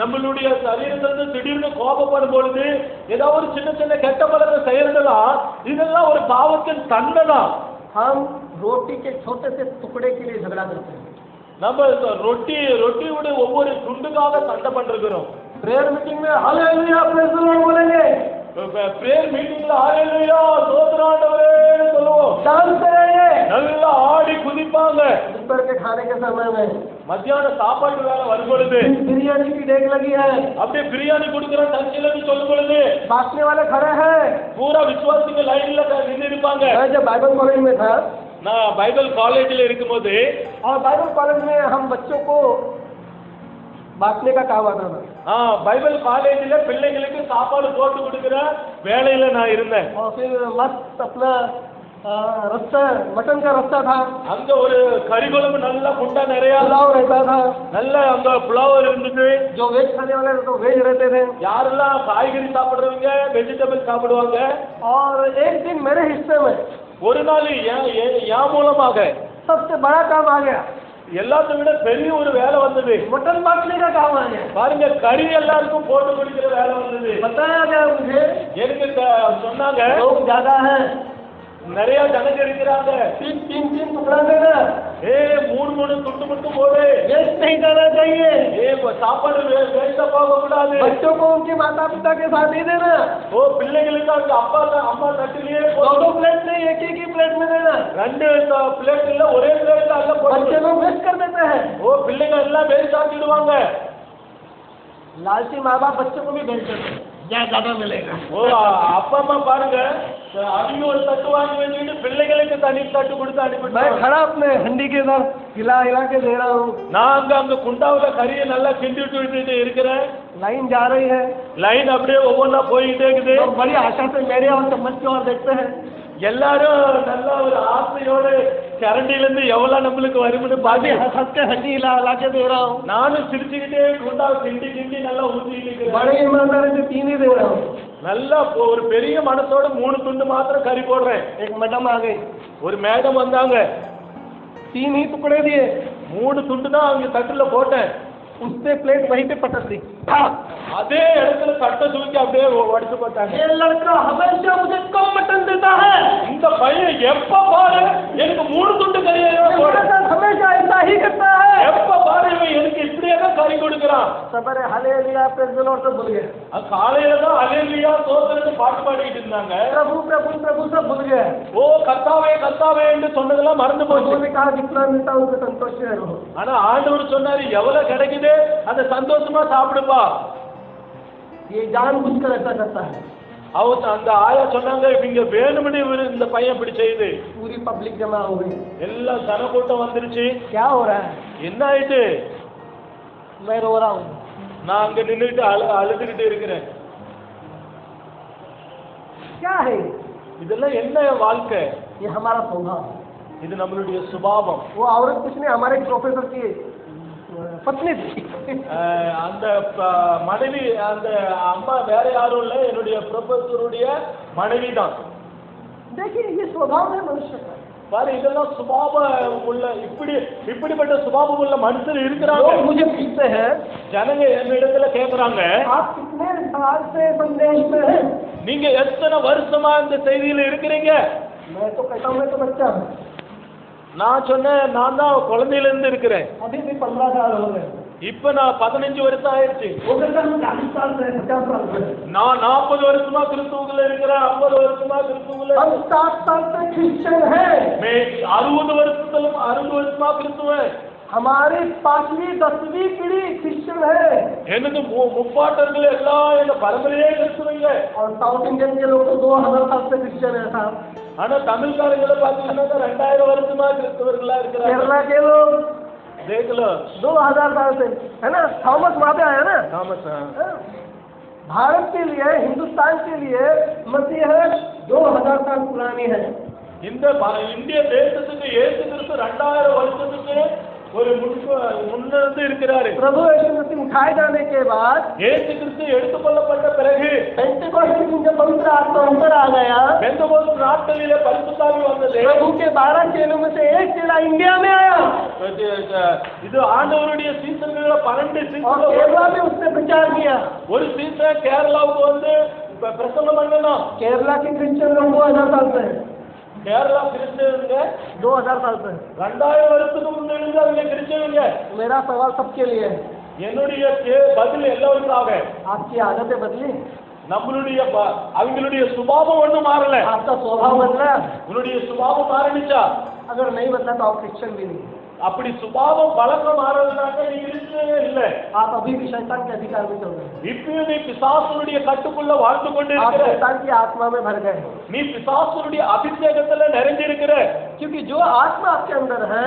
[SPEAKER 3] நம்மளுடைய சரீரத்திலிருந்து திடீர்னு கோபப்படும் பொழுது ஏதோ ஒரு சின்ன சின்ன கெட்ட பழத்தை செய்யறதெல்லாம் இதெல்லாம் ஒரு பாவத்தின் தன்மை தான்
[SPEAKER 2] हम रोटी के छोटे से टुकड़े के लिए झगड़ा करते हैं
[SPEAKER 3] நம்ம இந்த ரொட்டி ரொட்டியோட ஒவ்வொரு துண்டுக்காக சண்டை பண்ணிருக்கிறோம்
[SPEAKER 2] प्रेयर मीटिंग में हाल प्रेस द लॉर्ड बोलेंगे
[SPEAKER 3] பிரேயர் மீட்டிங்ல ஆலையா சோதராண்டவரே சொல்லுவோம்
[SPEAKER 2] डांस करेंगे
[SPEAKER 3] நல்லா ஆடி குதிப்பாங்க
[SPEAKER 2] दोपहर के खाने के समय में
[SPEAKER 3] மத்தியான சாப்பாடு வேலை வரும் பொழுது
[SPEAKER 2] बिरयानी की डेग लगी है
[SPEAKER 3] அப்படியே பிரியாணி கொடுக்குற தச்சிலன்னு சொல்லும் பொழுது
[SPEAKER 2] बांटने वाले खड़े हैं
[SPEAKER 3] பூரா விசுவாசிங்க லைன்ல நின்று இருப்பாங்க
[SPEAKER 2] मैं जब बाइबल कॉलेज में था
[SPEAKER 3] நான் பைபிள் காலேஜில் இருக்கும்போது
[SPEAKER 2] और बाइबल कॉलेज में हम बच्चों को बांटने का काम आता था
[SPEAKER 3] ஆ, பைபிள் காலேஜில் பிள்ளைங்களுக்கு சாப்பாடு போட்டு கொடுக்குற வேலையில நான் இருந்தேன்
[SPEAKER 2] और फिर मस्त अपना अ, रस्ता मटन का रस्ता था
[SPEAKER 3] அங்க ஒரு கறிக்குழம்பு நல்லா குண்டா நிறையா
[SPEAKER 2] पुलाव रहता था
[SPEAKER 3] நல்லா அங்க புலாவ் இருந்தது
[SPEAKER 2] जो वेज खाने वाले थे तो वेज रहते थे
[SPEAKER 3] யாரெல்லாம் காய்கறி சாப்பிடுறவங்க வெஜிடபிள் சாப்பிடுவாங்க
[SPEAKER 2] और एक दिन मेरे हिस्से में
[SPEAKER 3] ஒரு நாள் என் என்- என் மூலமாக
[SPEAKER 2] सबसे बड़ा काम आ गया
[SPEAKER 3] எல்லாத்த விட பெரிய ஒரு வேலை வந்தது
[SPEAKER 2] मटन बांटने का काम आ गया
[SPEAKER 3] பாருங்க கறி எல்லாருக்கும் போட்டு கொடுக்கிற வேலை வந்தது
[SPEAKER 2] बताया गया मुझे
[SPEAKER 3] எனக்கு த- சொன்னாங்க
[SPEAKER 2] लोग ज्यादा हैं
[SPEAKER 3] நிறைய ஜனங்க இருக்கிறாங்க
[SPEAKER 2] तीन तीन तीन टुकड़ा देना
[SPEAKER 3] ஏ மூணு மூணு துண்டு மட்டும் போடு
[SPEAKER 2] वेस्ट नहीं करना चाहिए
[SPEAKER 3] ஏ சாப்பாடு வேஸ்டா போக கூடாது
[SPEAKER 2] बच्चों को उनके माता पिता के साथ ही देना
[SPEAKER 3] ஓ பிள்ளைங்களுக்கு அவங்க அப்பா த- அம்மா தட்டிலேயே
[SPEAKER 2] दो
[SPEAKER 3] போதும்.
[SPEAKER 2] दो प्लेट नहीं एक एक ही प्लेट में देना
[SPEAKER 3] ரெண்டு பிளேட் இல்ல ஒரே பிளேட் அல்ல
[SPEAKER 2] बच्चे
[SPEAKER 3] போட்டு
[SPEAKER 2] लोग वेस्ट कर देते हैं
[SPEAKER 3] ஓ பிள்ளைங்க எல்லாம் வேஸ்ட் ஆக்கிடுவாங்க
[SPEAKER 2] लालची माँ बाप बच्चों को भी भेज देते हैं ज्यादा ज्यादा मिलेगा
[SPEAKER 3] ஓ அ- அப்பா அம்மா பாருங்க அவங்க ஒரு தட்டு வாங்கி வச்சுக்கிட்டு பிள்ளைங்களுக்கு தனி தட்டு கொடுத்து
[SPEAKER 2] मैं
[SPEAKER 3] அனுப்பிட்டு
[SPEAKER 2] खड़ा अपने हंडी के साथ हिला हिला के दे रहा हूँ
[SPEAKER 3] நான் அங்க அந்த குண்டாவுல கறியை நல்லா கிண்டிட்டு விட்டுட்டு இருக்கிறேன்
[SPEAKER 2] लाइन जा रही है
[SPEAKER 3] லைன் அப்படியே ஒவ்வொன்றா போயிட்டே இருக்குது
[SPEAKER 2] लोग बड़ी आशा से मेरे और चम्मच की ओर देखते हैं
[SPEAKER 3] எல்லாரும் நல்ல ஒரு ஆசையோட கரண்டில இருந்து எவ்வளவு நம்மளுக்கு வரும்னு
[SPEAKER 2] अभी
[SPEAKER 3] பாதி
[SPEAKER 2] हंस हंस के हंडी हिला हिला के दे रहा हूँ
[SPEAKER 3] நானும் சிரிச்சுக்கிட்டே குண்டா கிண்டி கிண்டி நல்லா ஊற்றிக்கிட்டு இருக்கிறேன்
[SPEAKER 2] बड़े ईमानदारी से तीन ही दे रहा हूँ
[SPEAKER 3] நல்லா இப்போ ஒரு பெரிய மனசோட மூணு துண்டு மாத்திரம் கறி போடுறேன்
[SPEAKER 2] एक मैडम आ गई
[SPEAKER 3] ஒரு மேடம் வந்தாங்க
[SPEAKER 2] तीन ही टुकड़े दिए
[SPEAKER 3] மூணு துண்டு தான் அவங்க தட்டுல போட்டேன்
[SPEAKER 2] उससे प्लेट वहीं पे पटक दी हाँ।
[SPEAKER 3] அதே இடத்துல தட்டை தூக்கி அப்படியே உடச்சு போட்டாங்க
[SPEAKER 2] ये लड़का हमेशा मुझे कम मटन देता है
[SPEAKER 3] இந்த பையன் எப்ப பாரு எனக்கு மூணு துண்டு கறியை தான்
[SPEAKER 2] मेरे
[SPEAKER 3] போடுறேன்
[SPEAKER 2] साथ हमेशा ऐसा ही करता है
[SPEAKER 3] எப்ப பாரு இவன் எனக்கு இப்படியே தான் கறி கொடுக்குறான்
[SPEAKER 2] सबर हले लिया प्रेजल और सब भूल गए
[SPEAKER 3] அது காலையில தான் அலேலியா தோத்துறது பாட்டு பாடிக்கிட்டு இருந்தாங்க
[SPEAKER 2] प्रभु प्रभु प्रभु सब भूल गए
[SPEAKER 3] ஓ கத்தாவே கத்தாவே என்று சொன்னதெல்லாம் மறந்து போச்சு
[SPEAKER 2] उन्होंने कहा जितना मिलता है उससे संतोष से रहो
[SPEAKER 3] ஆனா ஆண்டவர் சொன்னாரு எவ்வளவு கிடைக்குதே அதை சந்தோஷமா சாப்பிடுப்பா
[SPEAKER 2] ये जानबूझकर ऐसा करता है
[SPEAKER 3] அவன் அந்த ஆயா சொன்னாங்க இவங்க வேணும்னு இவரு இந்த பையன் இப்படி செய்யுது
[SPEAKER 2] पूरी पब्लिक जमा हो गई
[SPEAKER 3] எல்லாம் சன கூட்டம் வந்துருச்சு
[SPEAKER 2] क्या हो रहा है
[SPEAKER 3] என்ன ஆயிட்டு
[SPEAKER 2] मैं रो रहा हूँ
[SPEAKER 3] நான் அங்க நின்றுட்டு அழு அழுதுகிட்டு இருக்கிறேன்
[SPEAKER 2] क्या है ये?
[SPEAKER 3] இதெல்லாம் என்ன வாழ்க்கை
[SPEAKER 2] ये हमारा स्वभाव है।
[SPEAKER 3] இது நம்மளுடைய சுபாவம்
[SPEAKER 2] वो औरत किसने हमारे एक प्रोफेसर की अ, पत्नी थी
[SPEAKER 3] அஹ் அந்த ப- மனைவி அந்த அம்மா வேற யாரும் இல்லை என்னுடைய ப்ரொஃபஸருடைய மனைவி தான்
[SPEAKER 2] देखिए ये स्वभाव है मनुष्य का
[SPEAKER 3] பாரு இதெல்லாம் சுபாவம் உள்ள இப்படி இப்படிப்பட்ட சுபாவம் உள்ள மனுஷர் இருக்கிறாங்க
[SPEAKER 2] लोग मुझे पूछते हैं
[SPEAKER 3] ஜனங்க என்னிடத்துல கேக்குறாங்க
[SPEAKER 2] आप कितने साल से संदेश में हैं
[SPEAKER 3] நீங்க எத்தனை வருஷமா இந்த செய்தியில இருக்கிறீங்க
[SPEAKER 2] मैं तो कहता हूँ मैं तो बच्चा हूँ
[SPEAKER 3] நான் சொன்னேன் நான் தான் குழந்தையில இருந்து இருக்கிறேன்
[SPEAKER 2] अभी भी पंद्रह साल हो गए
[SPEAKER 3] இப்ப நான் பதினஞ்சு வருஷம் आயிருச்சு
[SPEAKER 2] वो कहता है, हम चालीस साल से हैं, पचास साल से हैं।
[SPEAKER 3] நான் நாற்பது வருஷமா கிறிஸ்துவுக்குள்ள இருக்கிறேன் ஐம்பது வருஷமா கிறிஸ்துவுக்குள்ள
[SPEAKER 2] हम सात साल से क्रिश्चियन हैं
[SPEAKER 3] மே- அறுபது வருஷத்துல அறுபது வருஷமா கிறிஸ்துவன்
[SPEAKER 2] हमारी पांचवी दसवीं पीढ़ी क्रिश्चियन है
[SPEAKER 3] எனது மு- முப்பாட்டர்கள் எல்லாம் எங்க பரம்பரையே கிறிஸ்துவங்க
[SPEAKER 2] और साउथ इंडियन के लोग तो दो हजार साल से क्रिश्चियन है साहब
[SPEAKER 3] ஆனா தமிழ்காரங்களை பாத்தீங்கன்னா ரெண்டாயிரம் வருஷமா கிறிஸ்தவர்களா இருக்கிறாங்க
[SPEAKER 2] केरला के लोग
[SPEAKER 3] தேக்கல
[SPEAKER 2] दो हजार साल से है ना थॉमस वहाँ पे आया ना हाँ।
[SPEAKER 3] தாமஸ் ஆ.
[SPEAKER 2] भारत के लिए हिंदुस्तान के लिए मसीह दो हजार साल पुरानी है
[SPEAKER 3] இந்த ப- இந்திய தேசத்துக்கு ஏசு கிறிஸ்து ரெண்டாயிரம் வருஷத்துக்கு ஒரு முன்பு- முன்னிருந்து இருக்கிறாரு
[SPEAKER 2] प्रभु यीशु मसीह उठाए जाने के बाद
[SPEAKER 3] ஏசு கிறிஸ்து எடுத்துக் கொள்ளப்பட்ட பிறகு
[SPEAKER 2] पेंटिकॉस्ट दिन जब पवित्र आत्मा अंदर आ गया
[SPEAKER 3] எந்த ஒரு நாட்களில பரிசுத்தாவி வந்தது
[SPEAKER 2] प्रभु के बारह चेलों में से एक चेला इंडिया में आया
[SPEAKER 3] இது ஆண்டவருடைய சீசன்கள பன்னெண்டு
[SPEAKER 2] और
[SPEAKER 3] சீசன்ல
[SPEAKER 2] केरला में उसने प्रचार किया
[SPEAKER 3] ஒரு சீசன் கேரளாவுக்கு வந்து இப்ப பிரசங்கம் பண்ணணும்
[SPEAKER 2] केरला के क्रिश्चियन लोग दो हजार साल से हैं
[SPEAKER 3] கேரளா கிறிஸ்தவங்க
[SPEAKER 2] दो हजार साल से हैं।
[SPEAKER 3] ரெண்டாயிரம் வருஷத்துக்கு முன்னாடி அவங்க கிறிஸ்தவங்க
[SPEAKER 2] मेरा सवाल सबके लिए है
[SPEAKER 3] என்னுடைய கே- பதில் எல்லோருக்காக
[SPEAKER 2] आपकी आदतें बदली
[SPEAKER 3] நம்மளுடைய ப- அவங்களுடைய சுபாவம் ஒண்ணும் மாறல
[SPEAKER 2] आपका स्वभाव बदला
[SPEAKER 3] உன்னுடைய சுபாவம் மாறிடுச்சா
[SPEAKER 2] अगर नहीं बदला तो आप क्रिश्चियन भी नहीं
[SPEAKER 3] அப்படி சுபாவம் பழக்கம் மாறலனாக்க நீ கிறிஸ்தவ இல்ல
[SPEAKER 2] आप अभी भी शैतान के अधिकार में चल रहे हैं
[SPEAKER 3] இப்பயும் நீ பிசாசுனுடைய கட்டுக்குள்ள வாழ்ந்து கொண்டு
[SPEAKER 2] आप
[SPEAKER 3] இருக்கிற
[SPEAKER 2] शैतान की आत्मा में भर गए हैं
[SPEAKER 3] நீ பிசாசுனுடைய அபிஷேகத்துல நிறைஞ்சிருக்கிற
[SPEAKER 2] क्योंकि जो आत्मा आपके अंदर है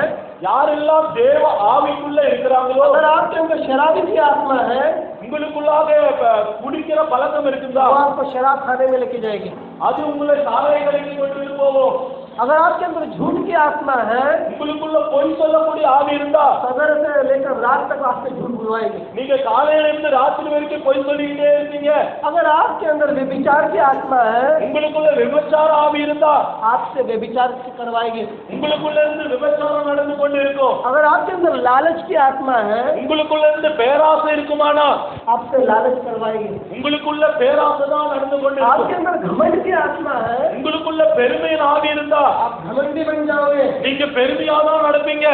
[SPEAKER 3] யாரெல்லாம் தேவ ஆவிக்குள்ள இருக்கிறாங்களோ
[SPEAKER 2] अगर आपके अंदर शराबी की आत्मा है
[SPEAKER 3] உங்களுக்குள்ளாக ப- குடிக்கிற பழக்கம்
[SPEAKER 2] तो
[SPEAKER 3] இருக்குதா
[SPEAKER 2] आपको शराब खाने में लेके जाएगी
[SPEAKER 3] அது உங்களை சாதனை கடைக்கு கொண்டு போவோம்
[SPEAKER 2] अगर आपके अंदर झूठ की आत्मा है
[SPEAKER 3] உங்களுக்குள்ள பொய் சொல்லக்கூடிய ஆவி இருந்தா
[SPEAKER 2] सदर से लेकर रात तक आपसे झूठ बुलवाएगी
[SPEAKER 3] நீங்க காலையில இருந்து ராத்திரி வரைக்கும் பொய் சொல்லிக்கிட்டே இருக்கீங்க
[SPEAKER 2] अगर आपके अंदर व्यभिचार की आत्मा है
[SPEAKER 3] உங்களுக்குள்ள விபச்சார ஆவி இருந்தா
[SPEAKER 2] आपसे व्यभिचार करवाएगी
[SPEAKER 3] உங்களுக்குள்ள இருந்து விபச்சாரம் நடந்து கொண்டு இருக்கும்
[SPEAKER 2] अगर आपके अंदर लालच की आत्मा है
[SPEAKER 3] உங்களுக்குள்ள இருந்து பேராசை இருக்குமானா
[SPEAKER 2] आपसे लालच करवाएगी
[SPEAKER 3] உங்களுக்குள்ள பேராசை தான் நடந்து கொண்டு
[SPEAKER 2] आपके
[SPEAKER 3] இருக்கும்
[SPEAKER 2] अंदर घमंड की आत्मा है
[SPEAKER 3] உங்களுக்குள்ள பெருமையின் ஆவி இருந்தா
[SPEAKER 2] आप घमंडी बन जाओगे
[SPEAKER 3] நீங்க பெருமையா தான் நடப்பீங்க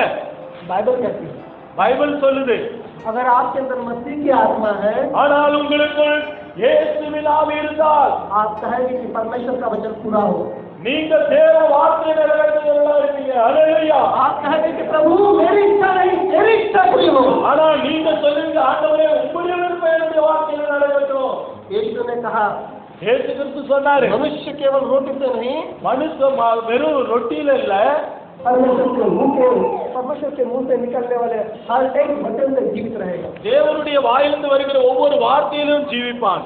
[SPEAKER 2] बाइबल कहती है
[SPEAKER 3] பைபிள் சொல்லுது
[SPEAKER 2] अगर आपके अंदर मसीह की आत्मा है
[SPEAKER 3] ஆனால் உங்களுக்குள் இயேசுவின் ஆவி இருந்தால்
[SPEAKER 2] आप कहेंगे कि परमेश्वर का वचन पूरा हो
[SPEAKER 3] நீங்க தேவ வார்த்தை நிறைவேற்றுகிறவர்களா இருப்பீங்க அல்லேலூயா
[SPEAKER 2] आप कहेंगे कि प्रभु मेरी इच्छा नहीं तेरी इच्छा पूरी हो
[SPEAKER 3] ஆனா நீங்க சொல்லுங்க ஆண்டவரே உங்களுடைய விருப்பம் என்னுடைய வார்த்தையில நடக்கட்டும்
[SPEAKER 2] यीशु ने कहा
[SPEAKER 3] ஏசு கிறிஸ்து சொன்னாரு
[SPEAKER 2] मनुष्य केवल रोटी से नहीं
[SPEAKER 3] மனுஷ ம- வெறும் ரொட்டியில இல்ல
[SPEAKER 2] परमेश्वर के मुंह के परमेश्वर के मुंह से निकलने वाले हर एक वचन से जीवित रहेगा
[SPEAKER 3] தேவனுடைய வாயிலிருந்து வருகிற ஒவ்வொரு வார்த்தையிலும் ஜீவிப்பான்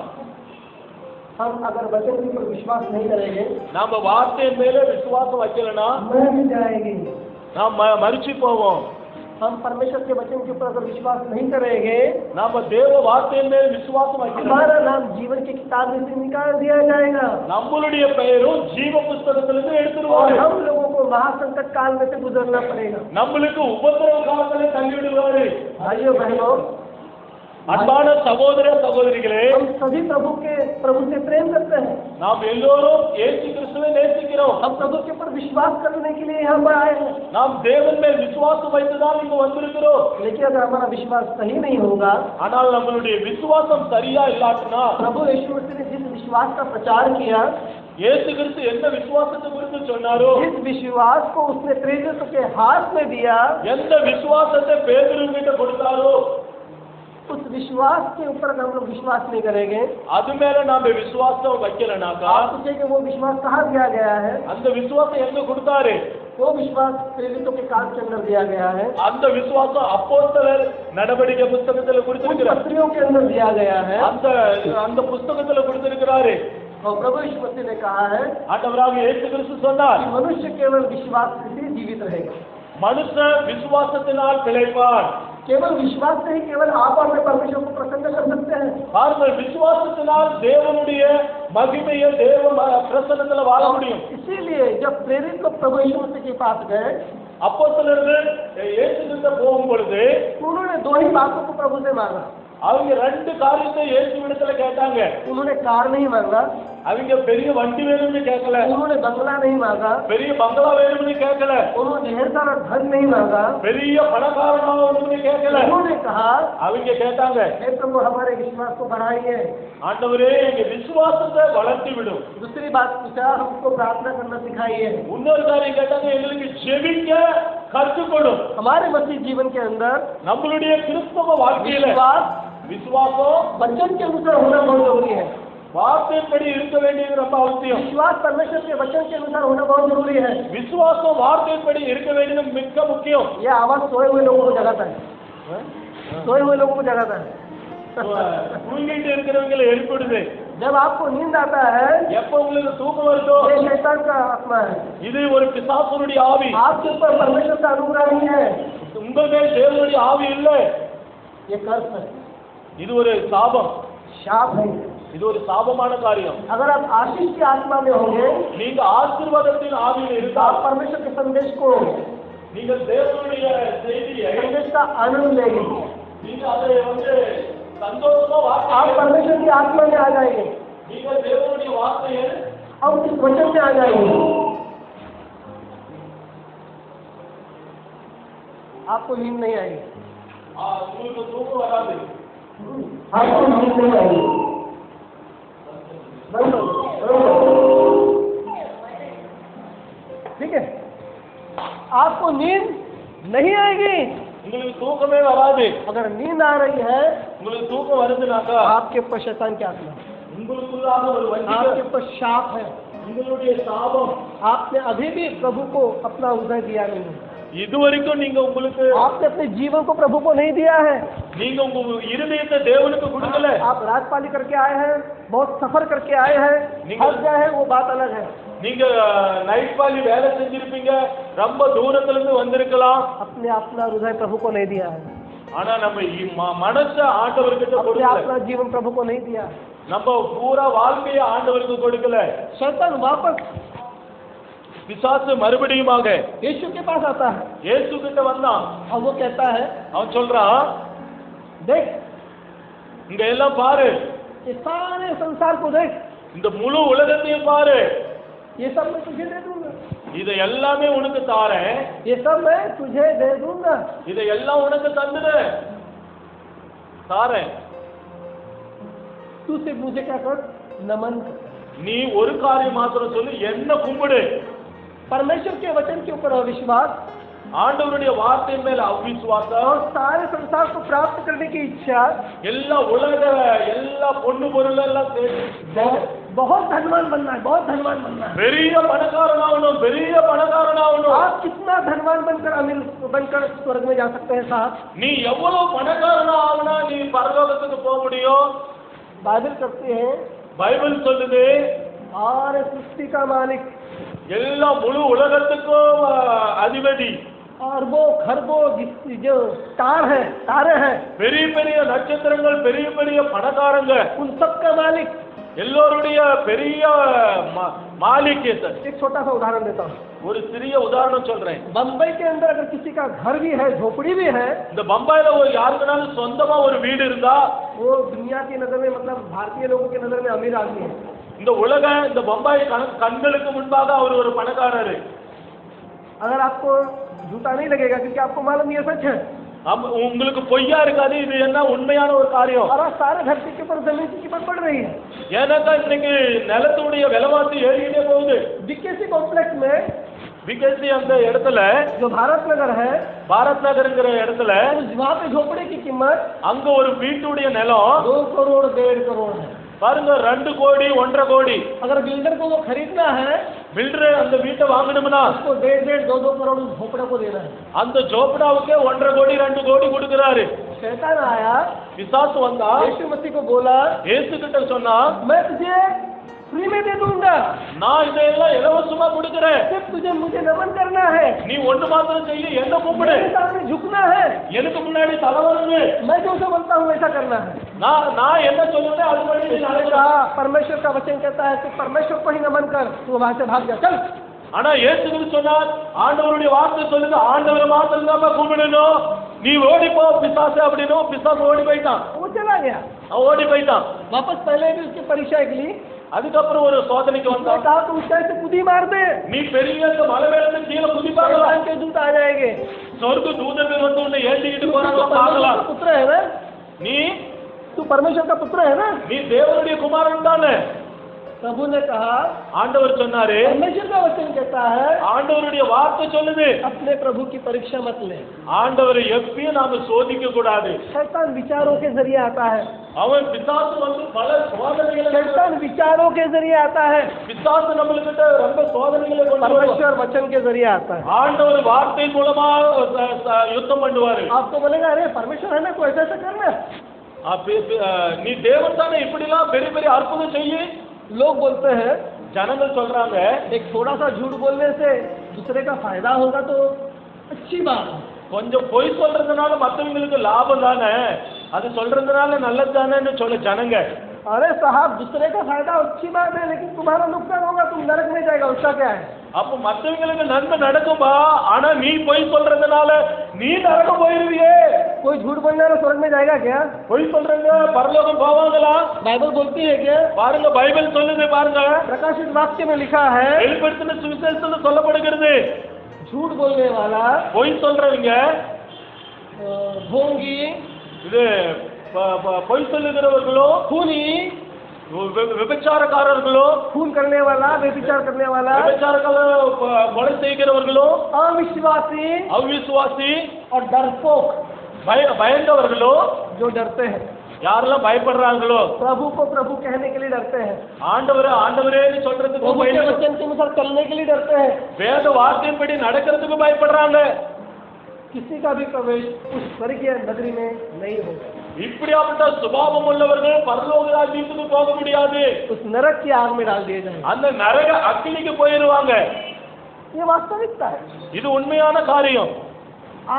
[SPEAKER 2] हम अगर वचन के ऊपर विश्वास नहीं करेंगे
[SPEAKER 3] நாம வார்த்தையின் மேல விசுவாசம் வைக்கலனா
[SPEAKER 2] मर भी जाएंगे
[SPEAKER 3] நாம் ம- மறிச்சு போவோம்
[SPEAKER 2] हम परमेश्वर के वचन के ऊपर अगर विश्वास नहीं करेंगे
[SPEAKER 3] நாம தேவ வார்த்தையின் மேல் விசுவாசம் வைக்கணும்
[SPEAKER 2] हमारा नाम जीवन की किताब में से निकाल दिया जाएगा
[SPEAKER 3] நம்மளுடைய பெயரும் ஜீவ புஸ்தகத்திலிருந்து
[SPEAKER 2] और
[SPEAKER 3] எடுத்துருவாரு
[SPEAKER 2] हम लोगों को महासंकट काल में से गुजरना पड़ेगा
[SPEAKER 3] நம்மளுக்கு உபத்திரவ காலத்துல தள்ளிவிடுவாரு
[SPEAKER 2] भाइयों बहनों
[SPEAKER 3] அன்பான சகோதர சகோதரிகளே
[SPEAKER 2] हम सभी प्रभु के प्रभु से प्रेम करते हैं
[SPEAKER 3] நாம் எல்லோரும் இயேசு கிறிஸ்துவை நேசிக்கிறோம்
[SPEAKER 2] हम प्रभु के ऊपर विश्वास करने के लिए यहाँ पर आए हैं
[SPEAKER 3] நாம் தேவன் மேல் விசுவாசம் வைத்துதான் இங்கு வந்திருக்கிறோம்
[SPEAKER 2] लेकिन अगर हमारा विश्वास सही नहीं होगा
[SPEAKER 3] ஆனால் நம்மளுடைய விசுவாசம் சரியா இல்லாட்டினா
[SPEAKER 2] प्रभु यीशु मसीह ने जिस विश्वास का प्रचार किया
[SPEAKER 3] இயேசு கிறிஸ்து என்ன விசுவாசத்தை குறித்து சொன்னாரோ
[SPEAKER 2] जिस विश्वास को उसने प्रेरित के हाथ में दिया
[SPEAKER 3] எந்த விசுவாசத்தை பேதுருங்கிட்ட கொடுத்தாரோ
[SPEAKER 2] उस विश्वास के ऊपर अगर हम लोग विश्वास नहीं करेंगे
[SPEAKER 3] ಅದು ಮೇಲೆ ನಾವು ವಿಶ್ವಾಸ ವೈಕಲನಾಕ
[SPEAKER 2] आप सोचेंगे वो विश्वास कहाँ दिया गया है
[SPEAKER 3] ಅಂತ ವಿಶ್ವಾಸ ಹೆಂಗ ಕೊಡ್ತಾರೆ
[SPEAKER 2] वो विश्वास प्रेरितों के काम के अंदर दिया गया है
[SPEAKER 3] ಅಂತ ವಿಶ್ವಾಸ ಅಪ್ಪೋಸ್ತಲರ ನಡವಳಿಕೆ ಪುಸ್ತಕದಲ್ಲಿ
[SPEAKER 2] उन
[SPEAKER 3] ಕುರಿತಿರುತ್ತಾರೆ
[SPEAKER 2] पत्रियों के अंदर दिया गया है
[SPEAKER 3] அந்த அந்த புஸ்தகத்துல கொடுத்திருக்கிறாரு
[SPEAKER 2] और प्रभु यीशु मसीह ने कहा है
[SPEAKER 3] ஆண்டவராக இயேசு கிறிஸ்து சொன்னார்
[SPEAKER 2] कि मनुष्य केवल विश्वास से ही जीवित रहेगा
[SPEAKER 3] மனுஷன் விசுவாசத்தினால் பிழைப்பான்
[SPEAKER 2] केवल विश्वास से ही केवल आप अपने परमेश्वर को प्रसन्न कर सकते हैं
[SPEAKER 3] பாருங்கள் விசுவாசத்தினால் தேவனுடைய மகிமையை தேவ ம- பிரசன்னத்துல வாழ முடியும்
[SPEAKER 2] इसीलिए जब प्रेरित लोग प्रभु यीशु मसीह के पास गए
[SPEAKER 3] அப்போ சிலர்கள் இயேசு கிட்ட போகும் பொழுது
[SPEAKER 2] तो उन्होंने दो ही बातों को प्रभु से मांगा
[SPEAKER 3] அவங்க ரெண்டு காரியத்தை இயேசு இடத்துல கேட்டாங்க
[SPEAKER 2] उन्होंने कार नहीं मांगा
[SPEAKER 3] அவங்க பெரிய வண்டி வேணும்னு கேட்கல
[SPEAKER 2] उन्होंने बंगला नहीं मांगा
[SPEAKER 3] பெரிய பங்களா வேணும்னு கேட்கல
[SPEAKER 2] उन्होंने ढेर सारा धन नहीं मांगा
[SPEAKER 3] பெரிய பணக்காரமாக வேணும்னு கேட்கல
[SPEAKER 2] उन्होंने कहा
[SPEAKER 3] அவங்க கேட்டாங்க
[SPEAKER 2] हे प्रभु हमारे विश्वास को बढ़ाइए
[SPEAKER 3] ஆண்டவரே எங்க விசுவாசத்தை வளர்த்து விடும்
[SPEAKER 2] दूसरी बात पूछा हमको प्रार्थना करना सिखाइए
[SPEAKER 3] இன்னொரு காரியம் கேட்டாங்க எங்களுக்கு செவிக்க கற்றுக் கொடும்
[SPEAKER 2] हमारे मसीह जीवन के अंदर
[SPEAKER 3] நம்மளுடைய கிறிஸ்தவ வாழ்க்கையில
[SPEAKER 2] विश्वास
[SPEAKER 3] விசுவாசம்
[SPEAKER 2] वचन के अनुसार होना बहुत जरूरी है
[SPEAKER 3] வார்த்தையின்படி இருக்க வேண்டியது ரொம்ப அவசியம்
[SPEAKER 2] विश्वास परमेश्वर के वचन के अनुसार होना बहुत जरूरी है
[SPEAKER 3] விசுவாசம் வார்த்தையின்படி இருக்க வேண்டியது மிக முக்கியம்
[SPEAKER 2] ये आवाज सोए हुए लोगों को जगाता है सोए हुए लोगों को जगाता है
[SPEAKER 3] தூங்கிட்டு இருக்கிறவங்களை எழுப்பிடுது
[SPEAKER 2] जब आपको नींद आता है
[SPEAKER 3] எப்ப உங்களுக்கு தூக்கம் வருதோ
[SPEAKER 2] ये शैतान का आत्मा है
[SPEAKER 3] இது ஒரு பிசாசுனுடைய ஆவி
[SPEAKER 2] आपके ऊपर परमेश्वर का अनुग्रह नहीं है
[SPEAKER 3] உங்க மேல் தேவனுடைய ஆவி இல்லை
[SPEAKER 2] ये कर्ज है
[SPEAKER 3] இது ஒரு சாபம்
[SPEAKER 2] शाप है
[SPEAKER 3] இது ஒரு சாபமான காரியம்
[SPEAKER 2] अगर आप आशीष की आत्मा में होंगे
[SPEAKER 3] நீங்க ஆசீர்வாதத்தின் ஆவியில்
[SPEAKER 2] तो
[SPEAKER 3] இருந்தால்
[SPEAKER 2] आप परमेश्वर के संदेश को
[SPEAKER 3] நீங்கள் தேவனுடைய செய்தியை
[SPEAKER 2] संदेश का आनंद लेंगे
[SPEAKER 3] நீங்க அதை வந்து சந்தோஷமா
[SPEAKER 2] आप
[SPEAKER 3] வார்த்தை
[SPEAKER 2] परमेश्वर की आत्मा में आ जाएंगे
[SPEAKER 3] நீங்க தேவனுடைய வார்த்தையை
[SPEAKER 2] आप इस वचन में आ जाएंगे आपको नींद नहीं आएगी
[SPEAKER 3] ஆ, உங்களுக்கு தூக்கம் வராது
[SPEAKER 2] आपको नींद नहीं तो, आएगी बंद हो, बंद हो। तो। ठीक है आपको नींद नहीं आएगी
[SPEAKER 3] உங்களுக்கு தூக்கமே வராது
[SPEAKER 2] अगर नींद आ रही है
[SPEAKER 3] உங்களுக்கு तूக்கம் வருதுனாக்கா
[SPEAKER 2] तो आपके ऊपर शैतान की आत्मा है।
[SPEAKER 3] உங்களுக்குள்ளாக ஒரு
[SPEAKER 2] आपके
[SPEAKER 3] வஞ்சகம்
[SPEAKER 2] ऊपर शाप है
[SPEAKER 3] உங்களுடைய சாபம்
[SPEAKER 2] आपने अभी भी प्रभु को अपना उदय दिया नहीं है
[SPEAKER 3] இதுவரைக்கும் நீங்க உங்களுக்கு
[SPEAKER 2] आपने अपने जीवन को प्रभु को नहीं दिया है
[SPEAKER 3] நீங்க உங்க இருதயத்தை தேவனுக்கு கொடுக்கல
[SPEAKER 2] आप राजपाली करके आए हैं बहुत सफर करके आए हैं
[SPEAKER 3] नहीं-
[SPEAKER 2] फंस गए हैं वो बात अलग है
[SPEAKER 3] நீங்க நைட் பாலி வேலை செஞ்சிருப்பீங்க ரொம்ப தூரத்துல இருந்து வந்திருக்கலாம்
[SPEAKER 2] अपने अपना हृदय प्रभु को नहीं दिया है
[SPEAKER 3] ஆனா நம்ம இ- ம- மனசை ஆண்டவர்கிட்ட
[SPEAKER 2] अपने
[SPEAKER 3] கொடுக்கல
[SPEAKER 2] अपना जीवन प्रभु को नहीं दिया है।
[SPEAKER 3] நம்ம பூரா வாழ்க்கையை ஆண்டவருக்கு கொடுக்கல
[SPEAKER 2] शैतान वापस
[SPEAKER 3] பிசாசு மறுபடியுமாக
[SPEAKER 2] यीशु के पास आता है
[SPEAKER 3] இயேசு கிட்ட வந்தான்
[SPEAKER 2] और वो कहता है
[SPEAKER 3] அவன் சொல்றான்
[SPEAKER 2] देख
[SPEAKER 3] இங்க எல்லாம் பாரு
[SPEAKER 2] ये सारे संसार को देख
[SPEAKER 3] இந்த முழு உலகத்தையும் பாரு
[SPEAKER 2] ये सब मैं तुझे दे दूंगा
[SPEAKER 3] இதை எல்லாமே உனக்கு தாரேன்
[SPEAKER 2] ये सब मैं तुझे दे दूंगा
[SPEAKER 3] இதை எல்லாம் உனக்கு தந்துடுறேன் தாரேன்
[SPEAKER 2] तू सिर्फ मुझे क्या कर नमन कर
[SPEAKER 3] நீ ஒரு காரியம் மாத்திரம் சொல்லி என்ன கும்பிடு
[SPEAKER 2] परमेश्वर के वचन के ऊपर अविश्वास
[SPEAKER 3] ஆண்டவருடைய வார்த்தையின் மேல அவிசுவாசம்
[SPEAKER 2] और सारे संसार को प्राप्त करने की इच्छा
[SPEAKER 3] எல்லா உலக எல்லா பொண்ணு பொருள் எல்லாம் சேர்த்து
[SPEAKER 2] बहुत- बहुत धनवान बनना है बहुत धनवान बनना है तो
[SPEAKER 3] பெரிய பணக்காரனாகணும் பெரிய பணக்காரனாகணும்
[SPEAKER 2] आप कितना धनवान बनकर अमीर बनकर स्वर्ग में जा सकते हैं साहब
[SPEAKER 3] நீ எவ்வளவு பணக்காரனா ஆகுனா நீ பரலோகத்துக்கு போக முடியும்
[SPEAKER 2] बाइबल करते हैं
[SPEAKER 3] பைபிள் சொல்லுது
[SPEAKER 2] और सृष्टि का मालिक
[SPEAKER 3] எல்லா முழு உலகத்துக்கும் அஹ், அதிபதி
[SPEAKER 2] अरबों खरबों जिस जो तार है तारे हैं
[SPEAKER 3] பெரிய பெரிய நட்சத்திரங்கள் பெரிய பெரிய பணக்காரங்க
[SPEAKER 2] उन सब का मालिक
[SPEAKER 3] எல்லோருடைய பெரிய ம- மாளிகை சார்
[SPEAKER 2] एक छोटा सा उदाहरण देता हूँ
[SPEAKER 3] ஒரு सिरिय உதாரணம் சொல்றேன்
[SPEAKER 2] बम्बई के अंदर अगर किसी का घर भी है झोपड़ी भी है
[SPEAKER 3] இந்த பம்பாயில ஒரு யாருக்குனாலும் சொந்தமா ஒரு வீடு இருந்தா
[SPEAKER 2] वो दुनिया की नज़र में मतलब भारतीय लोगों की नज़र में अमीर आदमी है
[SPEAKER 3] இந்த உலக இந்த பம்பாய் கண- கண்களுக்கு முன்பாக அவர் ஒரு பணக்காரரு
[SPEAKER 2] अगर आपको झूठा नहीं लगेगा क्योंकि आपको मालूम ये सच है
[SPEAKER 3] அம்- உங்களுக்கு பொய்யா இருக்காது இது என்ன உண்மையான ஒரு காரியம்
[SPEAKER 2] और आज सारे धरती के ऊपर जमीन की कीमत बढ़ रही है
[SPEAKER 3] ஏன்னாக்கா இன்னைக்கு நிலத்துடைய விலைவாசி ஏறிக்கிட்டே போகுது
[SPEAKER 2] बीकेसी कॉम्प्लेक्स में
[SPEAKER 3] பிகாசி அந்த இடத்துல
[SPEAKER 2] जो भारत नगर है
[SPEAKER 3] பாரத் நகருங்கிற இடத்துல
[SPEAKER 2] उस वहाँ पे झोपड़े की कीमत
[SPEAKER 3] அங்க ஒரு வீட்டுடைய நிலம்
[SPEAKER 2] दो करोड़ डेढ़ करोड़ है
[SPEAKER 3] பாருங்க ரெண்டு கோடி ஒன்றரை கோடி
[SPEAKER 2] अगर बिल्डर को वो खरीदना है
[SPEAKER 3] பில்டர் அந்த வீட்டை வாங்கணும்னா
[SPEAKER 2] उसको डेढ़ डेढ़ दो दो करोड़ उस झोपड़े को देना है
[SPEAKER 3] அந்த ஜோப்டாவுக்கே ஒன்றரை கோடி ரெண்டு கோடி கொடுக்குறாரு
[SPEAKER 2] शैतान आया
[SPEAKER 3] பிசாசு வந்தா
[SPEAKER 2] यीशु मसीह को बोला
[SPEAKER 3] இயேசு கிட்ட சொன்னா
[SPEAKER 2] मैं तुझे फ्री में दे दूंगा
[SPEAKER 3] நான் இதையெல்லாம் இலவசமா கொடுக்குறேன்
[SPEAKER 2] सिर्फ तुझे मुझे नमन करना है
[SPEAKER 3] நீ ஒண்ணு மாத்திரம் செய்ய என்ன கூப்பிடு
[SPEAKER 2] मेरे सामने झुकना है
[SPEAKER 3] எனக்கு முன்னாடி தலைவருங்க
[SPEAKER 2] मैं जो उसे बोलता हूँ ऐसा करना है
[SPEAKER 3] நான் நான் என்ன சொல்றேன் அதுபடி நீ
[SPEAKER 2] मैंने
[SPEAKER 3] நடக்கிறா
[SPEAKER 2] कहा परमेश्वर का वचन कहता है कि परमेश्वर को ही नमन कर तू वहां से भाग जा चल
[SPEAKER 3] ஆனா இயேசு சொன்னார் ஆண்டவருடைய வார்த்தை சொல்லுது ஆண்டவரை மாத்திரம் தான் கூப்பிடணும் நீ ஓடி போ பிசாசு அப்படின்னும் பிசாசு ஓடி போயிட்டான்
[SPEAKER 2] वो चला गया
[SPEAKER 3] அவன் ஓடி போயிட்டான்
[SPEAKER 2] वापस पहले भी उसकी परीक्षा के लिए
[SPEAKER 3] அதுக்கப்புறம் ஒரு சோதனைக்கு
[SPEAKER 2] उसने
[SPEAKER 3] வந்தான்
[SPEAKER 2] कहा तू ऊंचाई से खुद ही मार दे
[SPEAKER 3] நீ பெரிய அந்த மலை மேல இருந்து கீழே குதிப்பாங்களா
[SPEAKER 2] भगवान के दूत आ जाएंगे
[SPEAKER 3] சொர்க்க தூதர்கள் வந்து உன்னை ஏற்றிக்கிட்டு
[SPEAKER 2] तू तो
[SPEAKER 3] போறாங்களா
[SPEAKER 2] परमेश्वर का
[SPEAKER 3] பார்க்கலாம்
[SPEAKER 2] पुत्र है ना
[SPEAKER 3] நீ
[SPEAKER 2] तू परमेश्वर का पुत्र है ना
[SPEAKER 3] நீ தேவனுடைய குமாரன் தானே
[SPEAKER 2] प्रभु ने कहा
[SPEAKER 3] ஆண்டவர் சொன்னாரு
[SPEAKER 2] परमेश्वर का वचन कहता है
[SPEAKER 3] ஆண்டவருடைய வார்த்தை சொல்லுது
[SPEAKER 2] अपने प्रभु की परीक्षा मत ले
[SPEAKER 3] ஆண்டவரை எப்பயும் நாம சோதிக்க கூடாது
[SPEAKER 2] शैतान विचारों के जरिए आता है
[SPEAKER 3] அவன் பிசாசு வந்து பல சோதனைகளை
[SPEAKER 2] शैतान विचारों के जरिए आता है
[SPEAKER 3] பிசாசு நம்மளுக்கிட்ட ரொம்ப சோதனைகளை கொண்டு வருவான்.
[SPEAKER 2] परमेश्वर वचन के जरिए आता है
[SPEAKER 3] ஆண்டவர் வார்த்தை மூலமா ச- ச- யுத்தம் பண்ணுவாரு
[SPEAKER 2] आपको बोलेगा तो अरे परमेश्वर है ना कोई ऐसा ऐसा करना
[SPEAKER 3] அப்ப- இப்ப, அஹ், நீ தேவன் தானே இப்படிலாம் பெரிய பெரிய அற்புதம் செய்ய
[SPEAKER 2] लोग बोलते हैं
[SPEAKER 3] ஜனங்கள் சொல்றாங்க
[SPEAKER 2] एक थोड़ा सा झूठ बोलने से दूसरे का फायदा होगा तो अच्छी बात है
[SPEAKER 3] கொஞ்சம் பொய் சொல்றதுனால மற்றவங்களுக்கு லாபம் தானே அது சொல்றதுனால நல்லது தானேன்னு சொல்ல ஜனங்க
[SPEAKER 2] अरे साहब दूसरे का फायदा अच्छी बात है लेकिन तुम्हारा नुकसान होगा तुम नरक में जाएगा उसका क्या है
[SPEAKER 3] அப்போ மற்றவங்களுக்கு நன்மை நடக்கும்பா ஆனா நீ பொய் சொல்றதுனால நீ நரகம் போயிருவியே
[SPEAKER 2] कोई झूठ बोलने वाला स्वर्ग में जाएगा क्या
[SPEAKER 3] பொய் சொல்றவங்க பரலோகம் போவாங்களா
[SPEAKER 2] बाइबल बोलती है क्या
[SPEAKER 3] பாருங்க பைபிள் சொல்லுது பாருங்க
[SPEAKER 2] प्रकाशित वाक्य में लिखा है
[SPEAKER 3] வெளிப்படுத்தின சுவிசேஷத்துல சொல்லப்படுகிறது
[SPEAKER 2] झूठ बोलने वाला
[SPEAKER 3] பொய் சொல்றவங்க
[SPEAKER 2] अ, ढोंगी
[SPEAKER 3] இது ப- ப- பொய் சொல்லுகிறவர்களோ
[SPEAKER 2] खूनी
[SPEAKER 3] வி- வி- விபச்சாரக்காரர்களோ
[SPEAKER 2] खून करने वाला व्यभिचार करने वाला
[SPEAKER 3] விபச்சாரக்கார ப- கொலை செய்கிறவர்களோ
[SPEAKER 2] अविश्वासी
[SPEAKER 3] அவிசுவாசி
[SPEAKER 2] और डरपोक
[SPEAKER 3] பய பயந்தவர்களோ
[SPEAKER 2] जो डरते हैं
[SPEAKER 3] யாரெல்லாம் பயப்படுறாங்களோ
[SPEAKER 2] प्रभु को प्रभु कहने के लिए डरते हैं
[SPEAKER 3] ஆண்டவரே ஆண்டவரேன்னு சொல்றதுக்கு
[SPEAKER 2] प्रभु के
[SPEAKER 3] பயப்படுறாங்க.
[SPEAKER 2] वचन के अनुसार चलने के लिए डरते हैं
[SPEAKER 3] வேத வார்த்தையின்படி நடக்கிறதுக்கு பயப்படுறாங்க
[SPEAKER 2] किसी का भी प्रवेश उस स्वर्गीय नगरी में नहीं होगा
[SPEAKER 3] இப்படியாப்பட்ட சுபாவம் உள்ளவர்கள் பரலோக ராஜ்யத்துக்கு போக முடியாது
[SPEAKER 2] उस नरक की आग में डाल दिए जाएंगे
[SPEAKER 3] அந்த நரக அக்கினிக்கு போயிருவாங்க
[SPEAKER 2] ये वास्तविकता है
[SPEAKER 3] இது உண்மையான காரியம்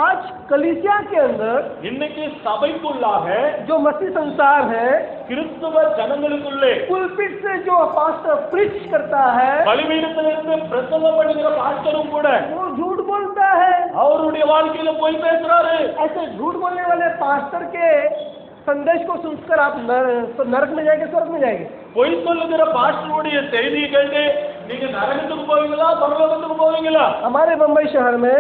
[SPEAKER 2] आज कलिसिया के अंदर
[SPEAKER 3] இன்னைக்கு சபைக்குள்ளாக
[SPEAKER 2] जो मसीह संसार है
[SPEAKER 3] கிறிஸ்துவ ஜனங்களுக்குள்ளே
[SPEAKER 2] पुलपिट से जो पास्टर प्रिच करता है
[SPEAKER 3] பலிபீடத்திலிருந்து பிரசங்கம் பண்ணுகிற பாஸ்டரும் கூட
[SPEAKER 2] वो झूठ बोलता है
[SPEAKER 3] அவருடைய வாழ்க்கையில போய் பேசுறாரு
[SPEAKER 2] ऐसे झूठ बोलने वाले पास्टर के संदेश को सुनकर आप नर, नरक में जाएंगे स्वर्ग में जाएंगे
[SPEAKER 3] பொய் சொல்லுகிற பாஸ்டருடைய செய்தியை கேட்டு நீங்க நரகத்துக்கு போவீங்களா பரலோகத்துக்கு போவீங்களா
[SPEAKER 2] हमारे मुंबई शहर में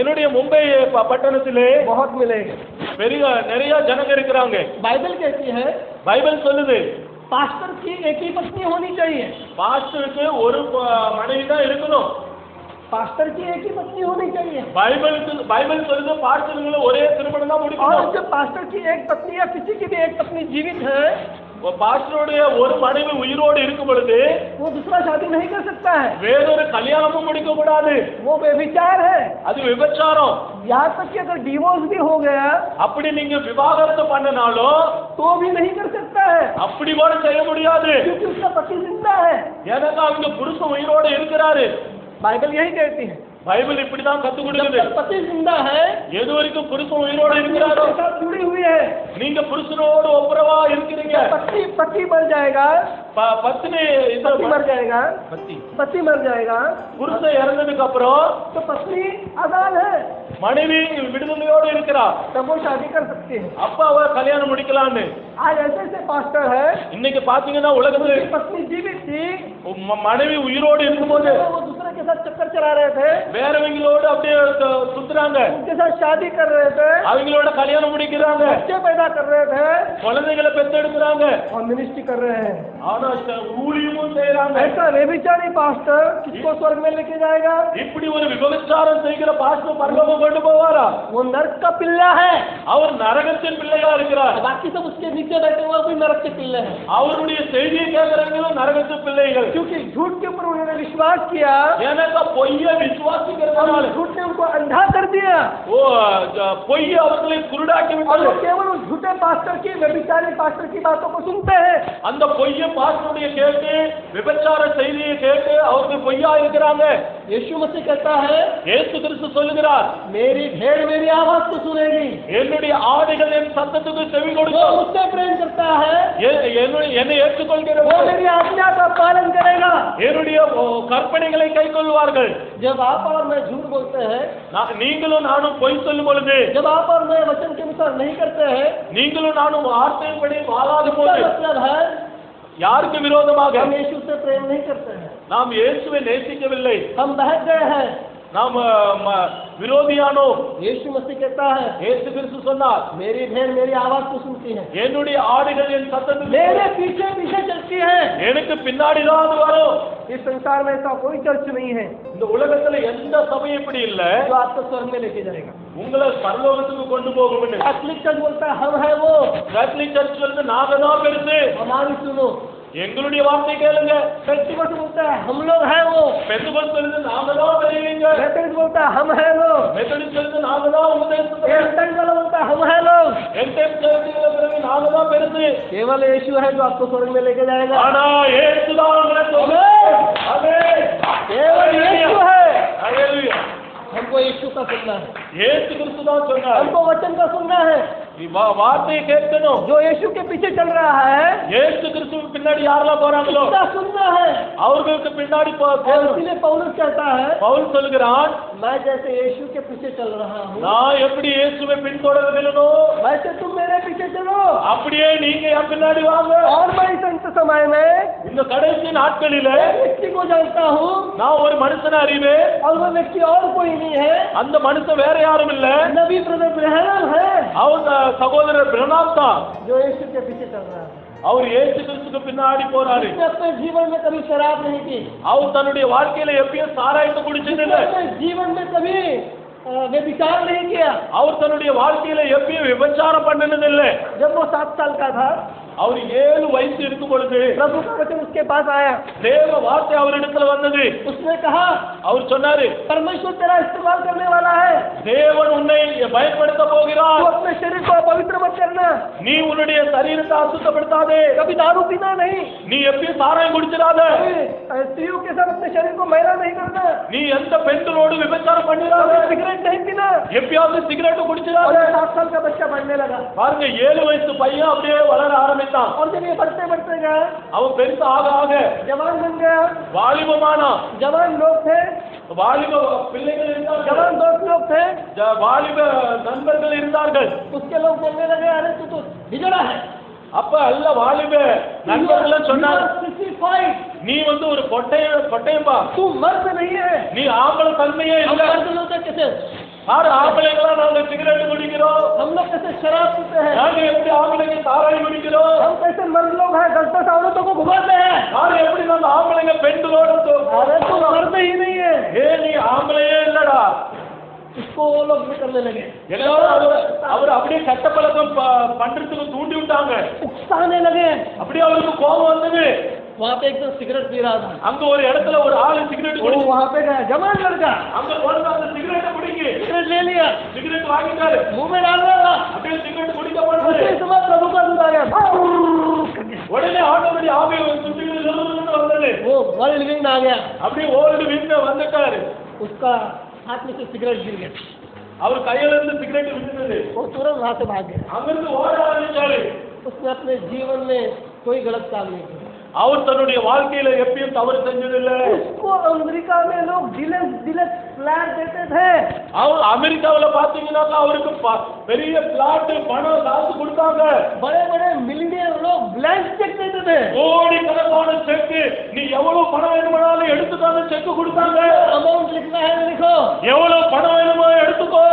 [SPEAKER 3] என்னுடைய மும்பை ப- பட்டணத்திலே
[SPEAKER 2] बहुत मिलेंगे
[SPEAKER 3] பெரிய நிறைய ஜனங்க இருக்கிறாங்க
[SPEAKER 2] बाइबल कहती है
[SPEAKER 3] பைபிள் சொல்லுது
[SPEAKER 2] पास्टर की एक ही पत्नी होनी चाहिए
[SPEAKER 3] பாஸ்டருக்கு ஒரு ப- மனைவி தான் இருக்கணும்
[SPEAKER 2] पास्टर की एक ही पत्नी होनी चाहिए
[SPEAKER 3] பைபிளுக்கு பைபிள் சொல்லுது பாஸ்டருங்களை ஒரே திருமணம் தான்
[SPEAKER 2] और
[SPEAKER 3] முடிக்கணும்
[SPEAKER 2] जब पास्टर की एक पत्नी या किसी की भी एक पत्नी जीवित है
[SPEAKER 3] பாஸ்டருடைய ஒரு மனைவி உயிரோடு இருக்கும் பொழுது
[SPEAKER 2] वो दूसरा शादी नहीं कर सकता है
[SPEAKER 3] வேறொரு கல்யாணமும் முடிக்க கூடாது
[SPEAKER 2] वो बेविचार है
[SPEAKER 3] அது விபச்சாரம்
[SPEAKER 2] यहाँ तक कि अगर डिवोर्स भी हो गया
[SPEAKER 3] அப்படி நீங்க விவாகரத்து பண்ணனாலும்
[SPEAKER 2] तो भी नहीं कर सकता है
[SPEAKER 3] அப்படி கூட செய்ய முடியாது
[SPEAKER 2] क्योंकि उसका पति जिंदा है
[SPEAKER 3] ஏன்னா அவங்க புருஷன் உயிரோடு இருக்கிறாரு
[SPEAKER 2] बाइबल यही कहती है
[SPEAKER 3] பைபிள் இப்படிதான் கத்து கொடுக்குது
[SPEAKER 2] जब पति जिंदा है
[SPEAKER 3] எது वரைக்கும் புருஷன் உயிரோடு
[SPEAKER 2] पत्नी
[SPEAKER 3] இருக்கிறாரோ
[SPEAKER 2] उसके साथ जुड़ी हुई है
[SPEAKER 3] நீங்க புருஷனோடு ஒப்புரவா இருக்கிறீங்க
[SPEAKER 2] पति पति मर जाएगा
[SPEAKER 3] ப- பத்னி இந்த
[SPEAKER 2] पति मर जाएगा
[SPEAKER 3] பத்தி
[SPEAKER 2] पति मर जाएगा
[SPEAKER 3] புருஷன் இறந்ததுக்கு அப்புறம்
[SPEAKER 2] तो पत्नी आजाद है
[SPEAKER 3] மனைவி விடுதலையோடு இருக்கிறா
[SPEAKER 2] तब वो शादी कर सकती है
[SPEAKER 3] அப்ப அவ கல்யாணம் முடிக்கலான்னு
[SPEAKER 2] आज ऐसे ऐसे पास्टर है
[SPEAKER 3] இன்னைக்கு பாத்தீங்கன்னா உலகத்துல
[SPEAKER 2] उसकी पत्नी जीवित थी
[SPEAKER 3] ம- மனைவி உயிரோடு இருக்கும்போது
[SPEAKER 2] वो दूसरे के के साथ चक्कर चला रहे थे
[SPEAKER 3] வேறவங்களோட அப்படியே சு- சுத்துறாங்க
[SPEAKER 2] उनके साथ शादी कर रहे थे
[SPEAKER 3] அவங்களோட கல்யாணம் முடிக்கிறாங்க
[SPEAKER 2] बच्चे पैदा कर रहे थे
[SPEAKER 3] குழந்தைகளை பெத்தெடுக்கிறாங்க
[SPEAKER 2] और मिनिस्ट्री कर रहे हैं तो
[SPEAKER 3] ஆனா ச- ஊழியமும் செய்யறாங்க
[SPEAKER 2] ऐसा रेबिचारी पास्टर किसको स्वर्ग में लेके जाएगा
[SPEAKER 3] இப்படி ஒரு விபச்சாரம் செய்கிற பாஸ்டர் பரலோகம் கொண்டு போவாரா
[SPEAKER 2] वो नर्क का पिल्ला है
[SPEAKER 3] அவர் नरகத்தின் பிள்ளையா இருக்கிறார்
[SPEAKER 2] बाकी सब उसके नीचे बैठे हुए भी नरक के पिल्ले हैं
[SPEAKER 3] அவருடைய செய்தியை கேட்கிறவங்களும் நரகத்து பிள்ளைகள்
[SPEAKER 2] क्योंकि झूठ के ऊपर उन्होंने विश्वास किया
[SPEAKER 3] எனக்கு பொய்ய
[SPEAKER 2] और
[SPEAKER 3] விசுவாசிக்கிறதுனால
[SPEAKER 2] उस झूठ ने उनको अंधा कर दिया
[SPEAKER 3] ஓ ஜ- பொய் அவர்களை குருடாக்கி
[SPEAKER 2] और वो
[SPEAKER 3] விட்டது
[SPEAKER 2] केवल उस झूठे पास्टर की व्यभिचारी पास्टर की बातों को सुनते हैं
[SPEAKER 3] அந்த பொய்ய பாஸ்டருடைய கேட்டு விபச்சார செய்தியை கேட்டு அவர்கள் பொய்யா இருக்கிறாங்க
[SPEAKER 2] यीशु मसीह कहता है
[SPEAKER 3] இயேசு கிறிஸ்து சொல்லுகிறார்
[SPEAKER 2] मेरी भेड़ मेरी आवाज को सुनेगी
[SPEAKER 3] என்னுடைய ஆடுகள் என் சத்தத்துக்கு செவி
[SPEAKER 2] वो
[SPEAKER 3] கொடுக்கும்
[SPEAKER 2] मुझसे प्रेम करता है
[SPEAKER 3] எ- என்னுடைய என்னை
[SPEAKER 2] वो
[SPEAKER 3] ஏற்றுக்கொள்கிறது
[SPEAKER 2] मेरी आज्ञा का पालन करेगा
[SPEAKER 3] என்னுடைய ஓ, கற்பனைகளை கை கொள்வார்கள்
[SPEAKER 2] जब आप और मैं झूठ बोलते हैं
[SPEAKER 3] நான் நீங்களும் நானும் பொய் சொல்லும் பொழுது
[SPEAKER 2] जब आप और मैं वचन के अनुसार नहीं करते हैं
[SPEAKER 3] நீங்களும் நானும் வார்த்தைப்படி வாழாத
[SPEAKER 2] इसका
[SPEAKER 3] போது
[SPEAKER 2] मतलब है
[SPEAKER 3] யாருக்கு விரோதமாக
[SPEAKER 2] हम यीशु से प्रेम नहीं करते हैं
[SPEAKER 3] நாம் இயேசுவை நேசிக்கவில்லை
[SPEAKER 2] हम बहक गए हैं
[SPEAKER 3] நாம் அ, ம- விரோதியானோம்
[SPEAKER 2] यीशु मसीह कहता है
[SPEAKER 3] இயேசு கிறிஸ்து சொன்னார்
[SPEAKER 2] मेरी भेड़ मेरी आवाज को सुनती है
[SPEAKER 3] என்னுடைய ஆடுகள் என் சத்தத்துக்கு
[SPEAKER 2] मेरे पीछे पीछे चलती है
[SPEAKER 3] எனக்கு பின்னாடி தான் அது வரும்
[SPEAKER 2] इस संसार में ऐसा कोई चर्च नहीं है
[SPEAKER 3] இந்த உலகத்துல எந்த சபையும் இப்படி இல்ல
[SPEAKER 2] जो आपको स्वर्ग में लेके जाएगा
[SPEAKER 3] உங்களை பரலோகத்துக்கு கொண்டு போகும்னு
[SPEAKER 2] कैथलिक चर्च बोलता है हम है वो
[SPEAKER 3] கேத்தலிக் சர்ச் வந்து நாங்க தான் பெருசு
[SPEAKER 2] हमारी सुनो
[SPEAKER 3] எங்களுடைய வார்த்தை கேளுங்க
[SPEAKER 2] पेंटिकॉस्ट बोलता है हम लोग है वो
[SPEAKER 3] பெந்தபஸ் இருந்து நாங்க தான் பெரியவங்க
[SPEAKER 2] मेथडिस्ट बोलता है हम है लोग
[SPEAKER 3] மெத்தடிஸ்ட் இருந்து नाங்க தான் உபதேசத்தை
[SPEAKER 2] एयरटेल वाला बोलता है हम है लोग
[SPEAKER 3] என்டெம் சர்ச்சுல பிறகு நாங்க தான் பெருசு
[SPEAKER 2] केवल यीशु है जो आपको स्वर्ग में लेके जाएगा
[SPEAKER 3] ஆனா இயேசுதான் உங்களை சொல்லுங்க
[SPEAKER 2] हमें
[SPEAKER 3] ஆமென்.
[SPEAKER 2] केवल यीशु है
[SPEAKER 3] ஹalleluya.
[SPEAKER 2] हमको यीशु का सुनना है
[SPEAKER 3] இயேசு கிறிஸ்து தான் சொன்னார்
[SPEAKER 2] हमको वचन का सुनना है
[SPEAKER 3] நீ வா- வார்த்தையை கேட்கணும்
[SPEAKER 2] जो यीशु के पीछे चल रहा है
[SPEAKER 3] இயேசு கிறிஸ்துவுக்கு பின்னாடி யாரெல்லாம் போறாங்களோ
[SPEAKER 2] उसका सुनना है
[SPEAKER 3] அவர்களுக்கு पिன்னாடி போ-
[SPEAKER 2] और
[SPEAKER 3] போகணும்.
[SPEAKER 2] इसीलिए पौलुस कहता है
[SPEAKER 3] பவுல் சொல்கிறான்
[SPEAKER 2] मैं जैसे यीशु के पीछे चल रहा हूँ
[SPEAKER 3] நான் எப்படி இயேசுவை பின்தொடர்கிறேனோ
[SPEAKER 2] वैसे तुम मेरे पीछे चलो
[SPEAKER 3] அப்படியே நீங்க என் பின்னாடி வாங்க
[SPEAKER 2] और मैं इस अंत समय में
[SPEAKER 3] இந்த கடைசி நாட்களில
[SPEAKER 2] एक व्यक्ति को जानता हूँ
[SPEAKER 3] நான் ஒரு மனுஷனை அறிவேன்
[SPEAKER 2] और वो व्यक्ति और कोई नहीं है
[SPEAKER 3] அந்த மனுஷன் வேற யாரும் இல்ல
[SPEAKER 2] नबी ब्रदर ब्रहणम है
[SPEAKER 3] அவன் த- சகோதரர் பிரணாப் தான்
[SPEAKER 2] जो यीशु के पीछे चल रहा है
[SPEAKER 3] அவர் இயேசு கிறிஸ்துக்கு பின்னாடி போறாரு
[SPEAKER 2] उसने अपने जीवन में कभी शराब नहीं की
[SPEAKER 3] அவர் தன்னுடைய வாழ்க்கையில எப்பயும் சாராயத்தை குடிச்சது இல்ல
[SPEAKER 2] अपने जीवन में कभी अ, व्यभिचार नहीं किया
[SPEAKER 3] அவர் தன்னுடைய வாழ்க்கையில எப்பயும் விபச்சாரம் பண்ணினது இல்ல
[SPEAKER 2] जब वो सात साल का था
[SPEAKER 3] அவர் ஏழு வயசு இருக்கும் பொழுது
[SPEAKER 2] प्रभु का वचन उसके पास आया
[SPEAKER 3] தேவ வார்த்தை அவரிடத்துல வந்தது
[SPEAKER 2] उसने कहा
[SPEAKER 3] அவர் சொன்னாரு
[SPEAKER 2] परमेश्वर तेरा इस्तेमाल करने वाला है
[SPEAKER 3] தேவன் உன்னை பயன்படுத்த
[SPEAKER 2] तू
[SPEAKER 3] போகிறார்
[SPEAKER 2] अपने शरीर को अपवित्र मत करना
[SPEAKER 3] நீ உன்னுடைய சரீரத்தை அசுத்தப்படுத்தாதே
[SPEAKER 2] कभी दारू पीना नहीं
[SPEAKER 3] நீ எப்பயும் சாராயம் குடிச்சிடாத
[SPEAKER 2] कभी अ, स्त्रियों के साथ अपने शरीर को मैला नहीं करना
[SPEAKER 3] நீ எந்த பெண்களோடு விபச்சாரம் பண்ணிடாத
[SPEAKER 2] कभी सिगरेट नहीं पीना
[SPEAKER 3] எப்பயாவது சிகரெட்
[SPEAKER 2] और
[SPEAKER 3] குடிச்சிடாத
[SPEAKER 2] ये सात साल का बच्चा बढ़ने लगा
[SPEAKER 3] பாருங்க ஏழு वयसु பையன் அப்படியே வளர ஆரம்பித்தான்
[SPEAKER 2] और जब ये बढ़ते बढ़ते गया
[SPEAKER 3] அவன் பெருசா ஆக ஆக
[SPEAKER 2] जवान बन गया
[SPEAKER 3] வாலிபமானான்
[SPEAKER 2] जवान लोग थे
[SPEAKER 3] வாலிப பிள்ளைகள் இருந்தார்கள்
[SPEAKER 2] जवान दोस्त लोग थे
[SPEAKER 3] ஜ- வாலிப நண்பர்கள் இருந்தார்கள்
[SPEAKER 2] उसके लोग बोलने लगे अरे तू तो बिगड़ा है
[SPEAKER 3] அப்ப அல்ல வாலிப நண்பர்கள் சொன்னாங்க
[SPEAKER 2] फाइट
[SPEAKER 3] நீ வந்து ஒரு கொட்டைய கொட்டையம்பா
[SPEAKER 2] तू मर्द नहीं है
[SPEAKER 3] நீ ஆம்பளை தன்மையே
[SPEAKER 2] हम
[SPEAKER 3] இல்ல
[SPEAKER 2] मर्द लोग हैं कैसे
[SPEAKER 3] யார் ஆம்பளைங்களா நாங்க சிகரெட் குடிக்கிறோம்
[SPEAKER 2] हम लोग कैसे शराब पीते हैं
[SPEAKER 3] நாங்க எப்படி ஆம்பளைங்க சாராயம் குடிக்கிறோம்
[SPEAKER 2] हम कैसे मर्द लोग हैं दस दस औरतों को घुमाते हैं
[SPEAKER 3] நாங்க எப்படி நம்ம ஆம்பளைங்க பெண்களோட தோ-
[SPEAKER 2] अरे तो मर्द ही नहीं है
[SPEAKER 3] ஏ நீ ஆம்பளையே இல்லடா
[SPEAKER 2] इसको वो लोग भी करने लगे
[SPEAKER 3] எல்லாரும் அவர் அவர் அப்படியே கெட்ட பழக்கம் ப- பண்றதுக்கு தூண்டி விட்டாங்க
[SPEAKER 2] उकसाने लगे
[SPEAKER 3] அப்படியே அவருக்கு கோபம் வந்தது
[SPEAKER 2] वहाँ पे एकदम सिगरेट पी रहा था
[SPEAKER 3] அங்க ஒரு இடத்துல ஒரு ஆளு சிகரெட்
[SPEAKER 2] वो
[SPEAKER 3] குடி
[SPEAKER 2] वहाँ पे गया जवान लड़का
[SPEAKER 3] அங்க போனது அந்த சிகரெட்டை குடிக்கு
[SPEAKER 2] सिगरेट ले लिया
[SPEAKER 3] சிகரெட் வாங்கிட்டாரு
[SPEAKER 2] मुंह में डाल रहा
[SPEAKER 3] அப்படியே सिगरेट குடிக்க
[SPEAKER 2] था
[SPEAKER 3] போனாரு
[SPEAKER 2] उसी समय प्रभु का दूध आ गया भाऊ!
[SPEAKER 3] உடனே ஆட்டோமேட்டி ஆவி சுத்திட்டு வந்தது
[SPEAKER 2] वो वर्ल्ड लिविंग में आ गया
[SPEAKER 3] அப்படியே ஓல்டு வீட்டுல வந்துட்டாரு
[SPEAKER 2] उसका हाथ में से सिगरेट गिर गया
[SPEAKER 3] அவர் கையில இருந்து சிகரெட் விட்டுனது
[SPEAKER 2] वो तुरंत वहाँ से भाग गया
[SPEAKER 3] அங்கிருந்து ஓட ஆரம்பிச்சாரு
[SPEAKER 2] उसने अपने जीवन में कोई गलत काम नहीं किया
[SPEAKER 3] அவர் தன்னுடைய வாழ்க்கையில எப்பயும் தவறு செஞ்சதில்லை
[SPEAKER 2] उसको अमेरिका में लोग डिलेक्स डिलेक्स फ्लैट देते थे
[SPEAKER 3] அவர் அமெரிக்காவுல பாத்தீங்கன்னாக்கா அவருக்கு ப- பெரிய பிளாட் பணம் காசு கொடுத்தாங்க
[SPEAKER 2] बड़े बड़े मिलियनियर लोग ब्लैंक चेक देते थे
[SPEAKER 3] கோடி கணக்கான செக் நீ எவ்வளவு பணம் வேணுமானாலும் எடுத்துக்கான செக் கொடுத்தாங்க எவ்வளவு பணம் வேணுமோ எடுத்துக்கோ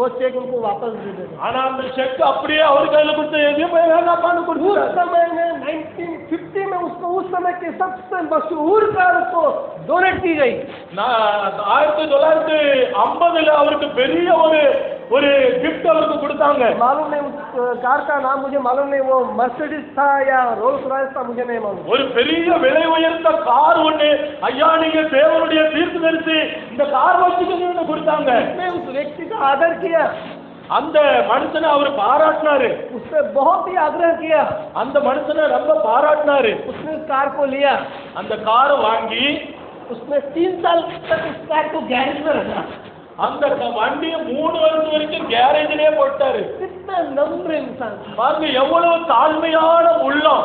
[SPEAKER 2] वो चेक उनको वापस दे देगा
[SPEAKER 3] ஆனா அந்த செக் அப்படியே அவர் கையில கொடுத்து எதையும் வேணாப்பான்னு
[SPEAKER 2] उस
[SPEAKER 3] கொடுத்து
[SPEAKER 2] समय में 1950 में उसको उस समय के सबसे मशहूर कार को डोनेट की गई
[SPEAKER 3] நான் ஆயிரத்தி தொள்ளாயிரத்தி ஐம்பதுல அவருக்கு பெரிய ஒரு ஒரு கிஃப்ட் அவருக்கு கொடுத்தாங்க
[SPEAKER 2] मालूम नहीं उस कार का नाम मुझे मालूम नहीं वो मर्सिडीज था या रोल्स रॉयस था मुझे नहीं मालूम
[SPEAKER 3] ஒரு பெரிய விலை உயர்ந்த கார் ஒண்ணு ஐயா நீங்க தேவனுடைய தீர்த்து தரிசி இந்த கார் வச்சுக்கணும்னு கொடுத்தாங்க
[SPEAKER 2] उसने उस व्यक्ति का आदर किया
[SPEAKER 3] அந்த மனுஷனை அவர் பாராட்டினாரு
[SPEAKER 2] उससे बहुत ही आग्रह किया
[SPEAKER 3] அந்த மனுஷனை ரொம்ப பாராட்டினாரு
[SPEAKER 2] उसने उस कार को लिया
[SPEAKER 3] அந்த காரை वाங்கி
[SPEAKER 2] उसने तीन साल तक उस कार को गैरेज में रखा
[SPEAKER 3] அந்த க- வண்டியை மூணு வருஷம் வரைக்கும் கேரேஜ்லயே போட்டாரு
[SPEAKER 2] कितना नम्र इंसान था।
[SPEAKER 3] பாருங்க எவ்வளவு தாழ்மையான உள்ளம்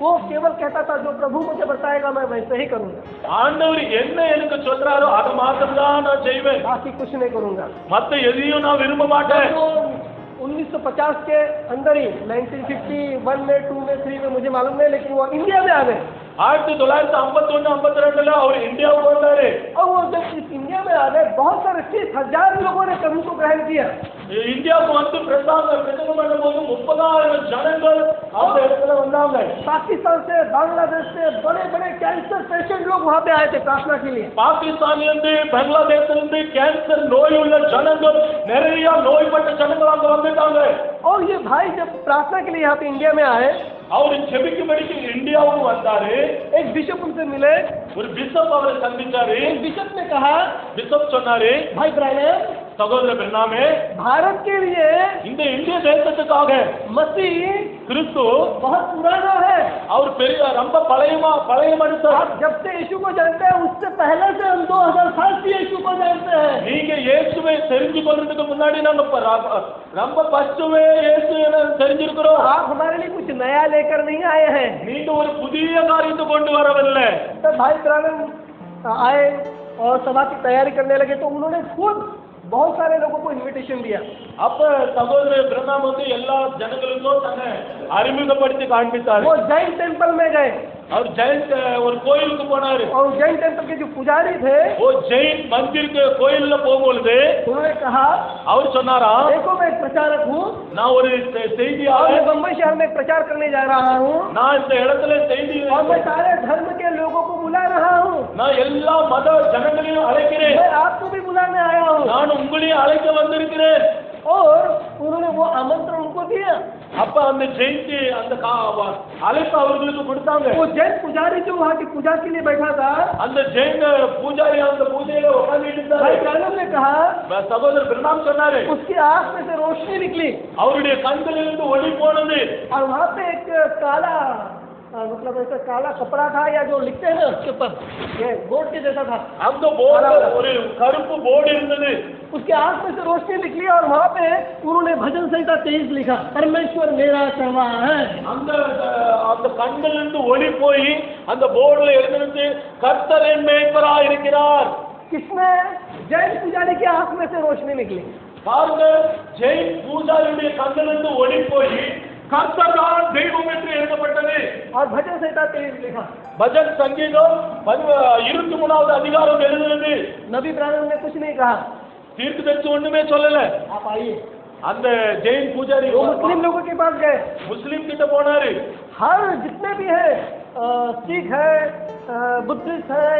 [SPEAKER 2] वो केवल कहता था जो प्रभु मुझे बताएगा मैं वैसे ही करूंगा
[SPEAKER 3] ஆண்டவர் என்ன எனக்கு சொல்றாரோ அதை மாத்திரம் தான் நான் செய்வேன்
[SPEAKER 2] बाकी कुछ नहीं करूंगा
[SPEAKER 3] மத்த எதையும் நான் விரும்ப மாட்டேன்
[SPEAKER 2] तो 1950 के अंदर ही 1951 में टू में थ्री में मुझे मालूम नहीं लेकिन वो इंडिया में आ गए
[SPEAKER 3] ஆயிரத்தி தொள்ளாயிரத்தி ஐம்பத்தி ஒண்ணு ஐம்பத்தி ரெண்டுல அவர் இந்தியாவுக்கு வந்தாரு
[SPEAKER 2] और वो जब इस इंडिया में आ गए बहुत सारे तीस हजार लोगों ने प्रभु को ग्रहण किया
[SPEAKER 3] இந்தியாவுக்கு வந்து பிரசாங்க பிரசங்கம் பண்ணும் போது முப்பதாயிரம் ஜனங்கள் அந்த இடத்துல வந்தாங்க
[SPEAKER 2] पाकिस्तान से बांग्लादेश से बड़े बड़े कैंसर पेशेंट लोग वहाँ पे आए थे प्रार्थना के लिए
[SPEAKER 3] பாகிஸ்தான்லேருந்து பங்களாதேஷ்லேருந்து கேன்சர் நோய் உள்ள ஜனங்கள் நிறைய நோய்பட்ட ஜனங்கள் அங்க வந்துட்டாங்க
[SPEAKER 2] और ये भाई जब प्रार्थना के लिए यहाँ पे इंडिया में आए
[SPEAKER 3] அவர் செபிக்கும்படிக்கு இந்தியாவுக்கு வந்தாரு
[SPEAKER 2] एक बिशप उनसे मिले
[SPEAKER 3] ஒரு பிஷப் அவரை சந்திச்சாரு
[SPEAKER 2] एक बिशप ने कहा
[SPEAKER 3] பிஷப் சொன்னாரு
[SPEAKER 2] भाई ब्रायन
[SPEAKER 3] சகோதர பெருநாமே
[SPEAKER 2] भारत के लिए
[SPEAKER 3] இந்த இந்திய தேசத்துக்காக
[SPEAKER 2] मसीह
[SPEAKER 3] கிறிஸ்து
[SPEAKER 2] बहुत पुराना है
[SPEAKER 3] அவர் பெரிய ரொம்ப பழையமா பழைய மனுஷர்
[SPEAKER 2] तो आप जब से यीशु को जानते हैं उससे पहले से हम 2000 साल से यीशु को जानते हैं
[SPEAKER 3] நீங்க இயேசுவை தெரிஞ்சு கொள்றதுக்கு முன்னாடி நாங்க ப- ர- ரொம்ப பசுவே இயேசு என தெரிஞ்சிருக்கிறோம்
[SPEAKER 2] तो आप हमारे लिए कुछ नया लेकर नहीं आए हैं
[SPEAKER 3] நீங்க ஒரு புதிய காரியத்தை கொண்டு வரவில்லை
[SPEAKER 2] तब भाई प्राणन आए और सभा की तैयारी करने लगे तो उन्होंने खुद बहुत सारे लोगों को इनविटेशन दिया
[SPEAKER 3] அப்ப சகோதரர் பிரணாம் வந்து எல்லா ஜனங்களுக்கும் தன்னை அறிமுகப்படுத்தி காண்பித்தார்
[SPEAKER 2] वो जैन टेम्पल में गए
[SPEAKER 3] அவர் ஜெயின் அஹ், ஒரு கோயிலுக்கு போனாரு
[SPEAKER 2] और जैन टेम्पल के जो पुजारी थे
[SPEAKER 3] ஓ ஜெயின் மந்திருக்கு கோயில்ல போகும்பொழுது
[SPEAKER 2] उन्होंने कहा
[SPEAKER 3] அவர் சொன்னாரா
[SPEAKER 2] देखो मैं एक प्रचारक हूँ
[SPEAKER 3] நான் ஒரு செ-
[SPEAKER 2] और मैं
[SPEAKER 3] செய்தியாளர்
[SPEAKER 2] बम्बई शहर में प्रचार करने जा रहा हूँ
[SPEAKER 3] நான் இந்த இடத்துல செய்தி
[SPEAKER 2] और मैं सारे धर्म के लोगों को बुला रहा हूँ
[SPEAKER 3] நான் எல்லா மத ஜனங்களையும் அழைக்கிறேன்
[SPEAKER 2] मैं आपको भी बुलाने आया हूँ
[SPEAKER 3] நான் உங்களையும் அழைக்க வந்திருக்கிறேன்
[SPEAKER 2] और उन्होंने वो आमंत्रण उनको दिया
[SPEAKER 3] அப்ப அந்த ஜெயிச்சு அந்த கா- வ- அழைப்பு அவர்களுக்கு கொடுத்தாங்க
[SPEAKER 2] वो जैन पुजारी जो वहाँ की पूजा के लिए बैठा था
[SPEAKER 3] அந்த ஜெயின் பூஜாரி அந்த பூஜையில உட்காந்துட்டு
[SPEAKER 2] भाई
[SPEAKER 3] இருந்தாரு
[SPEAKER 2] कानम ने कहा
[SPEAKER 3] சகோதரர் பிரணாம் சொன்னாரு
[SPEAKER 2] उसकी आंख में से रोशनी निकली
[SPEAKER 3] அவருடைய கண்களிலிருந்து ஒளி போனது
[SPEAKER 2] और वहाँ पे एक काला आ, मतलब ऐसा काला कपड़ा था या जो लिखते हैं ना उसके ऊपर ये बोर्ड के जैसा था
[SPEAKER 3] அந்த போர்டு ஒரு கருப்பு போர்டு இருந்தது
[SPEAKER 2] उसके आंख में से रोशनी निकली और वहाँ पे उन्होंने भजन संहिता तेईस लिखा परमेश्वर मेरा सर्वा है
[SPEAKER 3] அந்த அஹ், அந்த கண்களிலிருந்து ஒளி போய் அந்த போர்டுல எழுந்திருந்து கர்த்தர் என் மேய்ப்பரா இருக்கிறார்
[SPEAKER 2] किसमें जैन पुजारी की आंख में से रोशनी निकली
[SPEAKER 3] பாருங்க ஜெயின் பூஜாரியுடைய கண்ணிலிருந்து ஒளி போய் கர்த்தர் தான் தெய்வம் என்று எழுதப்பட்டது
[SPEAKER 2] और भजन संहिता तेईस लिखा
[SPEAKER 3] பஜன் சங்கீதம் இருபத்தி மூணாவது அதிகாரம் எழுதுனது
[SPEAKER 2] नबी ब्राह्मण ने कुछ नहीं कहा
[SPEAKER 3] தீர்க்கு தரிசி ஒண்ணுமே சொல்லல
[SPEAKER 2] आप आइए
[SPEAKER 3] அந்த ஜெயின் பூஜாரி
[SPEAKER 2] वो मुस्लिम लोगों के पास गए
[SPEAKER 3] முஸ்லிம் கிட்ட போனாரு
[SPEAKER 2] हर जितने भी हैं अ, सिख है अ, बुद्धिस्ट है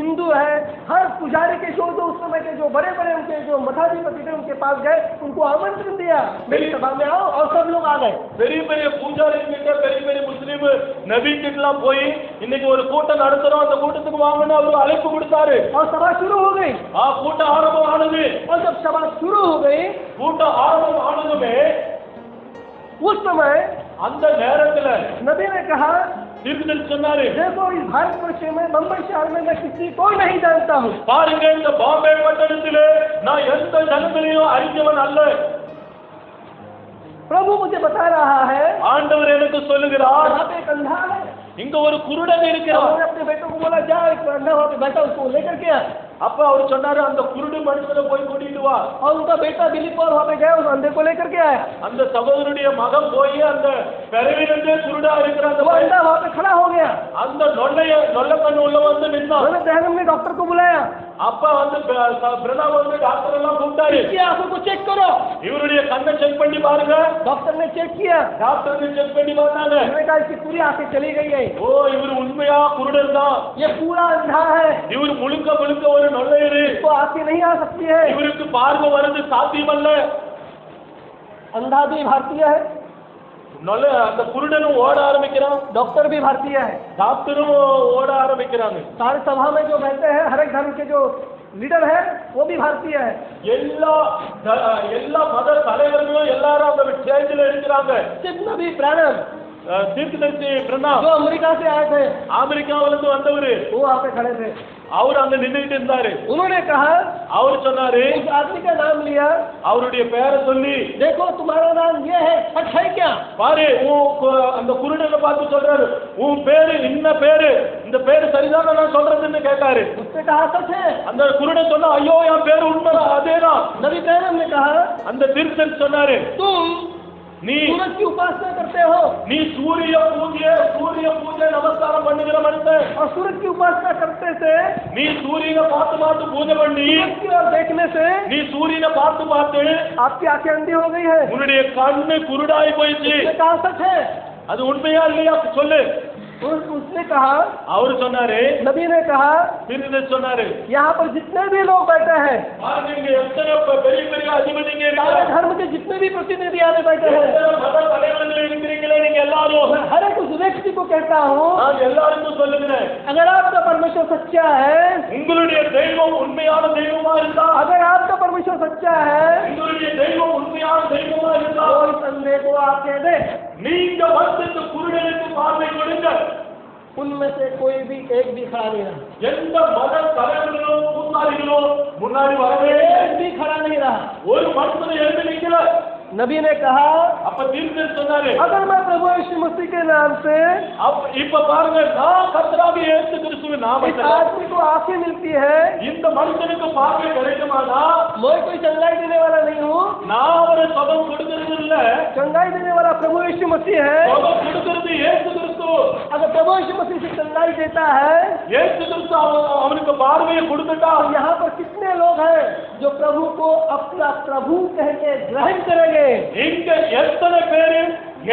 [SPEAKER 2] हिंदू है हर पुजारी के जो जो उस समय के जो बड़े बड़े उनके जो मठाधिपति थे उनके पास गए उनको आमंत्रण दिया मेरी सभा में आओ और सब लोग आ गए
[SPEAKER 3] பெரிய பெரிய பூஜாரி கிட்ட பெரிய பெரிய முஸ்லீம் நபி கிட்டலாம் போய் இன்னைக்கு ஒரு கூட்டம் நடத்துறோம் அந்த கூட்டத்துக்கு வாங்கன்னு அவரு அழைப்பு கொடுத்தாரு
[SPEAKER 2] और सभा शुरू हो गई
[SPEAKER 3] ஆ கூட்டம் ஆரம்பம் ஆனது
[SPEAKER 2] और जब सभा शुरू हो गई
[SPEAKER 3] கூட்டம் ஆரம்பம் ஆனதுமே
[SPEAKER 2] उस समय
[SPEAKER 3] அந்த நேரத்துல
[SPEAKER 2] नबी ने कहा
[SPEAKER 3] தீர்க்கதரிசி சொன்னாரு
[SPEAKER 2] देखो इस भारतवर्ष में बम्बई शहर में मैं किसी को नहीं जानता हूँ
[SPEAKER 3] பாருங்க இந்த பாம்பே பட்டணத்திலே நான் எந்த ஜனங்களையும் அறிஞ்சவன் அல்ல
[SPEAKER 2] प्रभु मुझे बता रहा है
[SPEAKER 3] ஆண்டவர் எனக்கு சொல்லுகிறார்
[SPEAKER 2] यहाँ पे एक अंधा है
[SPEAKER 3] இங்க ஒரு குருடன் இருக்கிறார்
[SPEAKER 2] उन्होंने अपने बेटों को बोला जा एक अंडा वहाँ पे बैठा उसको लेकर के आ
[SPEAKER 3] அப்ப அவர் சொன்னாரு அந்த குருடு மனுஷனை போய் கூட்டிட்டு வா
[SPEAKER 2] और उनका बेटा दिलीप और वहाँ पे गया उस अंधे को लेकर के आया
[SPEAKER 3] அந்த சகோதரனுடைய மகன் போய் அந்த பிறவிலிருந்தே குருடா இருக்கிற அந்த
[SPEAKER 2] तो वो
[SPEAKER 3] பையன்,
[SPEAKER 2] अंडा वहाँ पे खड़ा हो गया
[SPEAKER 3] அந்த நொல்லைய நொல்ல கண்ணு உள்ள வந்து நின்றான்
[SPEAKER 2] मैंने दहन में डॉक्टर को बुलाया
[SPEAKER 3] அப்பா வந்து ப- ச- பிரணா வந்து டாக்டர் எல்லாம் கூப்பிட்டாரு
[SPEAKER 2] इसकी आंखों को चेक करो
[SPEAKER 3] இவருடைய கண்ணை செக் பண்ணி பாருங்க
[SPEAKER 2] डॉक्टर ने चेक किया
[SPEAKER 3] டாக்டர் செக் பண்ணி பார்த்தாங்க
[SPEAKER 2] उन्होंने कहा इसकी पूरी आंखें चली गई है
[SPEAKER 3] ஓ இவர் உண்மையா குருடன் தான்
[SPEAKER 2] ये पूरा अंधा है
[SPEAKER 3] இவர் முழுக்க முழுக்க ஒரு நுழையீடு
[SPEAKER 2] इसको आंखें नहीं आ सकती है
[SPEAKER 3] இவருக்கு பார்வை வர்றது சாத்தியமல்ல
[SPEAKER 2] अंधा भी भारतीय है
[SPEAKER 3] நல்ல அந்த குருடனும் ஓட ஆரம்பிக்கிறான்
[SPEAKER 2] डॉक्टर भी भारतीय है
[SPEAKER 3] டாக்டரும் ஓட ஆரம்பிக்கிறாங்க
[SPEAKER 2] सारे सभा में जो बैठे हैं हर एक धर्म के जो लीडर है वो भी भारतीय है
[SPEAKER 3] எல்லா த- எல்லா மத தலைவர்களும் எல்லாரும் அந்த ஸ்டேஜில் இருக்கிறாங்க
[SPEAKER 2] जितना भी प्राणम
[SPEAKER 3] அஹ் தீர்க்கதரிசி பிரணாம்
[SPEAKER 2] जो अमेरिका से आए थे
[SPEAKER 3] அமெரிக்காவில இருந்து வந்தவரு
[SPEAKER 2] वो वहाँ पे खड़े थे
[SPEAKER 3] அவர் அங்க நின்றுட்டு இருந்தாரு
[SPEAKER 2] उन्होंने कहा
[SPEAKER 3] அவர் சொன்னாரு
[SPEAKER 2] उस आदमी का नाम लिया
[SPEAKER 3] அவருடைய பேரை சொல்லி
[SPEAKER 2] देखो तुम्हारा नाम ये है सच है क्या
[SPEAKER 3] பாரு உன் கு- அந்த குருடனை பார்த்து சொல்றாரு உன் பேரு இன்ன பேரு இந்த பேரு சரிதான நான் சொல்றதுன்னு கேட்டாரு
[SPEAKER 2] उसने कहा सच है
[SPEAKER 3] அந்த குருடன் சொன்னா ஐயோ என் பேரு உண்மைதான் அதேதான்
[SPEAKER 2] नबी पैरम ने कहा
[SPEAKER 3] அந்த திருத்தன் சொன்னாரு
[SPEAKER 2] तुम
[SPEAKER 3] நீ
[SPEAKER 2] सूरज की उपासना करते हो
[SPEAKER 3] நீ சூரிய பூஜை சூரிய பூஜை நமஸ்காரம் பண்ணுகிற மனுஷன்
[SPEAKER 2] और सूरज की उपासना करते से
[SPEAKER 3] நீ சூரியனை பார்த்து பார்த்து பூஜை பண்ணி
[SPEAKER 2] सूरज की ओर देखने से
[SPEAKER 3] நீ சூரியனை பார்த்து பார்த்து
[SPEAKER 2] आपकी आंखें अंधी हो गई है
[SPEAKER 3] உன்னுடைய கண்ணு குருடாயி போயிடுச்சு
[SPEAKER 2] उसने कहा सच है
[SPEAKER 3] அது உண்மையா இல்லையா சொல்லு
[SPEAKER 2] उस- उसने कहा
[SPEAKER 3] அவரு சொன்னாரு
[SPEAKER 2] नबी ने कहा
[SPEAKER 3] திருத்தன் சொன்னாரு
[SPEAKER 2] यहाँ पर जितने भी लोग बैठे हैं
[SPEAKER 3] பாருங்க இங்க எத்தனை பெரிய பெரிய அதிபதிங்க
[SPEAKER 2] सारे
[SPEAKER 3] இருக்காங்க
[SPEAKER 2] धर्म के जितने भी प्रतिनिधि आने बैठे हैं
[SPEAKER 3] எத்தனை மத தலைவர்கள் இருக்கிறீங்களே நீங்க எல்லாரும்
[SPEAKER 2] मैं हर एक उस व्यक्ति को कहता हूँ
[SPEAKER 3] நான் எல்லாருக்கும் சொல்லுகிறேன்
[SPEAKER 2] अगर आपका परमेश्वर सच्चा है
[SPEAKER 3] உங்களுடைய தெய்வம் உண்மையான தெய்வமா இருந்தா
[SPEAKER 2] अगर आपका परमेश्वर सच्चा है
[SPEAKER 3] உங்களுடைய தெய்வம் உண்மையான தெய்வமா இருந்தா
[SPEAKER 2] तो इस अंधे को आप कह दे
[SPEAKER 3] நீங்க வந்து இந்த குருடனுக்கு பார்வை கொடுங்க
[SPEAKER 2] उनमें से कोई भी एक भी खड़ा नहीं रहा
[SPEAKER 3] எந்த மத தலைவர்களோ பூசாரிகளோ முன்னாடி வரவே
[SPEAKER 2] एक भी खड़ा नहीं रहा
[SPEAKER 3] ஒரு மனுஷனை எழுந்து நிக்கல
[SPEAKER 2] नबी ने कहा
[SPEAKER 3] அப்ப தீர்த்து சொன்னாரு
[SPEAKER 2] अगर मैं प्रभु यीशु मसीह के नाम से
[SPEAKER 3] அப்ப இப்ப பாருங்க நான் கத்தராவி ஏற்று கிறிஸ்துவின்
[SPEAKER 2] इस
[SPEAKER 3] நாமத்தில்
[SPEAKER 2] आदमी को आंखें मिलती है
[SPEAKER 3] இந்த மனுஷனுக்கு பார்வை கிடைக்குமானா
[SPEAKER 2] मैं कोई चंगाई देने वाला नहीं हूँ
[SPEAKER 3] நான் ஒரு சபம் கொடுக்கிறது இல்ல
[SPEAKER 2] चंगाई देने वाला प्रभु यीशु मसीह है
[SPEAKER 3] சபம் கொடுக்கிறது ஏசு கிறிஸ்து
[SPEAKER 2] अगर प्रभु यीशु मसीह से चंगाई देता है
[SPEAKER 3] ஏசு கிறிஸ்து அவ- அவனுக்கு பார்வையை கொடுத்துட்டா
[SPEAKER 2] और यहाँ पर कितने लोग हैं जो प्रभु को अपना प्रभु कह के ग्रहण करेंगे
[SPEAKER 3] இங்க எத்தனை பேரு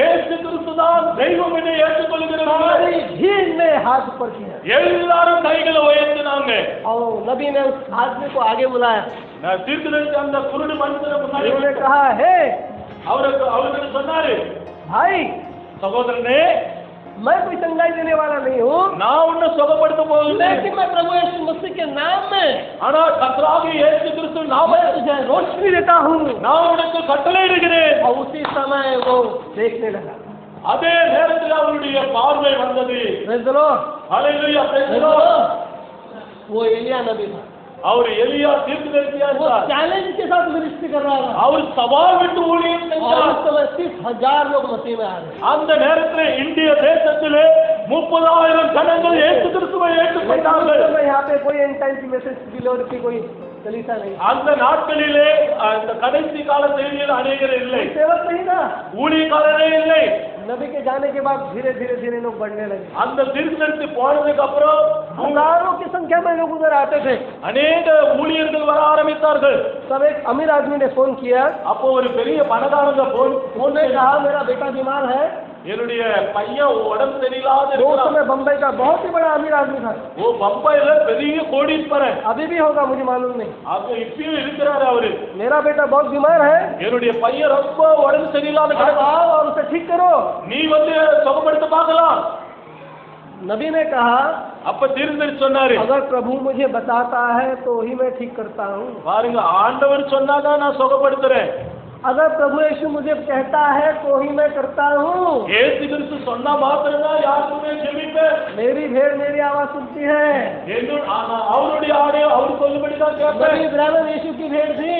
[SPEAKER 3] ஏசு கிறிஸ்து தான் தெய்வம் என்று ஏற்றுக்கொள்கிறார்கள்
[SPEAKER 2] सारी भीड़ ने हाथ ऊपर किया
[SPEAKER 3] எல்லாரும் கைகளை உயர்த்தினாங்க
[SPEAKER 2] और नबी ने उस आदमी को आगे बुलाया
[SPEAKER 3] நான் தீர்க்கதரிசி அந்த குருடு மனுஷனை முன்னாடி
[SPEAKER 2] उन्होंने कहा हे
[SPEAKER 3] அவருக்கு அவருக்கு சொன்னாரு
[SPEAKER 2] भाई
[SPEAKER 3] சகோதரனே
[SPEAKER 2] मैं कोई चंगाई देने वाला नहीं हूँ
[SPEAKER 3] நான் உன்னை சுகப்படுத்த போகல
[SPEAKER 2] लेकिन मैं प्रभु यीशु मसीह के नाम में
[SPEAKER 3] ஆனா கத்தராகி ஏசு கிறிஸ்து நாம
[SPEAKER 2] मैं तुझे रोशनी देता हूँ
[SPEAKER 3] நான் உனக்கு கட்டளை இருக்கிறேன்
[SPEAKER 2] और उसी समय वो देखने लगा
[SPEAKER 3] அதே நேரத்தில் அவருடைய பார்வை வந்தது
[SPEAKER 2] Praise the Lord.
[SPEAKER 3] அலையிலேயே
[SPEAKER 2] Praise the Lord. वो एलिया नबी था
[SPEAKER 3] அவர் எலியா தீர்க்கதரிசியா
[SPEAKER 2] वो
[SPEAKER 3] இருந்தார்
[SPEAKER 2] चैलेंज के साथ मिनिस्ट्री कर रहा था
[SPEAKER 3] அவர் சவால் விட்டு ஊழியம்
[SPEAKER 2] और उस
[SPEAKER 3] செஞ்சார்
[SPEAKER 2] समय तीस हजार लोग मसीह में आ गए
[SPEAKER 3] அந்த நேரத்தில் இந்திய தேசத்திலே முப்பதாயிரம் ஜனங்கள் இயேசு கிறிஸ்துவை
[SPEAKER 2] लेकिन
[SPEAKER 3] ஏற்றுக்கொண்டார்கள்
[SPEAKER 2] उस समय यहाँ पे कोई एंड टाइम की मैसेज डिलीवर की कोई कलीसा नहीं
[SPEAKER 3] அந்த நாட்களிலே அந்த கடைசி கால செய்தியில் அநேகர் இல்லை
[SPEAKER 2] कोई सेवक नहीं था
[SPEAKER 3] ஊழியக்காரரே இல்லை
[SPEAKER 2] नबी के जाने के बाद धीरे धीरे धीरे लोग बढ़ने लगे
[SPEAKER 3] அந்த தீர்க்கதரிசி போனதுக்கு அப்புறம் அவங்க-
[SPEAKER 2] हजारों की संख्या में लोग उधर आते थे
[SPEAKER 3] அநேக ஊழியர்கள் वह ஆரம்பித்தார்கள்
[SPEAKER 2] तब एक अमीर आदमी ने फोन किया
[SPEAKER 3] அப்போ ஒரு பெரிய பணக்காரங்க போன் போன்
[SPEAKER 2] उन्होंने कहा मेरा बेटा बीमार है
[SPEAKER 3] என்னுடைய பையன் உடம்பு சரியில்லாத
[SPEAKER 2] वो उस
[SPEAKER 3] இருக்கிறான்.
[SPEAKER 2] समय बम्बई का बहुत ही बड़ा अमीर आदमी था
[SPEAKER 3] ஓ பம்பையில பெரிய கோடீஸ்வரன்
[SPEAKER 2] अभी भी होगा मुझे मालूम नहीं
[SPEAKER 3] அப்ப இப்பயும் இருக்கிறாரு அவரு
[SPEAKER 2] मेरा बेटा बहुत बीमार है
[SPEAKER 3] என்னுடைய பையன் ரொம்ப உடம்பு சரியில்லாத
[SPEAKER 2] आप
[SPEAKER 3] கிடக்கான்.
[SPEAKER 2] आओ और उसे ठीक करो
[SPEAKER 3] நீ வந்து சுகப்படுத்த பார்க்கலாம்
[SPEAKER 2] नबी ने कहा
[SPEAKER 3] அப்ப தீர்ந்து சொன்னாரு
[SPEAKER 2] अगर प्रभु मुझे बताता है तो ही मैं ठीक करता हूँ
[SPEAKER 3] பாருங்க ஆண்டவர் சொன்னாதான் நான் சுகப்படுத்துறேன்
[SPEAKER 2] अगर प्रभु यीशु मुझे कहता है तो ही मैं करता हूँ
[SPEAKER 3] ஏசு கிறிஸ்து சொன்னா மாத்திரம்தான் யாருக்குமே ஜெபிப்பேன்
[SPEAKER 2] मेरी भेड़ मेरी आवाज सुनती है
[SPEAKER 3] என்னோட- ஆனா அவருடைய ஆடையை அவர் சொல்லும்படி தான்
[SPEAKER 2] नबी
[SPEAKER 3] கேட்பேன்
[SPEAKER 2] इब्राहिम यीशु की भेड़ थी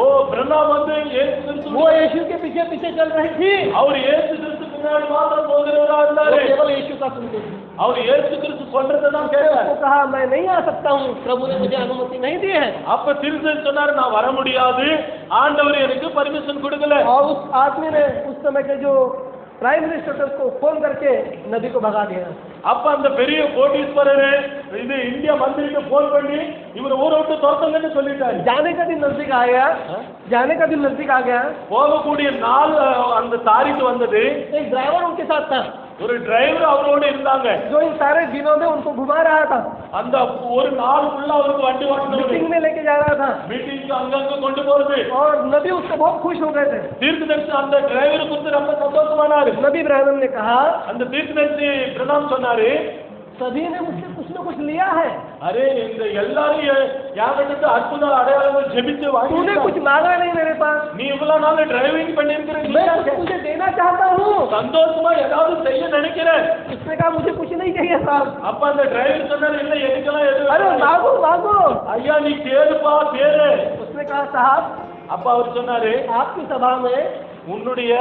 [SPEAKER 3] ஓ பிரண்ணா வந்து ஏசு
[SPEAKER 2] वो
[SPEAKER 3] கிறிஸ்து
[SPEAKER 2] यीशु के पीछे पीछे चल रही थी
[SPEAKER 3] அவர் இயேசு கிறிஸ்து பின்னாடி மாத்திரம் போகிறவரா
[SPEAKER 2] वो
[SPEAKER 3] இருந்தாரு
[SPEAKER 2] केवल यीशु का सुनती थी
[SPEAKER 3] அவர் இயேசு கிறிஸ்து சொல்றதை தான் கேட்டார்
[SPEAKER 2] उसको कहा मैं नहीं आ सकता हूँ प्रभु ने मुझे अनुमति नहीं दी है
[SPEAKER 3] அப்ப திருத்தன் சொன்னாரு நான் வர முடியாது ஆண்டவர் எனக்கு பர்மிஷன் கொடுக்கல
[SPEAKER 2] और उस आदमी ने उस समय के जो प्राइम मिनिस्टर को फोन करके नबी को भगा दिया
[SPEAKER 3] அப்ப அந்த பெரிய கோட்டீஸ்வரர் இது இந்திய மந்திரிக்கு போன் பண்ணி இவர் ஊரை விட்டு துரத்துங்கன்னு சொல்லிட்டாரு
[SPEAKER 2] जाने का दिन नजदीक आ गया जाने का दिन नजदीक आ गया
[SPEAKER 3] போகக்கூடிய நாள் அஹ், அந்த தாரிக்கு வந்தது
[SPEAKER 2] एक ड्राइवर उनके साथ था
[SPEAKER 3] ஒரு டிரைவர் அவரோட இருந்தாங்க
[SPEAKER 2] जो इन सारे दिनों में उनको घुमा रहा था
[SPEAKER 3] அந்த ஒரு நாள் உள்ள அவருக்கு வண்டி
[SPEAKER 2] मीटिंग
[SPEAKER 3] ஓட்டணும்
[SPEAKER 2] में लेके जा रहा था
[SPEAKER 3] மீட்டிங்க்கு அங்கங்க கொண்டு போறது
[SPEAKER 2] और नबी उससे बहुत खुश हो गए थे
[SPEAKER 3] தீர்க்கதரிசி அந்த டிரைவர் குறித்து ரொம்ப சந்தோஷமானாரு
[SPEAKER 2] नबी इब्राहिम ने कहा
[SPEAKER 3] அந்த தீர்க்கதரிசி பிரணாம் சொன்னாரு
[SPEAKER 2] सभी ने मुझसे कुछ न कुछ लिया है
[SPEAKER 3] அரே இந்த எல்லாரும் எ- என்கிட்ட அற்புத அடையாளங்கள் ஜெபிச்சு
[SPEAKER 2] तूने
[SPEAKER 3] வாங்கி
[SPEAKER 2] कुछ मांगा नहीं मेरे पास
[SPEAKER 3] நீ இவ்வளவு நாள் டிரைவிங் பண்ணிருக்கிற நீ
[SPEAKER 2] मैं
[SPEAKER 3] தான்
[SPEAKER 2] कुछ तुझे देना चाहता हूँ
[SPEAKER 3] சந்தோஷமா ஏதாவது செய்ய நினைக்கிற
[SPEAKER 2] उसने कहा मुझे कुछ नहीं चाहिए साहब
[SPEAKER 3] அப்ப அந்த டிரைவர் சொன்னாரு இல்ல எனக்கெல்லாம்
[SPEAKER 2] अरे
[SPEAKER 3] எதுவும்
[SPEAKER 2] मांगो मांगो
[SPEAKER 3] ஐயா நீ கேளுப்பா கேளு
[SPEAKER 2] उसने कहा साहब
[SPEAKER 3] அப்ப அவர் சொன்னாரு
[SPEAKER 2] आपकी सभा में
[SPEAKER 3] உன்னுடைய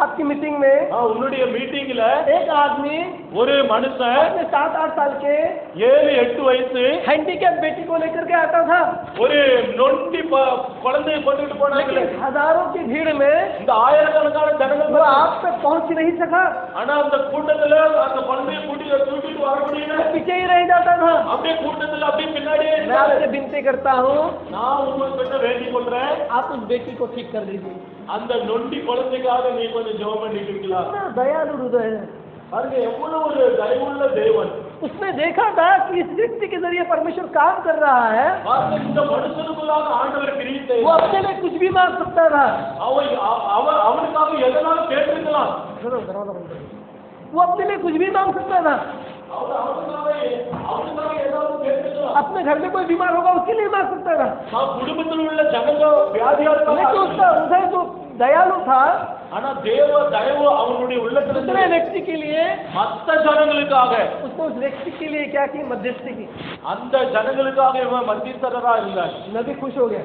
[SPEAKER 2] आपकी मीटिंग में
[SPEAKER 3] ஆ, உன்னுடைய மீட்டிங்ல
[SPEAKER 2] एक आदमी
[SPEAKER 3] ஒரு மனுஷன்
[SPEAKER 2] अपने सात आठ साल के
[SPEAKER 3] ஏழு எட்டு வயசு
[SPEAKER 2] हैंडीकैप बेटी को लेकर के आता था
[SPEAKER 3] ஒரு நொண்டி ப- குழந்தைய கொண்டுட்டு போனாங்களே
[SPEAKER 2] लेकिन हजारों की भीड़ में
[SPEAKER 3] இந்த आயிரக்கணக்கான
[SPEAKER 2] वो
[SPEAKER 3] ஜனங்கள்
[SPEAKER 2] आप तक पहुंच ही नहीं सका
[SPEAKER 3] ஆனா அந்த கூட்டத்துல அந்த குழந்தைய கூட்டிட்டு தூக்கிட்டு வர முடியல
[SPEAKER 2] वो पीछे ही रह जाता था
[SPEAKER 3] அப்படியே கூட்டத்துல அப்படியே பின்னாடியே
[SPEAKER 2] मैं
[SPEAKER 3] இருந்தாரு.
[SPEAKER 2] आपसे विनती करता हूँ
[SPEAKER 3] நான் உங்களுக்கு கொஞ்சம் வேண்டிக் கொள்றேன்
[SPEAKER 2] आप उस बेटी को ठीक कर दीजिए
[SPEAKER 3] அந்த நொண்டி குழந்தைக்காக நீ கொஞ்சம் ஜெபம் பண்ணிக்கிறீங்களா
[SPEAKER 2] इतना दयालु हृदय है
[SPEAKER 3] பாருங்க எவ்வளவு ஒரு தயவுள்ள தேவன்
[SPEAKER 2] उसने देखा था कि इस व्यक्ति के जरिए परमेश्वर काम कर रहा है
[SPEAKER 3] பாருங்க இந்த மனுஷனுக்குள்ளாக ஆண்டவர் கிரியை
[SPEAKER 2] वो अपने लिए कुछ भी मांग सकता था
[SPEAKER 3] அவன் அவ- அவன் அவனுக்காக எதனாலும் கேட்டிருக்கலாம்
[SPEAKER 2] वो अपने लिए कुछ भी मांग सकता था
[SPEAKER 3] அவன் அவனுக்காக அவனுக்காக ஏதாவது கேட்டிருக்கலாம்
[SPEAKER 2] अपने घर में कोई बीमार होगा उसके लिए मांग सकता था
[SPEAKER 3] நான் குடும்பத்தில் உள்ள ஜனங்க வியாதியா
[SPEAKER 2] लेकिन
[SPEAKER 3] இருக்கலாம்
[SPEAKER 2] उसका हृदय जो दयालु था
[SPEAKER 3] ஆனா தேவ தயவு அவனுடைய உள்ளத்துல
[SPEAKER 2] दूसरे व्यक्ति के लिए
[SPEAKER 3] மத்த ஜனங்களுக்காக
[SPEAKER 2] उसने उस व्यक्ति के लिए क्या की मध्यस्थी की
[SPEAKER 3] அந்த ஜனங்களுக்காக இவன் மத்தியஸ்தரரா இருந்தார்
[SPEAKER 2] नबी खुश हो गया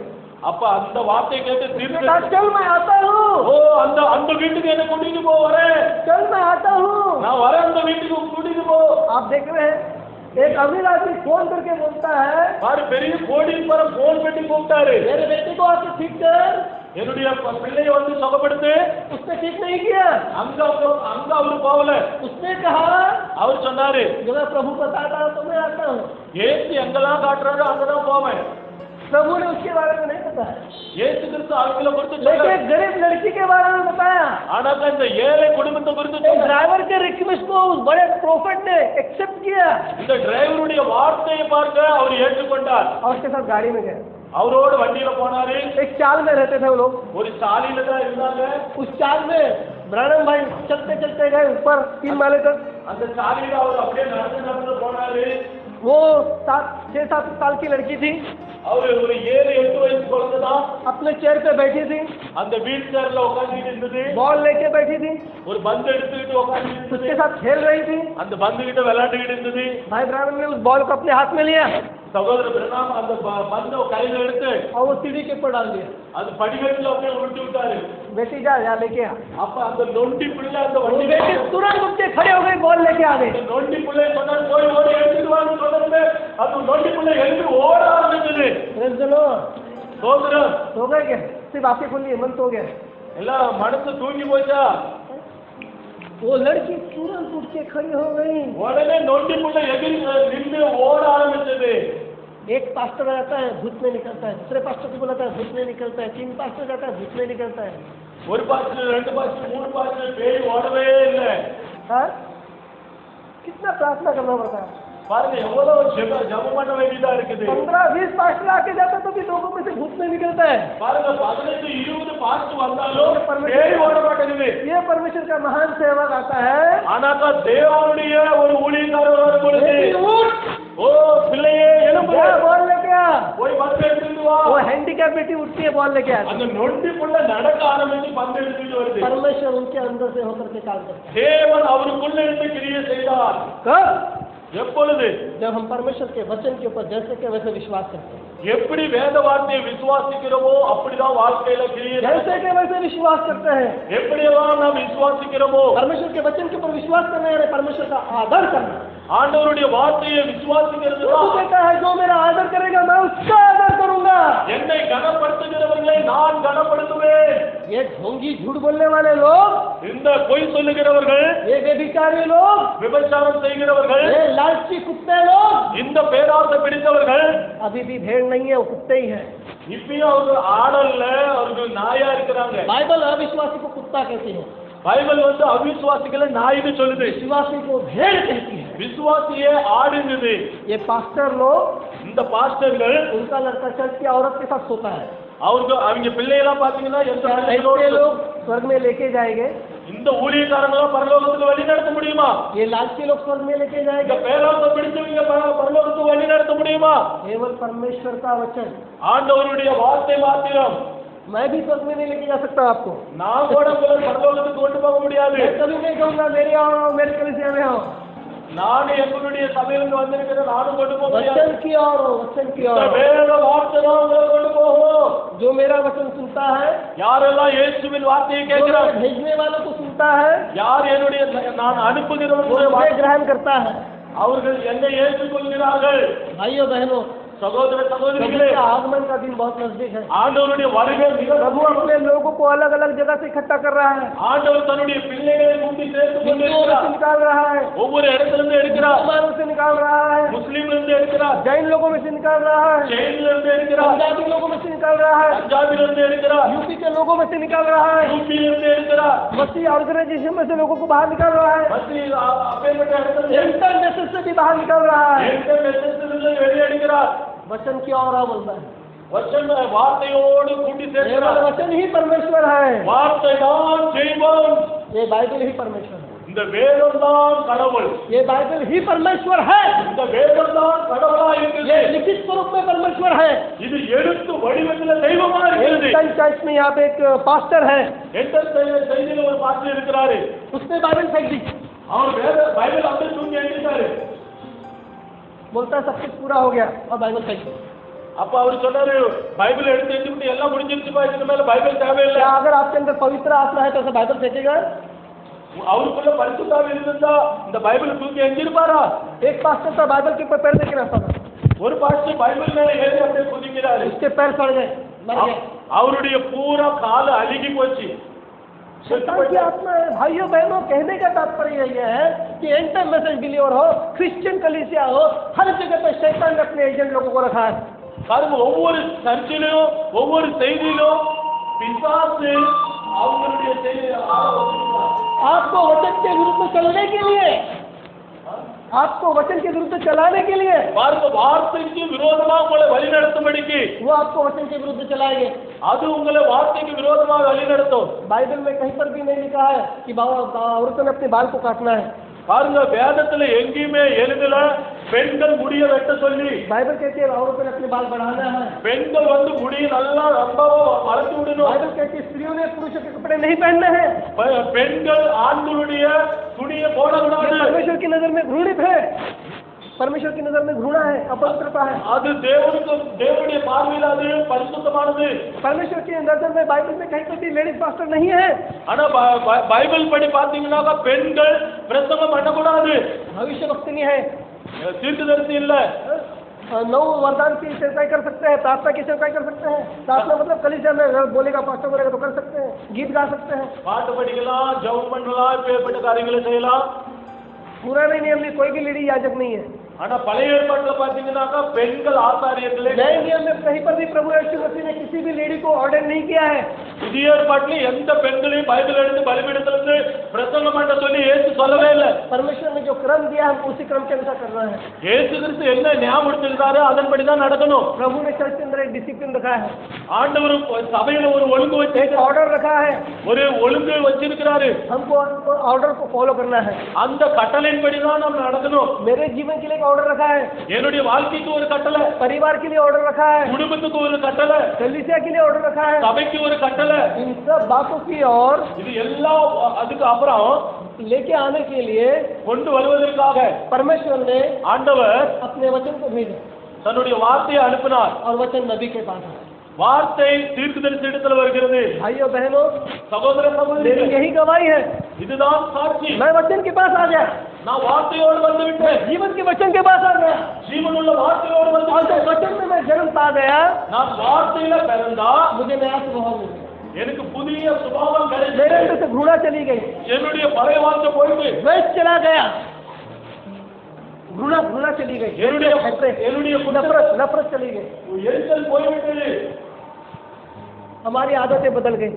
[SPEAKER 3] அப்ப அந்த வார்த்தை கேட்டு
[SPEAKER 2] उसने
[SPEAKER 3] தீர்க்க
[SPEAKER 2] कहा चल मैं आता
[SPEAKER 3] ஓ
[SPEAKER 2] हूँ
[SPEAKER 3] அந்த அந்த வீட்டுக்கு என்ன கூட்டிட்டு போ வரேன்
[SPEAKER 2] चल मैं आता हूँ
[SPEAKER 3] நான் வரேன் அந்த வீட்டுக்கு கூட்டிட்டு போ
[SPEAKER 2] आप देख रहे हैं एक अमीर आदमी फोन करके बोलता है
[SPEAKER 3] பாரு பெரிய கோடீஸ்வரன் போன் பண்ணி கூப்பிட்டாரு
[SPEAKER 2] मेरे बेटे को आके ठीक कर
[SPEAKER 3] என்னுடைய ப- பிள்ளைய வந்து சுகப்படுத்து
[SPEAKER 2] उसने ठीक नहीं किया
[SPEAKER 3] அங்க அவரு- அங்க அவரு போகல
[SPEAKER 2] उसने कहा
[SPEAKER 3] அவர் சொன்னாரு
[SPEAKER 2] जो मैं प्रभु बताता हूँ तो मैं आता हूँ
[SPEAKER 3] ஏசு எங்கெல்லாம் காட்டுறாரோ அங்கதான் போவேன்
[SPEAKER 2] प्रभु ने उसके बारे में नहीं बताया
[SPEAKER 3] ஏசு கிறிஸ்து அவங்கள குறித்து
[SPEAKER 2] लेकिन
[SPEAKER 3] சொல்ல
[SPEAKER 2] एक गरीब लड़की के बारे में बताया
[SPEAKER 3] ஆனாக்கா இந்த ஏழை குடும்பத்தை குறித்து
[SPEAKER 2] एक
[SPEAKER 3] சொல்ல
[SPEAKER 2] ड्राइवर के रिक्वेस्ट को उस बड़े प्रोफेट ने एक्सेप्ट किया
[SPEAKER 3] இந்த டிரைவருடைய வார்த்தையை பார்க்க அவர் ஏற்றுக்கொண்டார்
[SPEAKER 2] और उसके साथ गाड़ी में गए
[SPEAKER 3] அவரோடு வண்டியில போனாரு
[SPEAKER 2] एक चाल में रहते थे वो लोग
[SPEAKER 3] ஒரு சாலையில தான் இருந்தாங்க
[SPEAKER 2] उस चाल में ब्रानम भाई चलते चलते गए ऊपर तीन माले तक
[SPEAKER 3] அந்த சாலையில அவர் அப்படியே நடந்து நடந்து போனாரு
[SPEAKER 2] वो सात छः सात साल की लड़की थी
[SPEAKER 3] அவரு ஒரு ஏழு எட்டு வயசு குழந்தை தான்
[SPEAKER 2] अपने चेयर पे बैठी थी
[SPEAKER 3] அந்த வீல் சேர்ல உட்காந்துட்டு இருந்தது
[SPEAKER 2] बॉल लेके बैठी थी
[SPEAKER 3] ஒரு பந்து எடுத்துக்கிட்டு உட்காந்துட்டு
[SPEAKER 2] उसके
[SPEAKER 3] இருந்தது
[SPEAKER 2] साथ खेल रही थी
[SPEAKER 3] அந்த பந்து கிட்ட விளையாண்டுகிட்டு இருந்தது
[SPEAKER 2] भाई ब्राह्मण ने उस बॉल को अपने हाथ में लिया
[SPEAKER 3] சகோதரர் பிரணாம் அந்த ப- பந்தை கையில எடுத்து
[SPEAKER 2] और वो सीढ़ी के ऊपर डाल दिया
[SPEAKER 3] அது படிக்கட்டுல அப்படியே உருட்டு விட்டாரு
[SPEAKER 2] बेटी जा जा लेके आ
[SPEAKER 3] அப்ப அந்த நொண்டி பிள்ளை அந்த
[SPEAKER 2] वो
[SPEAKER 3] வண்டி
[SPEAKER 2] बेटी तुरंत उठ के खड़े हो गई बॉल लेके आ
[SPEAKER 3] அந்த
[SPEAKER 2] गई
[SPEAKER 3] நொண்டி பிள்ளை சொன்னாரு போய் ஓடி எடுத்துட்டு வான்னு சொன்னதுல அந்த நொண்டி பிள்ளை எழுந்து ஓட ஆரம்பிச்சது
[SPEAKER 2] रंजनो
[SPEAKER 3] சோதரன்
[SPEAKER 2] हो गए क्या सिर्फ आपके खुल मन तो हो गया
[SPEAKER 3] எல்லாம் மனசு தூங்கி போச்சா
[SPEAKER 2] वो लड़की तुरंत उठ के खड़ी हो गई
[SPEAKER 3] உடனே நொண்டி புள்ள எதிர் நின்று ஓட ஆரம்பிச்சது
[SPEAKER 2] एक पास्टर आता है भूत में निकलता है दूसरे पास्टर को बुलाता है भूत में निकलता है तीन पास्टर जाता है भूत में निकलता है
[SPEAKER 3] ஒரு பாய்ச்சல் ரெண்டு பாய்ச்சல் மூணு பாய்ச்சல் பேய் ஓடவே இல்லை
[SPEAKER 2] हाँ कितना प्रार्थना करना पड़ता है
[SPEAKER 3] பாருங்க எவ்வளவு ஜெப ஜெபம் பண்ண வேண்டியதா இருக்குது
[SPEAKER 2] पंद्रह बीस पास्टर आके जाता है तो भी लोगों में से भूत नहीं निकलता है
[SPEAKER 3] பாருங்க பதினஞ்சு இருபது பாய்ச்சல் வந்தாலும் பேய் ஓட மாட்டேங்குது
[SPEAKER 2] ये परमेश्वर का महान सेवक आता है
[SPEAKER 3] ஆனாக்கா தேவனுடைய ஒரு ஊழியக்காரர் வரும் பொழுது
[SPEAKER 2] बेटी उठ
[SPEAKER 3] ஓ பிள்ளையே எழும்பு
[SPEAKER 2] जा बॉल लेके आ
[SPEAKER 3] போய் பந்து எடுத்துட்டு வா
[SPEAKER 2] वो हैंडीकैप बेटी उठती है बॉल लेके आती
[SPEAKER 3] அந்த நொண்டி புள்ள நடக்க ஆரம்பிச்சு பந்து எடுத்துட்டு
[SPEAKER 2] है।
[SPEAKER 3] வருது
[SPEAKER 2] परमेश्वर उनके अंदर से होकर के काम करता
[SPEAKER 3] தேவன் அவருக்குள்ள இருந்து கிரியை செய்தார்
[SPEAKER 2] है कब
[SPEAKER 3] எப்பொழுது
[SPEAKER 2] जब हम परमेश्वर के वचन के ऊपर जैसे के वैसे विश्वास करते हैं
[SPEAKER 3] எப்படி வேத வார்த்தையை விசுவாசிக்கிறோமோ அப்படிதான் வாழ்க்கையில கிரியை நடக்கும்.
[SPEAKER 2] जैसे के वैसे विश्वास करते हैं
[SPEAKER 3] எப்படியெல்லாம் நாம் விசுவாசிக்கிறோமோ
[SPEAKER 2] परमेश्वर के वचन के ऊपर विश्वास करना यानी परमेश्वर का आदर करना
[SPEAKER 3] ஆண்டவருடைய வார்த்தையை विश्वासिக்கிறது
[SPEAKER 2] प्रभु तो कहता है जो मेरा आदर करेगा मैं उसका आदर करूंगा
[SPEAKER 3] என்னை கனப்படுத்துகிறவர்களை நான் கனப்படுத்துவேன்
[SPEAKER 2] ये ढोंगी झूठ बोलने वाले लोग
[SPEAKER 3] இந்த பொய் சொல்லுகிறவர்கள்
[SPEAKER 2] ये बेभिचारी लोग
[SPEAKER 3] விபச்சாரம் செய்கிறவர்கள்
[SPEAKER 2] ये लालची कुत्ते लोग
[SPEAKER 3] இந்த பேராசை பிடித்தவர்கள்
[SPEAKER 2] अभी भी भेड़ नहीं है वो कुत्ते ही है
[SPEAKER 3] இப்பயும் அவர்கள் ஆடல்ல அவர்கள் நாயா இருக்கிறாங்க
[SPEAKER 2] बाइबल अविश्वासी को कुत्ता कहती है
[SPEAKER 3] பைபிள் வந்து அவிசுவாசிகளை நாயின்னு சொல்லுது
[SPEAKER 2] विश्वासी को भेड़ कहती है
[SPEAKER 3] விசுவாசியே ஆடுங்குது
[SPEAKER 2] ये पास्टर लोग
[SPEAKER 3] இந்த பாஸ்டர்கள்
[SPEAKER 2] उनका लड़का चर्च की औरत के साथ सोता है
[SPEAKER 3] அவங்க அவங்க பிள்ளையெல்லாம் பாத்தீங்கன்னா எந்த
[SPEAKER 2] क्या
[SPEAKER 3] பிள்ளைகளோட-
[SPEAKER 2] ऐसे लोग स्वर्ग में लेके जाएंगे
[SPEAKER 3] இந்த ஊழியக்காரங்களா பரலோகத்துக்கு வழி நடத்த முடியுமா
[SPEAKER 2] ये लालची लोग स्वर्ग में लेके
[SPEAKER 3] இந்த
[SPEAKER 2] जाएंगे
[SPEAKER 3] பேராசை பிடிச்சவங்க பர- பரலோகத்துக்கு வழி நடத்த முடியுமா
[SPEAKER 2] केवल परमेश्वर का वचन
[SPEAKER 3] ஆண்டவருடைய வார்த்தை மாத்திரம்
[SPEAKER 2] मैं भी स्वर्ग में नहीं लेके जा सकता आपको
[SPEAKER 3] நான் கூட உங்களை பரலோகத்துக்கு கொண்டு போக முடியாது
[SPEAKER 2] मैं कभी नहीं कहूंगा मेरे आओ मेरे कलिसिया में आओ
[SPEAKER 3] நானும் எங்களுடைய சபையிலிருந்து வந்திருக்கிறேன் நானும் கொண்டு போக முடியாது
[SPEAKER 2] वचन की और वचन की
[SPEAKER 3] இந்த
[SPEAKER 2] और
[SPEAKER 3] வேத வார்த்தை தான் உங்களை கொண்டு போகும்
[SPEAKER 2] जो मेरा वचन सुनता है
[SPEAKER 3] யாரெல்லாம் இயேசுவின் வார்த்தையை
[SPEAKER 2] जो मेरे
[SPEAKER 3] கேட்கிறார்
[SPEAKER 2] भेजने वालों को सुनता है
[SPEAKER 3] யார் என்னுடைய நான்
[SPEAKER 2] वो
[SPEAKER 3] அனுப்புகிறவர்களுடைய
[SPEAKER 2] मुझे
[SPEAKER 3] வார்த்தை-
[SPEAKER 2] ग्रहण करता है
[SPEAKER 3] அவர்கள் என்னை ஏற்றுக்கொள்கிறார்கள்
[SPEAKER 2] भाइयों बहनों
[SPEAKER 3] சகோதர
[SPEAKER 2] प्रभु
[SPEAKER 3] சகோதரிகளே
[SPEAKER 2] का ஆगमन का दिन बहुत नजदीक है
[SPEAKER 3] ஆண்டவருடைய வருகை மிக
[SPEAKER 2] प्रभु अपने लोगों को अलग अलग जगह से इकट्ठा कर रहा है
[SPEAKER 3] ஆண்டவர் தன்னுடைய பிள்ளைகளை கூட்டி சேர்த்துக்
[SPEAKER 2] हिंदुओं में से
[SPEAKER 3] கொண்டிருக்கிறார்
[SPEAKER 2] निकाल रहा है
[SPEAKER 3] ஒவ்வொரு இடத்துல இருந்து எடுக்கிறார்
[SPEAKER 2] मुसलमानों से निकाल रहा है
[SPEAKER 3] முஸ்லீம்ல இருந்து எடுக்கிறார்
[SPEAKER 2] जैन लोगों में से निकाल रहा है
[SPEAKER 3] ஜெயின்ல இருந்து எடுக்கிறார்
[SPEAKER 2] पंजाबी लोगों में से निकाल रहा है
[SPEAKER 3] பஞ்சாபில இருந்து எடுக்கிறார்
[SPEAKER 2] यूपी के लोगों में से निकाल रहा है
[SPEAKER 3] யூபியில இருந்து எடுக்கிறார்
[SPEAKER 2] मसीह ऑर्गेनाइजेशन में से लोगों को बाहर निकाल रहा है
[SPEAKER 3] மத்தியில் அ- அப்பேற்பட்ட இடத்துல
[SPEAKER 2] इंटरनेशनल से भी बाहर निकाल रहा है
[SPEAKER 3] எந்த மெசேஜிலிருந்து வெளியெடுக்கிறார்
[SPEAKER 2] वचन की और बोलता है
[SPEAKER 3] வச்சன வார்த்தையோடு கூட்டி
[SPEAKER 2] केवल
[SPEAKER 3] சேர்க்கிறார்
[SPEAKER 2] वचन ही परमेश्वर है
[SPEAKER 3] வார்த்தை தான் செய்வோம்
[SPEAKER 2] ये बाइबल ही परमेश्वर है
[SPEAKER 3] இந்த வேதம் தான் கடவுள்
[SPEAKER 2] ये बाइबल ही परमेश्वर है
[SPEAKER 3] இந்த வேதம் தான் கடவுளா
[SPEAKER 2] ये
[SPEAKER 3] இருக்குது
[SPEAKER 2] लिखित स्वरूप में परमेश्वर है
[SPEAKER 3] இது எழுத்து வடிவத்தில் தெய்வமா இருக்கிறது
[SPEAKER 2] एंटन चर्च में यहाँ पे एक पास्टर है
[SPEAKER 3] என்டர் செய்த செய்தியில ஒரு பாட்டு இருக்கிறாரு
[SPEAKER 2] उसने बाइबल फेंक दी
[SPEAKER 3] அவர் வேத பைபிள் அப்படியே தூங்கி எழுதிட்டாரு
[SPEAKER 2] बोलता है सब कुछ पूरा हो गया और बाइबल फेंक दी
[SPEAKER 3] அப்ப அவர் சொன்னாரு பைபிள் எடுத்து எடுத்துக்கிட்டு எல்லாம் முடிஞ்சிருச்சுப்பா இதுக்கு மேல பைபிள் தேவையில்லை
[SPEAKER 2] क्या तो अगर आपके अंदर पवित्र आत्मा है तो उसे बाइबल फेंकेगा
[SPEAKER 3] அவருக்குள்ள பரிசுத்தாவி இருந்தா இந்த பைபிள் தூக்கி எஞ்சிருப்பாரா
[SPEAKER 2] एक पास्टर था बाइबल के ऊपर पैर लेके रहता था
[SPEAKER 3] ஒரு பாட்டு பைபிள் மேல ஏறி அப்படியே குதிக்கிறாரு
[SPEAKER 2] उसके पैर सड़ गए मर
[SPEAKER 3] அவ-
[SPEAKER 2] गए
[SPEAKER 3] அவருடைய பூரா காலு அழுகி போச்சு செத்து
[SPEAKER 2] शैतान की
[SPEAKER 3] போயிட்டாரு.
[SPEAKER 2] आत्मा है भाइयों बहनों कहने का तात्पर्य यह है कि एंटर मैसेज बिलीवर हो क्रिश्चियन कलीसिया हो हर जगह पर शैतान ने अपने एजेंट लोगों को रखा है
[SPEAKER 3] பாருங்க ஒவ்வொரு சர்ச்சிலும் ஒவ்வொரு செய்தியிலும் பிசாசு அவங்களுடைய செய்தி ஆள வச்சிருக்கான்.
[SPEAKER 2] आपको वचन के विरुद्ध चलने के लिए आपको वचन के विरुद्ध चलाने के लिए
[SPEAKER 3] பாருங்க வார்த்தைக்கு விரோதமா உங்களை வழிநடத்தும்படிக்கு
[SPEAKER 2] वो आपको वचन के विरुद्ध चलाएंगे
[SPEAKER 3] அது உங்களை वार्த்தைக்கு விரோதமா வழிநடத்தும்
[SPEAKER 2] बाइबल में कहीं पर भी नहीं लिखा है कि बाबा बाबा औरतों ने अपने बाल को काटना है
[SPEAKER 3] பாருங்க வேதத்துல எங்கேயுமே எழுதல பெண்கள் முடிய வெட்ட சொல்லி
[SPEAKER 2] बाइबल कहती है औरतों ने अपने बाल बढ़ाना है तो
[SPEAKER 3] பெண்கள் வந்து முடிய நல்லா ரொம்ப வளர்த்து விடணும்
[SPEAKER 2] बाइबल कहती है स्त्रियों ने पुरुषों के कपड़े नहीं पहनने हैं
[SPEAKER 3] பெ- பெண்கள் ஆண்களுடைய துணியை
[SPEAKER 2] ये
[SPEAKER 3] போடக்கூடாது
[SPEAKER 2] परमेश्वर की नजर में घृणित है परमेश्वर की नजर में घृणा है अपवित्रता है
[SPEAKER 3] அது தேவனுக்கு தேவனுடைய பார்வையில் அது பரிசுத்தமானது
[SPEAKER 2] परमेश्वर की नजर में बाइबल में कहीं पर भी लेडीज पास्टर नहीं है
[SPEAKER 3] ஆனா ப- ப- பைபிள் படி பாத்தீங்கன்னாக்கா பெண்கள் பிரசங்கம் பண்ணக்கூடாது
[SPEAKER 2] भविष्य वक्त नहीं है
[SPEAKER 3] தீர்க்கதரிசி இல்லை
[SPEAKER 2] अ, नौ वरदान की सेवकाई कर सकते हैं प्रार्थना की सेवकाई कर सकते हैं प्रार्थना मतलब कल से हमें बोलेगा पास्टर बोलेगा तो कर सकते हैं गीत गा सकते हैं
[SPEAKER 3] பாட்டு படிக்கலாம் ஜெபம் பண்ணலாம் இப்பேற்பட்ட காரியங்களை செய்யலாம்
[SPEAKER 2] पुराने नियम में कोई भी लेडी याजक नहीं है
[SPEAKER 3] ஆனா பழைய ஏற்பாட்டுல பாத்தீங்கன்னாக்கா பெண்கள் ஆசாரியர்களே
[SPEAKER 2] नए नियम में कहीं पर भी प्रभु यीशु मसीह ने किसी भी लेडी को ऑर्डर नहीं किया है
[SPEAKER 3] புதிய ஏற்பாட்டுல எந்த பெண்களையும் பைபிள் எடுத்து பலிபீடத்துல இருந்து பிரசங்கம் பண்ண சொல்லி ஏசு சொல்லவே இல்லை
[SPEAKER 2] परमेश्वर ने जो क्रम दिया है हमको उसी क्रम के अनुसार करना है
[SPEAKER 3] ஏசு கிறிஸ்து என்ன ஞாபகம் கொடுத்திருக்காரோ அதன்படி தான் நடக்கணும்
[SPEAKER 2] प्रभु ने चर्च के अंदर एक डिसिप्लिन रखा है
[SPEAKER 3] ஆண்டவர் சபையில ஒரு ஒழுங்கு
[SPEAKER 2] एक
[SPEAKER 3] வச்சிருக்காரு
[SPEAKER 2] ऑर्डर रखा है
[SPEAKER 3] ஒரு ஒழுங்கு வச்சிருக்கிறாரு
[SPEAKER 2] हमको ऑर्डर को फॉलो करना है
[SPEAKER 3] அந்த கட்டளையின்படி தான் நம்ம நடக்கணும்
[SPEAKER 2] मेरे जीवन के लिए एक ऑर्डर रखा है
[SPEAKER 3] என்னுடைய வாழ்க்கைக்கு ஒரு கட்டளை
[SPEAKER 2] परिवार के लिए ऑर्डर रखा है
[SPEAKER 3] குடும்பத்துக்கு ஒரு கட்டளை
[SPEAKER 2] कलिसिया के लिए ऑर्डर रखा है
[SPEAKER 3] சபைக்கு ஒரு கட்டளை
[SPEAKER 2] इन सब बातों की ओर
[SPEAKER 3] இது எல்லா அதுக்கு அப்புறம்
[SPEAKER 2] लेके आने के लिए
[SPEAKER 3] கொண்டு வருவதற்காக
[SPEAKER 2] परमेश्वर ने
[SPEAKER 3] ஆண்டவர்
[SPEAKER 2] अपने वचन को भेजा
[SPEAKER 3] தன்னுடைய வார்த்தையை அனுப்பினார்
[SPEAKER 2] और वचन नबी के पास आया
[SPEAKER 3] வார்த்தை தீர்க்குதரிசி இடத்துல வருகிறது
[SPEAKER 2] भाइयों बहनों
[SPEAKER 3] சகோதர
[SPEAKER 2] मेरी
[SPEAKER 3] சகோதரி
[SPEAKER 2] यही गवाही है
[SPEAKER 3] இதுதான் சாட்சி
[SPEAKER 2] मैं वचन के पास आ गया
[SPEAKER 3] நான் வார்த்தையோடு வந்து விட்டேன்
[SPEAKER 2] जीवन के वचन के पास आ गया
[SPEAKER 3] ஜீவனுள்ள வார்த்தையோடு வந்து
[SPEAKER 2] और
[SPEAKER 3] விட்டேன்
[SPEAKER 2] जब वचन में मैं जन्म पा गया
[SPEAKER 3] நான் வார்த்தையில பிறந்தா
[SPEAKER 2] मुझे नया स्वभाव मिल गया
[SPEAKER 3] எனக்கு புதிய சுபாவம்
[SPEAKER 2] मेरे
[SPEAKER 3] கிடைச்சது
[SPEAKER 2] अंदर से घृणा चली गई
[SPEAKER 3] என்னுடைய பழைய வாழ்க்கை போயிட்டு
[SPEAKER 2] द्वेष चला गया घृणा घृणा चली गई
[SPEAKER 3] என்னுடைய
[SPEAKER 2] नफरत
[SPEAKER 3] என்னுடைய குற்றத்தை
[SPEAKER 2] नफरत- नफरत चली गई
[SPEAKER 3] எரிச்சல் போய்விட்டது
[SPEAKER 2] हमारी आदतें बदल गई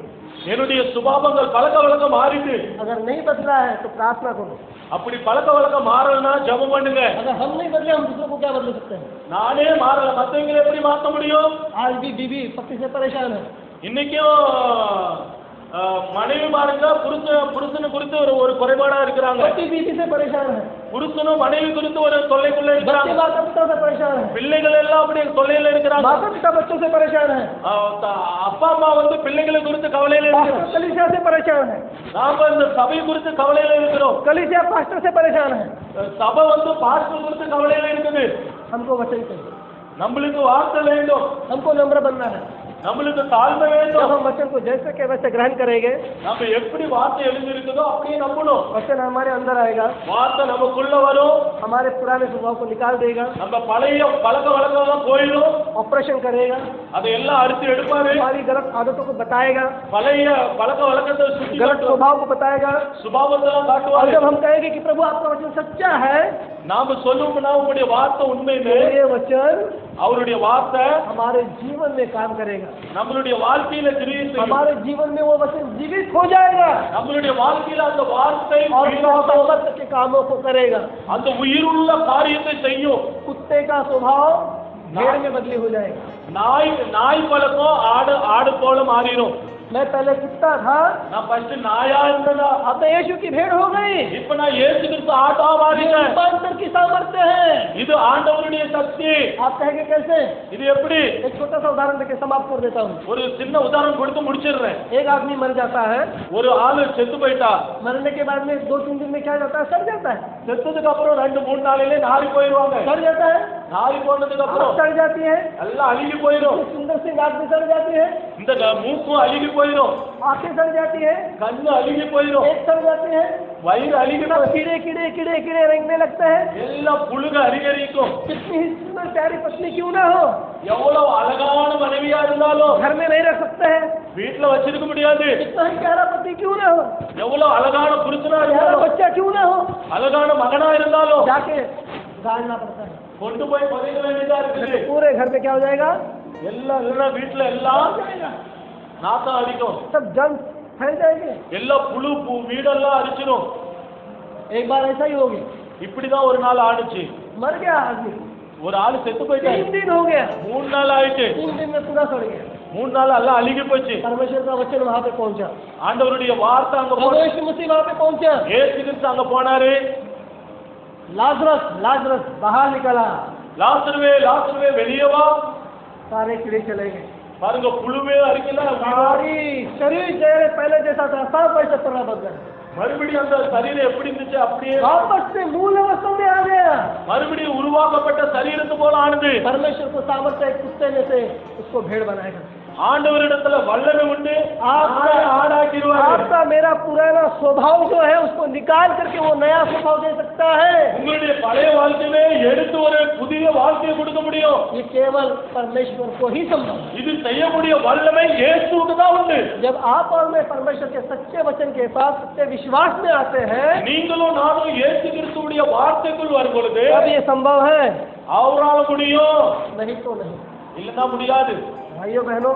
[SPEAKER 3] என்னுடைய சுபாவங்கள் பழக்க வழக்கம் மாறிட்டு
[SPEAKER 2] अगर नहीं बदला है तो प्रार्थना करो
[SPEAKER 3] அப்படி பழக்க வழக்கம் மாறலன்னா ஜெபம் பண்ணுங்க
[SPEAKER 2] अगर हम नहीं बदले हम दूसरों को क्या बदल सकते हैं
[SPEAKER 3] நானே மாறல மத்தவங்களை எப்படி மாத்த முடியும்
[SPEAKER 2] आज भी बीवी पति से परेशान है
[SPEAKER 3] இன்னைக்கும் அஹ், மனைவி மாருங்க புருஷன் புருஷனை குறித்து ஒரு ஒரு குறைபாடா இருக்கிறாங்க
[SPEAKER 2] पति बीवी से परेशान है
[SPEAKER 3] புருஷனும் மனைவி குறித்து ஒரு தொல்லைக்குள்ள
[SPEAKER 2] बच्चे
[SPEAKER 3] இருக்கிறாங்க
[SPEAKER 2] माता पिता से परेशान है
[SPEAKER 3] பிள்ளைகள் எல்லாம் அப்படி தொல்லையில இருக்கிறாங்க
[SPEAKER 2] माता पिता बच्चों से परेशान है
[SPEAKER 3] அஹ், த- அப்பா அம்மா வந்து பிள்ளைகளை குறித்து கவலையில
[SPEAKER 2] पास्टर
[SPEAKER 3] இருக்கிறோம்
[SPEAKER 2] कलिसिया से परेशान है
[SPEAKER 3] நாம இந்த சபை குறித்து கவலையில இருக்கிறோம்
[SPEAKER 2] कलिसिया पास्टर से परेशान है
[SPEAKER 3] அஹ், சபை வந்து பாஸ்டர் குறித்து கவலையில இருக்குது
[SPEAKER 2] हमको वचन चाहिए
[SPEAKER 3] நம்மளுக்கு வார்த்தை வேண்டும்
[SPEAKER 2] हमको नम्र बनना है
[SPEAKER 3] நம்மளுக்கு தாழ்மை
[SPEAKER 2] जब
[SPEAKER 3] வேண்டும்
[SPEAKER 2] हम वचन को जैसे के वैसे ग्रहण करेंगे
[SPEAKER 3] நம்ம எப்படி வார்த்தை எழுதியிருக்குதோ அப்படியே நம்பணும்
[SPEAKER 2] वचन हमारे अंदर आएगा
[SPEAKER 3] வார்த்தை நமக்குள்ள வரும்
[SPEAKER 2] हमारे पुराने स्वभाव को निकाल देगा
[SPEAKER 3] நம்ம பழைய பழக்க வழக்கம்லாம் போயிடும்
[SPEAKER 2] ऑपरेशन करेगा
[SPEAKER 3] அதையெல்லாம் அறுத்து எடுப்பாரு
[SPEAKER 2] हमारी गलत आदतों को बताएगा
[SPEAKER 3] பழைய பழக்க वழக்கத்தை சுத்தி
[SPEAKER 2] गलत
[SPEAKER 3] காட்டுவாரு.
[SPEAKER 2] स्वभाव को बताएगा
[SPEAKER 3] சுபாவத்தெல்லாம்
[SPEAKER 2] और
[SPEAKER 3] காட்டுவாரு
[SPEAKER 2] जब हम कहेंगे कि प्रभु आपका वचन सच्चा है
[SPEAKER 3] நாம சொல்லுவோம்னா உங்களுடைய வார்த்தை உண்மைன்னு
[SPEAKER 2] तो ये वचन
[SPEAKER 3] அவருடைய வார்த்தை
[SPEAKER 2] हमारे जीवन में काम करेगा
[SPEAKER 3] நம்மளுடைய வாழ்க்கையில தெரியும்
[SPEAKER 2] हमारे जीवन में वो वचन जीवित हो जाएगा
[SPEAKER 3] நம்மளுடைய வாழ்க்கையில அந்த வார்த்தை
[SPEAKER 2] और
[SPEAKER 3] உயிரோட-
[SPEAKER 2] मोहब्बत के कामों को करेगा
[SPEAKER 3] அந்த உயிருள்ள காரியத்தை செய்யும்
[SPEAKER 2] कुत्ते का स्वभाव भेड़ में बदली हो जाएगा
[SPEAKER 3] நாய் நாய் பழக்கம் ஆடு ஆடு போல மாறிடும்
[SPEAKER 2] मैं पहले कुत्ता था
[SPEAKER 3] நான் ஃபர்ஸ்ட் நாயா இருந்தேனா
[SPEAKER 2] अब मैं यीशु की भेड़ हो गई
[SPEAKER 3] இப்ப நான் இயேசு கிறிஸ்து ஆட்டா மாறிட்டேன்
[SPEAKER 2] रूपांतर की सामर्थ्य है
[SPEAKER 3] இது ஆண்டவருடைய சக்தி
[SPEAKER 2] आप कहेंगे कैसे
[SPEAKER 3] இது எப்படி
[SPEAKER 2] एक छोटा सा उदाहरण देके समाप्त कर देता हूँ
[SPEAKER 3] ஒரு சின்ன உதாரணம் கொடுத்து முடிச்சிடுறேன்
[SPEAKER 2] एक आदमी मर जाता है
[SPEAKER 3] ஒரு ஆளு செத்து போயிட்டா
[SPEAKER 2] मरने के बाद में दो तीन दिन में क्या हो जाता है सड़ जाता है
[SPEAKER 3] செத்ததுக்கு அப்புறம் ரெண்டு மூணு நாளிலே நாரி போயிடுவாங்க
[SPEAKER 2] सड़ जाता है
[SPEAKER 3] நாரி போனதுக்கு அப்புறம்
[SPEAKER 2] आँख सड़ जाती है
[SPEAKER 3] எல்லாம் அழுகி போயிடும்
[SPEAKER 2] उसकी सुंदर सी नाक भी सड़ जाती है
[SPEAKER 3] இந்த க- மூக்கும் அழுகி போயிடும்
[SPEAKER 2] आंखें सड़ जाती है
[SPEAKER 3] கண்ணு அழுகி போயிடும்
[SPEAKER 2] पेट सड़ जाते हैं
[SPEAKER 3] வயிறு அழுகி
[SPEAKER 2] सब
[SPEAKER 3] போயிடும்
[SPEAKER 2] कीड़े कीड़े कीड़े कीड़े रेंगने लगते हैं
[SPEAKER 3] எல்லாம் புழுக அதிகரிக்கும்
[SPEAKER 2] कितनी ही सुंदर प्यारी पत्नी क्यों ना हो
[SPEAKER 3] எவ்வளவு அழகான மனைவியா இருந்தாலும்
[SPEAKER 2] घर में नहीं रख सकते हैं
[SPEAKER 3] வீட்டுல வச்சிருக்க முடியாது
[SPEAKER 2] कितना ही प्यारा पति क्यों ना हो
[SPEAKER 3] எவ்வளவு अழகான புருஷனா
[SPEAKER 2] प्यारा
[SPEAKER 3] இருந்தாலும்
[SPEAKER 2] बच्चा क्यों ना हो
[SPEAKER 3] அழகான மகனா இருந்தாலும்
[SPEAKER 2] जाके गाड़ना पड़ता है
[SPEAKER 3] கொண்டு போய் புதைக்க வேண்டியதா இருக்குது
[SPEAKER 2] पूरे घर में क्या हो जाएगा
[SPEAKER 3] எல்லாம் இல்லைன்னா வீட்டுல எல்லாம் நாத்தம் அடிக்கும்
[SPEAKER 2] सब जंग फैल जाएंगे
[SPEAKER 3] எல்லா புழு பூ வீடெல்லாம் அடிச்சிடும்
[SPEAKER 2] एक बार ऐसा ही हो गया
[SPEAKER 3] இப்படிதான் ஒரு நாள் ஆடுச்சு
[SPEAKER 2] मर गया आदमी
[SPEAKER 3] ஒரு ஆள் செத்து போயிட்டாரு
[SPEAKER 2] तीन दिन हो गया
[SPEAKER 3] மூணு நாள் ஆயிட்டு
[SPEAKER 2] तीन दिन में पूरा सड़ गया
[SPEAKER 3] மூணு नाल எல்லாம் அழுகி போச்சு
[SPEAKER 2] परमेश्वर का वचन वहाँ पे पहुँचा
[SPEAKER 3] ஆண்டவருடைய வார்த்தை அங்க
[SPEAKER 2] प्रभु
[SPEAKER 3] போச்சு
[SPEAKER 2] यीशु मसीह वहाँ पे पहुँचा
[SPEAKER 3] ஏசு கிறிஸ்து அங்க போனாரு
[SPEAKER 2] लाजरस लाजरस बाहर निकला
[SPEAKER 3] லாசருவே லாசருவே வெளியே வா
[SPEAKER 2] सारे कीड़े चले गए
[SPEAKER 3] பாருங்க புழுவே அரிக்கல
[SPEAKER 2] सारी शरीर चेहरे पहले जैसा था सब वैसे पूरा बदला
[SPEAKER 3] மறுபடியும் அந்த சரீரம் எப்படி இருந்துச்சு அப்படியே
[SPEAKER 2] वापस से मूल अवस्था में आ गया
[SPEAKER 3] மறுபடியும் உருவாக்கப்பட்ட சரீரத்து போல ஆனது
[SPEAKER 2] परमेश्वर को सामर्थ्य है, कुत्ते में से उसको भेड़ बनाएगा
[SPEAKER 3] ஆண்டவரிடத்துல வல்லமை உண்டு
[SPEAKER 2] ஆமா.
[SPEAKER 3] ஆடை ஆடாக்கிடுவாரு
[SPEAKER 2] आपका मेरा पुराना स्वभाव जो है उसको निकाल करके वो नया स्वभाव दे सकता है
[SPEAKER 3] உங்களுடைய பழைய வாழ்க்கையிலே எடுத்து ஒரு புதிய வாழ்க்கையை கொடுக்க முடியும்
[SPEAKER 2] ये केवल परमेश्वर को ही संभव है।
[SPEAKER 3] இது செய்யக்கூடிய வல்லமை இயேசுவுக்கு தான் உண்டு
[SPEAKER 2] जब आप और मैं परमेश्वर के सच्चे वचन के साथ सच्चे विश्वास में आते हैं
[SPEAKER 3] நீங்களும் நானும் இயேசு கிறிஸ்துவுடைய வார்த்தைக்குள் வரும் பொழுது
[SPEAKER 2] तब ये संभव है
[SPEAKER 3] அவரால் முடியும்
[SPEAKER 2] नहीं तो नहीं
[SPEAKER 3] இல்லைன்னா முடியாது
[SPEAKER 2] भाइयों बहनों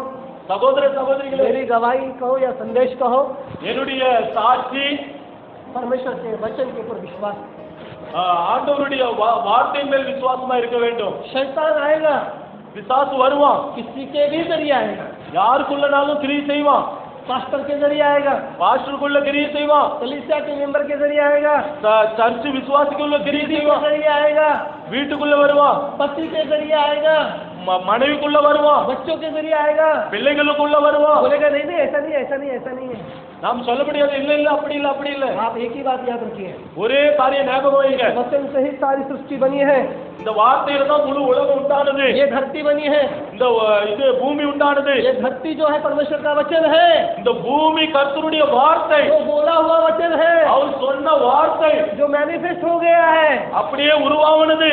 [SPEAKER 3] சகோதர சகோதரிகளே
[SPEAKER 2] मेरी गवाही कहो या संदेश कहो
[SPEAKER 3] என்னுடைய சாட்சி
[SPEAKER 2] परमेश्वर के वचन के ऊपर विश्वास
[SPEAKER 3] ஆ, ஆண்டவருடைய வா- வார்த்தை மேல் விசுவாசமா இருக்க வேண்டும்
[SPEAKER 2] शैतान आएगा
[SPEAKER 3] விசாசு வருவான்
[SPEAKER 2] किसी के भी जरिए आएगा
[SPEAKER 3] யாருக்குள்ளனாலும் கிரியை செய்வான்
[SPEAKER 2] पास्टर के जरिए आएगा
[SPEAKER 3] பாஸ்டருக்குள்ள கிரியை செய்வான்
[SPEAKER 2] कलिसिया के मेंबर के जरिए आएगा
[SPEAKER 3] ச- சர்ச்சு விசுவாசிக்குள்ள கிரியை
[SPEAKER 2] बीवी के
[SPEAKER 3] செய்வான்
[SPEAKER 2] जरिए आएगा
[SPEAKER 3] வீட்டுக்குள்ள வருவான்
[SPEAKER 2] पति के जरिए आएगा
[SPEAKER 3] ம- மனைவிக்குள்ள வருவான்
[SPEAKER 2] बच्चों के जरिए आएगा
[SPEAKER 3] பிள்ளைகளுக்குள்ள வருவான்
[SPEAKER 2] बोलेगा नहीं नहीं ऐसा नहीं है, ऐसा नहीं है, ऐसा नहीं है
[SPEAKER 3] நாம் சொல்ல முடியாது இல்ல இல்ல அப்படி இல்ல அப்படி இல்ல
[SPEAKER 2] आप एक ही बात याद रखिए
[SPEAKER 3] ஒரே காரியம் ஞாபகம் வைங்க
[SPEAKER 2] वचन से ही सारी सृष्टि बनी है
[SPEAKER 3] இந்த வார்த்தையில தான் முழு உலகம் உண்டானது
[SPEAKER 2] ये धरती बनी है
[SPEAKER 3] இந்த அஹ், இது பூமி உண்டானது
[SPEAKER 2] ये धरती जो है परमेश्वर का वचन है
[SPEAKER 3] இந்த பூமி கர்த்தருடைய வார்த்தை
[SPEAKER 2] जो बोला हुआ वचन है
[SPEAKER 3] அவர் சொன்ன வார்த்தை
[SPEAKER 2] जो मैनिफेस्ट हो गया है
[SPEAKER 3] அப்படியே உருவானது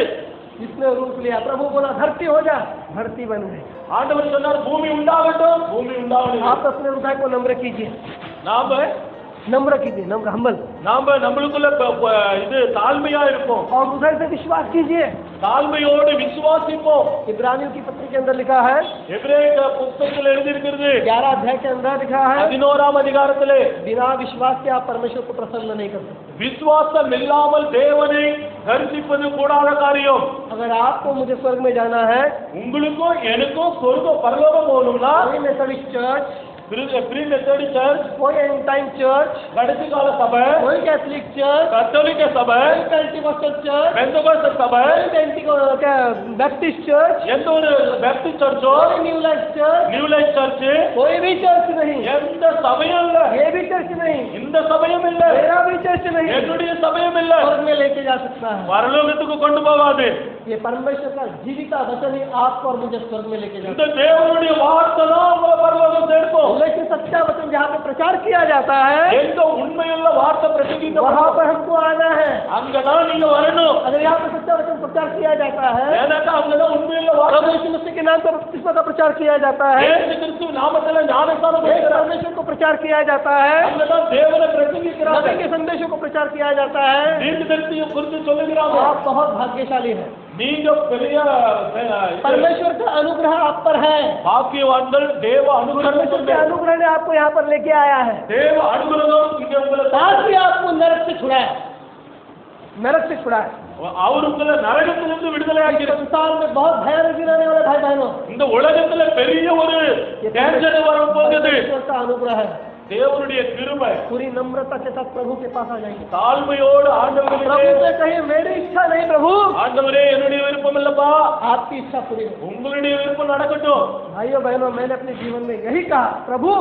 [SPEAKER 2] इसने रूप लिया प्रभु बोला धरती हो जा धरती बन गई
[SPEAKER 3] ஆண்டவர் சொன்னார் பூமி உண்டாகட்டும் பூமி உண்டாகணும்
[SPEAKER 2] आप अपने हृदय को नम्र कीजिए
[SPEAKER 3] நாம
[SPEAKER 2] नम्र कीजिए नम्र हम्बल
[SPEAKER 3] நாம நம்மளுக்குள்ள ப- ப- இது தாழ்மையா இருப்போம்
[SPEAKER 2] और हृदय से विश्वास कीजिए
[SPEAKER 3] தாழ்மையோடு விசுவாசிப்போம்
[SPEAKER 2] इब्रानियों की पत्री के अंदर लिखा है
[SPEAKER 3] எபிரேய புத்தகத்தில் எழுதியிருக்கிறது
[SPEAKER 2] ग्यारह अध्याय के अंदर लिखा है
[SPEAKER 3] பதினோராம் அதிகாரத்திலே
[SPEAKER 2] बिना विश्वास के आप परमेश्वर को प्रसन्न नहीं कर सकते
[SPEAKER 3] விசுவாசம் இல்லாமல் தேவனை தரிசிப்பது கூடாத காரியம்
[SPEAKER 2] अगर आपको मुझे स्वर्ग में जाना है
[SPEAKER 3] உங்களுக்கும் எனக்கும் சொர்க்கம் பரலோகம் போகணும்னா
[SPEAKER 2] मेथोडिस्ट चर्च
[SPEAKER 3] ப்ரீ மெத்தடி சர்ச்
[SPEAKER 2] कोई एंड टाइम चर्च
[SPEAKER 3] கடைசி கால சபை
[SPEAKER 2] कोई कैथलिक चर्च
[SPEAKER 3] கத்தோலிக்க சபை
[SPEAKER 2] कोई पेंटिकॉस्टल चर्च
[SPEAKER 3] பெந்தகோஸ்த சபை
[SPEAKER 2] कोई पेंटिको क्या बैप्टिस्ट चर्च
[SPEAKER 3] எந்த ஒரு பேப்டிஸ்ட் சர்ச்சோ
[SPEAKER 2] कोई new life church
[SPEAKER 3] new life church
[SPEAKER 2] कोई भी चर्च नहीं
[SPEAKER 3] எந்த சபையும் இல்ல
[SPEAKER 2] ये भी चर्च नहीं
[SPEAKER 3] இந்த சபையும் இல்ல
[SPEAKER 2] मेरा भी चर्च नहीं
[SPEAKER 3] என்னுடைய சபையும் இல்ல
[SPEAKER 2] स्वर्ग में लेके जा सकता है
[SPEAKER 3] பரலோகத்துக்கு கொண்டு போகாது
[SPEAKER 2] ये परमेश्वर का जीविता वचन ही आपको और मुझे स्वर्ग में लेके जाता
[SPEAKER 3] இந்த தேவனுடைய வார்த்தை தான் உங்களை பரலோகம்
[SPEAKER 2] है
[SPEAKER 3] சேர்ப்போம்
[SPEAKER 2] लेकिन सच्चा वचन जहाँ पे प्रचार किया जाता है
[SPEAKER 3] எந்த உண்மையுள்ள வார்த்தை
[SPEAKER 2] वहाँ
[SPEAKER 3] பிரசங்கிக்கப்படும்
[SPEAKER 2] पर हमको आना है
[SPEAKER 3] அங்கதான் நீங்க வரணும்
[SPEAKER 2] अगर यहाँ पे सच्चा वचन प्रचार किया जाता है
[SPEAKER 3] ஏன்னாக்கா அங்கதான் உண்மையுள்ள
[SPEAKER 2] प्रभु
[SPEAKER 3] வார்த்தை
[SPEAKER 2] यीशु मसीह के नाम पर बपतिस्मा का प्रचार किया जाता है
[SPEAKER 3] இயேசு கிறிஸ்து நாமத்துல ஞானஸ்தானம்
[SPEAKER 2] एक
[SPEAKER 3] கொடுக்கிறார்.
[SPEAKER 2] परमेश्वर को प्रचार किया जाता है
[SPEAKER 3] அங்கதான் தேவனை பிரசங்கிக்கிறாங்க
[SPEAKER 2] नबी के संदेशों को प्रचार किया जाता है
[SPEAKER 3] தீர்க்க தரிசியை குறித்து சொல்லுகிறாங்க
[SPEAKER 2] आप बहुत भाग्यशाली हैं
[SPEAKER 3] நீங்க பெரிய அஹ், இது,
[SPEAKER 2] परमेश्वर का अनुग्रह आप पर है
[SPEAKER 3] பாக்கியவான்கள் தேவ அனுகிரகம்
[SPEAKER 2] परमेश्वर के
[SPEAKER 3] கொண்டு-
[SPEAKER 2] अनुग्रह ने आपको यहाँ पर लेके आया है
[SPEAKER 3] தேவ அனுகிரகம் இங்க உங்களை
[SPEAKER 2] आज भी आपको நரक से छुड़ाया नरक से छुड़ाया
[SPEAKER 3] அவர் உங்களை நரகத்திலிருந்து விடுதலையாக்கி
[SPEAKER 2] संसार में बहुत भयानक गिराने वाले भाई बहनों
[SPEAKER 3] இந்த உலகத்துல பெரிய ஒரு டேஞ்சர் வரப்போகுது
[SPEAKER 2] परमेश्वर का अनुग्रह है
[SPEAKER 3] தேவனுடைய கிருபை
[SPEAKER 2] पूरी नम्रता के साथ प्रभु के पास आ जाएंगे
[SPEAKER 3] தாழ்மையோடு
[SPEAKER 2] प्रभु
[SPEAKER 3] ஆண்டவரே
[SPEAKER 2] से कहिए मेरी इच्छा नहीं प्रभु
[SPEAKER 3] ஆண்டவரே என்னுடைய விருப்பம் இல்லப்பா
[SPEAKER 2] आपकी इच्छा पूरी हो
[SPEAKER 3] உங்களுடைய விருப்பம் நடக்கட்டும்
[SPEAKER 2] भाइयों बहनों मैंने अपने जीवन में यही कहा प्रभु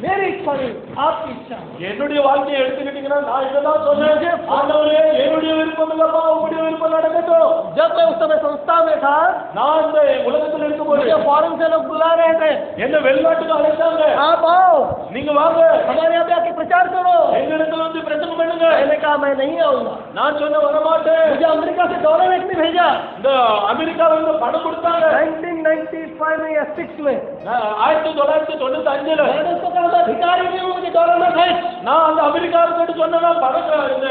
[SPEAKER 2] मेरी इच्छा नहीं आपकी इच्छा हो।
[SPEAKER 3] என்னுடைய வாழ்க்கையை எடுத்துக்கிட்டீங்கன்னா நான் இதெல்லாம் சொன்னேன் ஆண்டவரே என்னுடைய விருப்பம் இல்லப்பா உங்களுடைய விருப்பம் நடக்கட்டும்
[SPEAKER 2] जब मैं उस समय संस्था में था
[SPEAKER 3] நான் இந்த உலகத்துல இருக்கும்போது
[SPEAKER 2] मुझे फॉरन से लोग बुला रहे थे
[SPEAKER 3] என்ன வெளிநாட்டுக்கு அழைச்சாங்க
[SPEAKER 2] आप आओ
[SPEAKER 3] நீங்க வாங்க
[SPEAKER 2] हमारे यहाँ पे आके प्रचार करो
[SPEAKER 3] எங்க இடத்துல வந்து பிரச்சனை பண்ணுங்க
[SPEAKER 2] मैंने कहा मैं नहीं आऊंगा
[SPEAKER 3] நான் சொன்ன வரமாட்டேன்
[SPEAKER 2] मुझे अमेरिका से डॉलर एक ने भेजा
[SPEAKER 3] இந்த அமெரிக்கால இருந்து பணம் கொடுத்தாங்க
[SPEAKER 2] 1995 में या सिक्स में
[SPEAKER 3] நான் ஆயிரத்தி தொள்ளாயிரத்தி தொண்ணூத்தி அஞ்சுல
[SPEAKER 2] मैंने उसको कहा मैं भिखारी नहीं हूँ मुझे डॉलर में भेज
[SPEAKER 3] நான் அந்த அமெரிக்காவுக்கு சொன்னா பணம் இந்த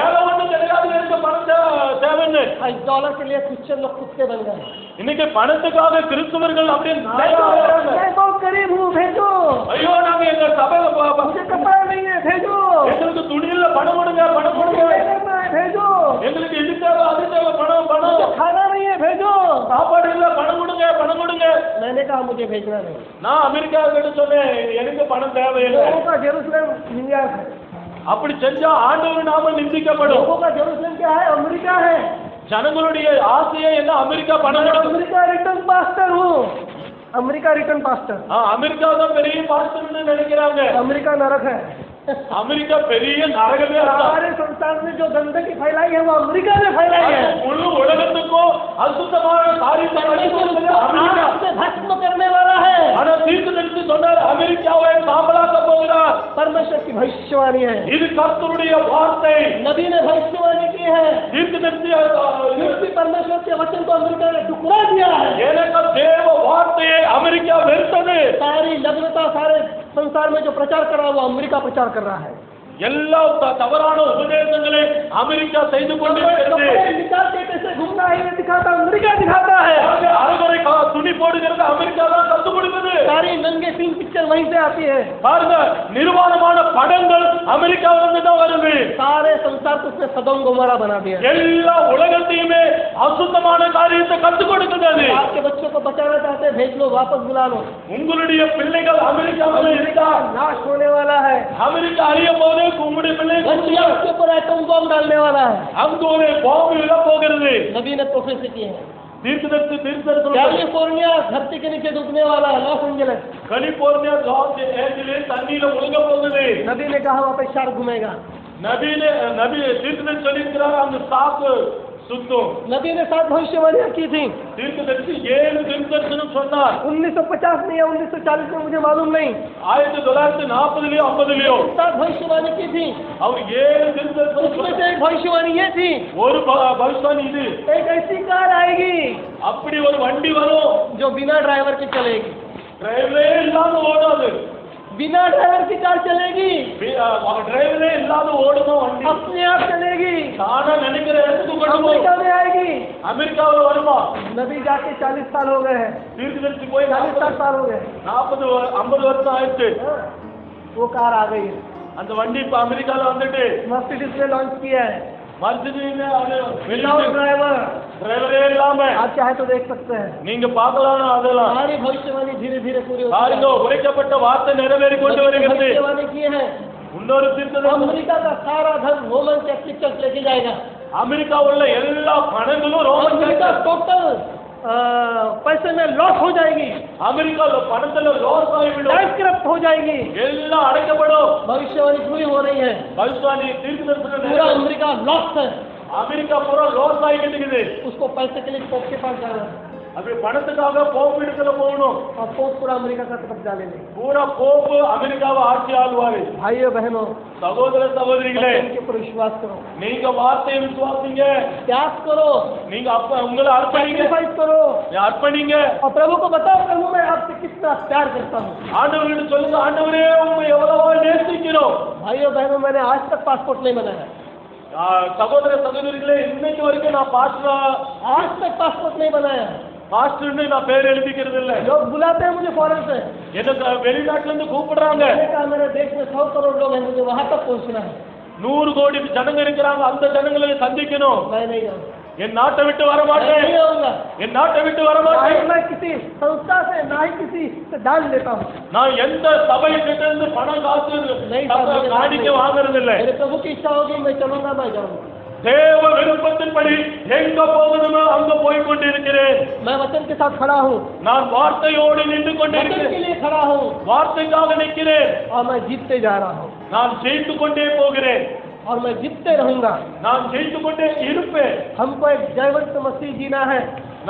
[SPEAKER 3] ஏழை ஒண்ணும் கிடையாது எனக்கு பணம் தே- தேவைன்னு
[SPEAKER 2] आज डॉलर के लिए क्रिश्चियन लोग खुद से बन गए
[SPEAKER 3] இன்னைக்கு பணத்துக்காக கிறிஸ்தவர்கள் அப்படியே
[SPEAKER 2] मैं
[SPEAKER 3] நாயா
[SPEAKER 2] तो-
[SPEAKER 3] வராங்க.
[SPEAKER 2] मैं बहुत गरीब हूँ भेजो
[SPEAKER 3] ஐயோ நாங்க எங்க சபையில ப- ப-
[SPEAKER 2] मुझे कपड़ा नहीं है भेजो
[SPEAKER 3] எங்களுக்கு துணியில பணம் கொடுங்க பணம்
[SPEAKER 2] मुझे
[SPEAKER 3] கொடுங்க
[SPEAKER 2] लेना है भेजो
[SPEAKER 3] எங்களுக்கு இது தேவை அது தேவை பணம் பணம்
[SPEAKER 2] मुझे खाना नहीं है भेजो
[SPEAKER 3] சாப்பாடு இல்ல பணம் கொடுங்க पणम கொடுங்க
[SPEAKER 2] मैंने कहा मुझे भेजना नहीं
[SPEAKER 3] நான் அமெரிக்கா கிட்ட சொன்னேன் எனக்கு பணம் தேவையில்லை
[SPEAKER 2] लोगों का जेरूसलम न्यूयॉर्क है
[SPEAKER 3] அப்படி செஞ்சா ஆண்டவர் நாம நிந்திக்கப்படும்
[SPEAKER 2] लोगों का जेरूसलम क्या है अमेरिका है
[SPEAKER 3] ஜனங்களுடைய ஆசையே என்ன அமெரிக்கா பணம்
[SPEAKER 2] मैं
[SPEAKER 3] கொடுக்கும்
[SPEAKER 2] अमेरिका रिटर्न पास्टर हूँ अमेरिका रिटर्न पास्टर
[SPEAKER 3] ஆ, அமெரிக்கா தான் பெரிய பாஸ்டர்னு நினைக்கிறாங்க
[SPEAKER 2] अमेरिका नरक है
[SPEAKER 3] அமெரிக்கா பெரிய நரகமே அதான்.
[SPEAKER 2] हमारे संसार में जो गंदगी फैलाई है वो अमेरिका ने फैलाई है
[SPEAKER 3] அது முழு உலகத்துக்கும் அசுத்தமான காரியத்தை
[SPEAKER 2] परमेश्वर
[SPEAKER 3] நடத்துறது
[SPEAKER 2] को
[SPEAKER 3] அமெரிக்கா
[SPEAKER 2] आग से भस्म करने वाला है
[SPEAKER 3] ஆனா தீர்க்கதரிசி சொன்னார் அமெரிக்காவை சாம்பலாக்க போகிறார்
[SPEAKER 2] परमेश्वर की भविष्यवाणी है
[SPEAKER 3] இது கர்த்தருடைய வார்த்தை
[SPEAKER 2] नबी ने भविष्यवाणी की है
[SPEAKER 3] தீர்க்கதரிசி
[SPEAKER 2] फिर भी परमेश्वर के वचन को अमेरिका ने टुकड़ा दिया है
[SPEAKER 3] எனக்கு தேவ வார்த்தையை அமெரிக்கா வெறுத்தது
[SPEAKER 2] सारी नग्नता सारे संसार में जो प्रचार कर रहा है वो अमेरिका प्रचार कर रहा है
[SPEAKER 3] எல்லா த- தவறான உபதேசங்களை அமெரிக்கா செய்து கொண்டே இருக்கிறது.
[SPEAKER 2] कपड़े निकाल के कैसे घूमना है ये दिखाता अमेरिका दिखाता है
[SPEAKER 3] அங்க அறுவரை கா- துணி போடுகிறது அமெரிக்கா தான் கற்றுக் கொடுக்குது
[SPEAKER 2] सारी नंगे फिल्म पिक्चर वहीं से आती है
[SPEAKER 3] பாருங்க நிர்வாணமான படங்கள் அமெரிக்காவிலிருந்து தான் வருது
[SPEAKER 2] सारे संसार को उसने सदम गुमारा बना दिया है।
[SPEAKER 3] எல்லா உலகத்தையுமே அசுத்தமான காரியத்தை கற்றுக் கொடுக்குது அது.
[SPEAKER 2] आपके बच्चों को बचाना चाहते हैं भेज लो वापस बुला लो
[SPEAKER 3] உங்களுடைய பிள்ளைகள் அமெரிக்காவில் இருக்கா
[SPEAKER 2] नाश होने वाला है
[SPEAKER 3] அமெரிக்கா அறிய போது உங்களுடைய பிள்ளைகள்
[SPEAKER 2] रशिया उसके ऊपर एटम बम डालने वाला है
[SPEAKER 3] அங்கு ஒரு பாம்பு விழ போகிறது
[SPEAKER 2] नबी ने प्रोफेसर किए हैं
[SPEAKER 3] தீர்க்கதரிசி தீர்க்கதரிசி
[SPEAKER 2] कैलिफोर्निया धरती के नीचे डूबने वाला है Los Angeles
[SPEAKER 3] California Los Angeles தண்ணியில முழுக போகுது
[SPEAKER 2] नबी ने कहा वहाँ पे शार घूमेगा
[SPEAKER 3] நபியில நபி தீர்க்கதரிசி சொல்லியிருக்கிறார் அந்த சாக்கு சுத்தும்
[SPEAKER 2] नबी ने सात भविष्यवाणियाँ की थी
[SPEAKER 3] தீர்க்கதரிசி ஏழு தீர்க்கதரிசனம் சொன்னார்
[SPEAKER 2] 1950 में या 1940 में मुझे मालूम नहीं
[SPEAKER 3] ஆயிரத்தி தொள்ளாயிரத்தி நாற்பதுலயோ ஐம்பதுலயோ
[SPEAKER 2] सात भविष्यवाणी की थी
[SPEAKER 3] அவர் ஏழு
[SPEAKER 2] तो उसमें
[SPEAKER 3] திருத்தம்
[SPEAKER 2] से एक भविष्यवाणी ये थी
[SPEAKER 3] ஒரு ப- பவிஷ்வாணி இது
[SPEAKER 2] एक ऐसी कार आएगी
[SPEAKER 3] அப்படி ஒரு வண்டி வரும்
[SPEAKER 2] जो बिना ड्राइवर के चलेगी
[SPEAKER 3] டிரைவரே இல்லாத ஓடாது
[SPEAKER 2] बिना ड्राइवर की कार चलेगी
[SPEAKER 3] பி- அஹ், அவன் டிரைவரே இல்லாத ஓடுமா வண்டி
[SPEAKER 2] अपने आप चलेगी
[SPEAKER 3] தானா நினைக்கிற இடத்துக்கு கொண்டு போகும்
[SPEAKER 2] अमेरिका में आएगी
[SPEAKER 3] அமெரிக்காவுல வருமா
[SPEAKER 2] नबी जाके चालीस साल हो गए हैं
[SPEAKER 3] தீர்க்கதரிசி போய்
[SPEAKER 2] चालीस साठ साल हो गए
[SPEAKER 3] நாற்பது ஐம்பது வருஷம் ஆயிடுச்சு
[SPEAKER 2] हाँ, वो कार आ गई है
[SPEAKER 3] அந்த வண்டி இப்ப அமெரிக்கால வந்துட்டு
[SPEAKER 2] मर्सिडीज ने लॉन्च किया है
[SPEAKER 3] மர்சிடின்னு அவனு
[SPEAKER 2] विदाउट
[SPEAKER 3] வெளிநாட்டு
[SPEAKER 2] ड्राइवर
[SPEAKER 3] டிரைவரே இல்லாம
[SPEAKER 2] आप चाहे तो देख सकते हैं
[SPEAKER 3] நீங்க பார்க்கலாம் அதெல்லாம்
[SPEAKER 2] हमारी भविष्यवाणी धीरे धीरे पूरी होती
[SPEAKER 3] பாருங்க உரைக்கப்பட்ட வார்த்தை நிறைவேறி கொண்டு
[SPEAKER 2] है
[SPEAKER 3] வருகிறது
[SPEAKER 2] भविष्यवाणी की है
[SPEAKER 3] இன்னொரு தீர்க்கதரிசி
[SPEAKER 2] अमेरिका का सारा धन रोमन कैथलिक चर्च लेके जाएगा
[SPEAKER 3] அமெரிக்கா உள்ள எல்லா பணங்களும் ரோமன்
[SPEAKER 2] अमेरिका
[SPEAKER 3] சர்க்கார்
[SPEAKER 2] टोटल पैसे में लॉस हो जाएगी
[SPEAKER 3] அமெரிக்கால பணத்துல லோஸ் ஆகிவிடும்
[SPEAKER 2] करप्ट हो जाएगी
[SPEAKER 3] எல்லாம் அடைக்கப்படும்
[SPEAKER 2] भविष्यवाणी पूरी हो रही है
[SPEAKER 3] பல்சானி
[SPEAKER 2] पूरा
[SPEAKER 3] தீர்க்கதரிசனம்
[SPEAKER 2] अमेरिका लॉस है
[SPEAKER 3] அமெரிக்கா பூரா லோஸ் ஆகிட்டு இருக்குது
[SPEAKER 2] उसको पैसे के लिए पोप के पास जाना है
[SPEAKER 3] அப்படி பணத்துக்காக போப் இடத்துல போகணும்
[SPEAKER 2] और पोप पूरा अमेरिका का कब्जा ले लेंगे
[SPEAKER 3] பூரா போப்பு அமெரிக்காவை ஆட்சி ஆளுவாரு
[SPEAKER 2] भाइयों बहनों
[SPEAKER 3] சகோதர சகோதரிகளே
[SPEAKER 2] वचन के ऊपर विश्वास करो
[SPEAKER 3] நீங்க वार्த்தையை விசுவாசிங்க
[SPEAKER 2] त्याग करो
[SPEAKER 3] நீங்க அப்ப உங்களை அர்ப்பணிங்க
[SPEAKER 2] सेक्रीफाइस करो
[SPEAKER 3] நீ அர்ப்பணிங்க
[SPEAKER 2] और प्रभु को बताओ प्रभु मैं आपसे कितना प्यार करता हूँ
[SPEAKER 3] ஆண்டவர்கிட்ட சொல்லுங்க ஆண்டவரே உங்க எவ்வளவோ நேசிக்கிறோம்
[SPEAKER 2] भाइयों बहनों मैंने आज तक पासपोर्ट नहीं बनाया
[SPEAKER 3] ஆ, சகோதர சகோதரிகளே இன்னைக்கு வரைக்கும் நான் பாஸ்டரா
[SPEAKER 2] आज तक पासपोर्ट नहीं बनाया
[SPEAKER 3] பாஸ்டர்னு நான் பேர் எழுதிக்கிறது இல்ல
[SPEAKER 2] लोग बुलाते हैं मुझे फॉरन से मैंने
[SPEAKER 3] எனக்கு வெளிநாட்டுல इருந்து கூப்பிடுறாங்க
[SPEAKER 2] कहा मेरे देश में सौ करोड़ लोग हैं मुझे वहाँ तक पहुँचना है
[SPEAKER 3] நூறு கோடி ஜனங்க இருக்கிறாங்க அந்த ஜனங்களை சந்திக்கணும்
[SPEAKER 2] मैं नहीं जाऊँगा
[SPEAKER 3] என் நாட்டை விட்டு வர
[SPEAKER 2] मैं
[SPEAKER 3] மாட்டேன்
[SPEAKER 2] नहीं आऊँगा
[SPEAKER 3] என் நாட்டை விட்டு வர
[SPEAKER 2] ना ही
[SPEAKER 3] மாட்டேன்
[SPEAKER 2] मैं किसी संस्था से ना ही किसी से दान लेता हूँ
[SPEAKER 3] நான் எந்த சபை கிட்ட இருந்து பணம் காசு
[SPEAKER 2] नहीं साहब, मुझे दान
[SPEAKER 3] காணிக்க
[SPEAKER 2] नहीं।
[SPEAKER 3] வாங்குறது இல்லை
[SPEAKER 2] मेरे प्रभु की इच्छा होगी मैं चलूंगा मैं जाऊंगा
[SPEAKER 3] தேவ விருப்பத்தின்படி எங்க போகணுமோ அங்க போய் கொண்டிருக்கிறேன்
[SPEAKER 2] मैं वचन के साथ खड़ा हूँ
[SPEAKER 3] நான் வார்த்தையோடு நின்று
[SPEAKER 2] वचन के
[SPEAKER 3] கொண்டிருக்கிறேன்
[SPEAKER 2] लिए खड़ा हूँ
[SPEAKER 3] வார்த்தைக்காக நிற்கிறேன்
[SPEAKER 2] और मैं जीतते जा रहा हूँ
[SPEAKER 3] நான் ஜெயித்து கொண்டே போகிறேன்
[SPEAKER 2] और मैं जीतते रहूंगा
[SPEAKER 3] நான் ஜெயித்து கொண்டே இருப்பேன்
[SPEAKER 2] हमको एक जयवंत मसीह जीना है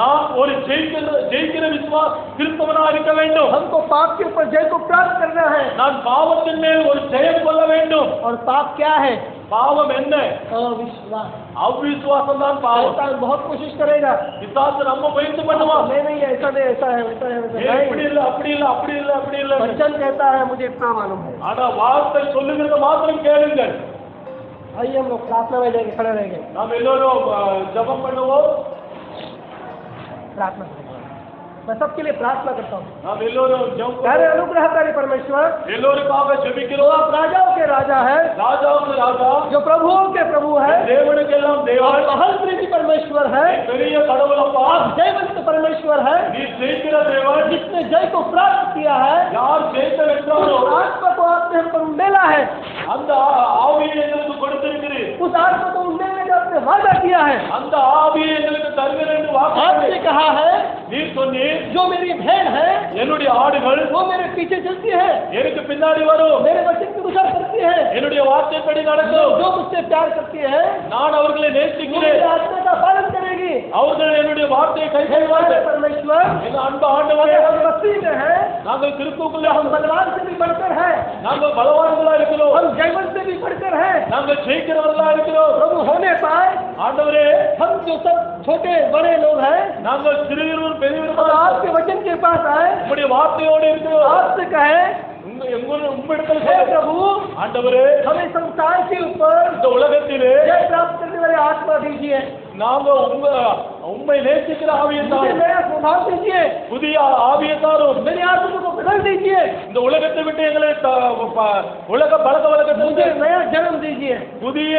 [SPEAKER 3] நான் ஒரு ஜெயிக்கிற ஜெயிக்கிற விசுவா கிறிஸ்தவனா இருக்க வேண்டும்
[SPEAKER 2] हमको पाप के ऊपर जय को प्राप्त करना है
[SPEAKER 3] நான் பாவத்தின் மேல் ஒரு ஜெயம் கொள்ள வேண்டும்
[SPEAKER 2] और पाप क्या है
[SPEAKER 3] பாவம் என்ன
[SPEAKER 2] अविश्वास
[SPEAKER 3] அவ்விசுவாசம் தான் பாவம்
[SPEAKER 2] शैतान बहुत कोशिश करेगा
[SPEAKER 3] பிசாசு நம்ம முயற்சி பண்ணுவான்
[SPEAKER 2] नहीं नहीं ऐसा नहीं ऐसा है ऐसा है
[SPEAKER 3] ஏய்,
[SPEAKER 2] वैसा है।
[SPEAKER 3] இப்படி இல்ல அப்படி இல்ல அப்படி இல்ல அப்படி இல்ல
[SPEAKER 2] वचन कहता है मुझे इतना मालूम है
[SPEAKER 3] ஆனா வார்த்தை சொல்லுகிறத மாத்திரம் கேளுங்கள்
[SPEAKER 2] आइए हम लोग प्रार्थना में जाके खड़े रहेंगे
[SPEAKER 3] நாம் எல்லோரும் ஆ, ஜெபம் பண்ணுவோம்
[SPEAKER 2] प्रार्थना करेंगे। मैं सबके लिए प्रार्थना करता हूँ
[SPEAKER 3] நாம் எல்லோரும் ஜெபம்
[SPEAKER 2] प्यारे
[SPEAKER 3] பண்ணுவோம்.
[SPEAKER 2] अनुग्रहकारी परमेश्वर
[SPEAKER 3] எல்லோருக்காக
[SPEAKER 2] जो
[SPEAKER 3] ஜெபிக்கிறோம்
[SPEAKER 2] आप राजाओं के राजा है
[SPEAKER 3] ராஜாவுக்கு ராஜா
[SPEAKER 2] जो प्रभुओं के प्रभु है
[SPEAKER 3] தேவனுக்கெல்லாம்
[SPEAKER 2] आप
[SPEAKER 3] தேவன்
[SPEAKER 2] महल प्रीति परमेश्वर है
[SPEAKER 3] பெரிய கடவுளப்பா
[SPEAKER 2] आप जयवंत परमेश्वर है
[SPEAKER 3] நீ ஜெயிக்கிற தேவன்
[SPEAKER 2] जिसने जय को प्राप्त किया है
[SPEAKER 3] யார் ஜெயித்த வென்றாரோ
[SPEAKER 2] उस आत्मा को आपने हम पर उंडेला है
[SPEAKER 3] அந்த ஆ- ஆவியை எங்களுக்கு கொடுத்திருக்கிறீர்
[SPEAKER 2] उस आत्मा को उंडेलने का आपने वादा किया है
[SPEAKER 3] அந்த ஆவியை எங்களுக்கு தருகிறேன் என்று
[SPEAKER 2] आपने
[SPEAKER 3] வாக்கு
[SPEAKER 2] कहा है
[SPEAKER 3] நீ சொன்னீர்
[SPEAKER 2] जो मेरी भेड़ है
[SPEAKER 3] என்னுடைய ஆடுகள்
[SPEAKER 2] वो मेरे पीछे चलती है
[SPEAKER 3] எனக்கு पिன்னாடி வரும்
[SPEAKER 2] मेरे वचन की गुजार करती है
[SPEAKER 3] என்னுடைய வார்த்தைப்படி நடக்கும்
[SPEAKER 2] जो मुझसे तो प्यार करती है
[SPEAKER 3] நான் அவர்களை
[SPEAKER 2] वो मेरे
[SPEAKER 3] நேசிக்கிறேன்
[SPEAKER 2] आत्मा का पालन करेगी
[SPEAKER 3] அவர்கள் என்னுடைய வார்த்தையை கை
[SPEAKER 2] हे हमारे
[SPEAKER 3] செய்வார்கள்
[SPEAKER 2] परमेश्वर
[SPEAKER 3] எங்க அன்பு
[SPEAKER 2] हमारे
[SPEAKER 3] ஆண்டவரே
[SPEAKER 2] हम मसीह में है
[SPEAKER 3] நாங்கள் கிறிஸ்துக்குள்ளே
[SPEAKER 2] हम बलवान से भी बढ़कर है
[SPEAKER 3] நாங்கள் பலவான்களா இருக்கிறோம்
[SPEAKER 2] हम जयवंत से भी बढ़कर है
[SPEAKER 3] நாங்கள் ஜெயிக்கிறவர்களா இருக்கிறோம்
[SPEAKER 2] प्रभु होने पाए
[SPEAKER 3] ஆண்டவரே
[SPEAKER 2] हम जो सब छोटे बड़े लोग हैं
[SPEAKER 3] நாங்கள் சிறுவிரும்
[SPEAKER 2] हम
[SPEAKER 3] பெரியவர்களா
[SPEAKER 2] आपके वचन के पास आए
[SPEAKER 3] உங்களுடைய வார்த்தையோடு இருக்கிறோம்
[SPEAKER 2] आपसे कहे
[SPEAKER 3] உங்க எங்க உம்மிடத்தில்
[SPEAKER 2] हे
[SPEAKER 3] சொல்லுகிறோம்.
[SPEAKER 2] प्रभु
[SPEAKER 3] ஆண்டவரே
[SPEAKER 2] हमें संसार के ऊपर
[SPEAKER 3] இந்த உலகத்திலே
[SPEAKER 2] जय प्राप्त करने वाले आत्मा दीजिए
[SPEAKER 3] நாங்க உங்க உண்மை நேசிக்கிற
[SPEAKER 2] मुझे
[SPEAKER 3] ஆவியத்தாரும்
[SPEAKER 2] नया स्वभाव दीजिए
[SPEAKER 3] புதிய ஆவியத்தாரும்
[SPEAKER 2] मेरे आत्मा को बदल दीजिए
[SPEAKER 3] இந்த உலகத்தை விட்டு எங்களை த- ப- உலக பழக்க
[SPEAKER 2] मुझे
[SPEAKER 3] வழக்கத்தை
[SPEAKER 2] नया जन्म दीजिए
[SPEAKER 3] புதிய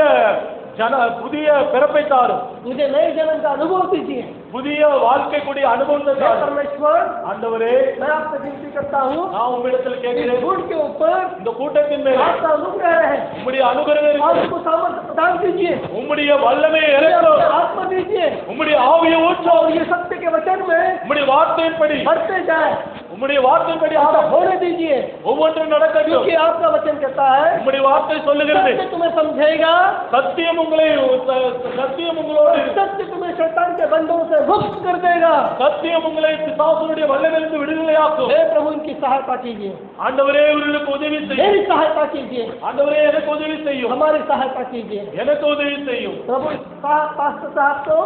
[SPEAKER 3] ஜன புதிய பிறப்பை தாரும்
[SPEAKER 2] मुझे नए जन्म का अनुभव दीजिए
[SPEAKER 3] புதிய வாழ்க்கைக்குரிய அனுபவத்தை
[SPEAKER 2] हे
[SPEAKER 3] தாரும்
[SPEAKER 2] परमेश्वर
[SPEAKER 3] ஆண்டவரே
[SPEAKER 2] मैं आपसे विनती करता हूँ
[SPEAKER 3] நான் உம்மிடத்தில்
[SPEAKER 2] इस
[SPEAKER 3] கேட்கிறேன்
[SPEAKER 2] झूठ के ऊपर
[SPEAKER 3] இந்த கூட்டத்தின் மேல்
[SPEAKER 2] आपका अनुग्रह है
[SPEAKER 3] உம்முடைய அனுகிரகம்
[SPEAKER 2] आप
[SPEAKER 3] இருக்கு.
[SPEAKER 2] उसको सामर्थ्य प्रदान कीजिए
[SPEAKER 3] உம்முடைய வல்லமையை
[SPEAKER 2] हमें अपने
[SPEAKER 3] இறக்கிறோம்
[SPEAKER 2] आत्मा दीजिए
[SPEAKER 3] உம்முடைய ஆவியை ஊற்றும்
[SPEAKER 2] और ये सत्य के वचन में
[SPEAKER 3] உம்முடைய வார்த்தையின்படி
[SPEAKER 2] बढ़ते जाए
[SPEAKER 3] உம்முடைய வார்த்தைப்படி
[SPEAKER 2] ऐसा
[SPEAKER 3] ஆக-
[SPEAKER 2] होने दीजिए
[SPEAKER 3] ஒவ்வொன்றும் நடக்கட்டும்
[SPEAKER 2] क्योंकि आपका वचन कहता है
[SPEAKER 3] உம்முடைய வார்த்தை சொல்லுகிறது
[SPEAKER 2] सत्य तुम्हें समझेगा
[SPEAKER 3] சத்தியம் உங்களை ச- சத்தியம்
[SPEAKER 2] और
[SPEAKER 3] உங்களோடு
[SPEAKER 2] सत्य तुम्हें शैतान के बंधों से मुक्त कर देगा
[SPEAKER 3] சத்தியம் உங்களை பிசாசுனுடைய வல்லமிருந்து விடுதலையாக்கும்
[SPEAKER 2] हे प्रभु इनकी सहायता कीजिए
[SPEAKER 3] ஆண்டவரே இவர்களுக்கு உதவி செய்யும்
[SPEAKER 2] मेरी सहायता कीजिए
[SPEAKER 3] ஆண்டவரே எனக்கு உதவி செய்யும்
[SPEAKER 2] हमारी सहायता कीजिए
[SPEAKER 3] எனக்கு उदयी செய்யும்
[SPEAKER 2] प्रभु पा- पास्टर साहब को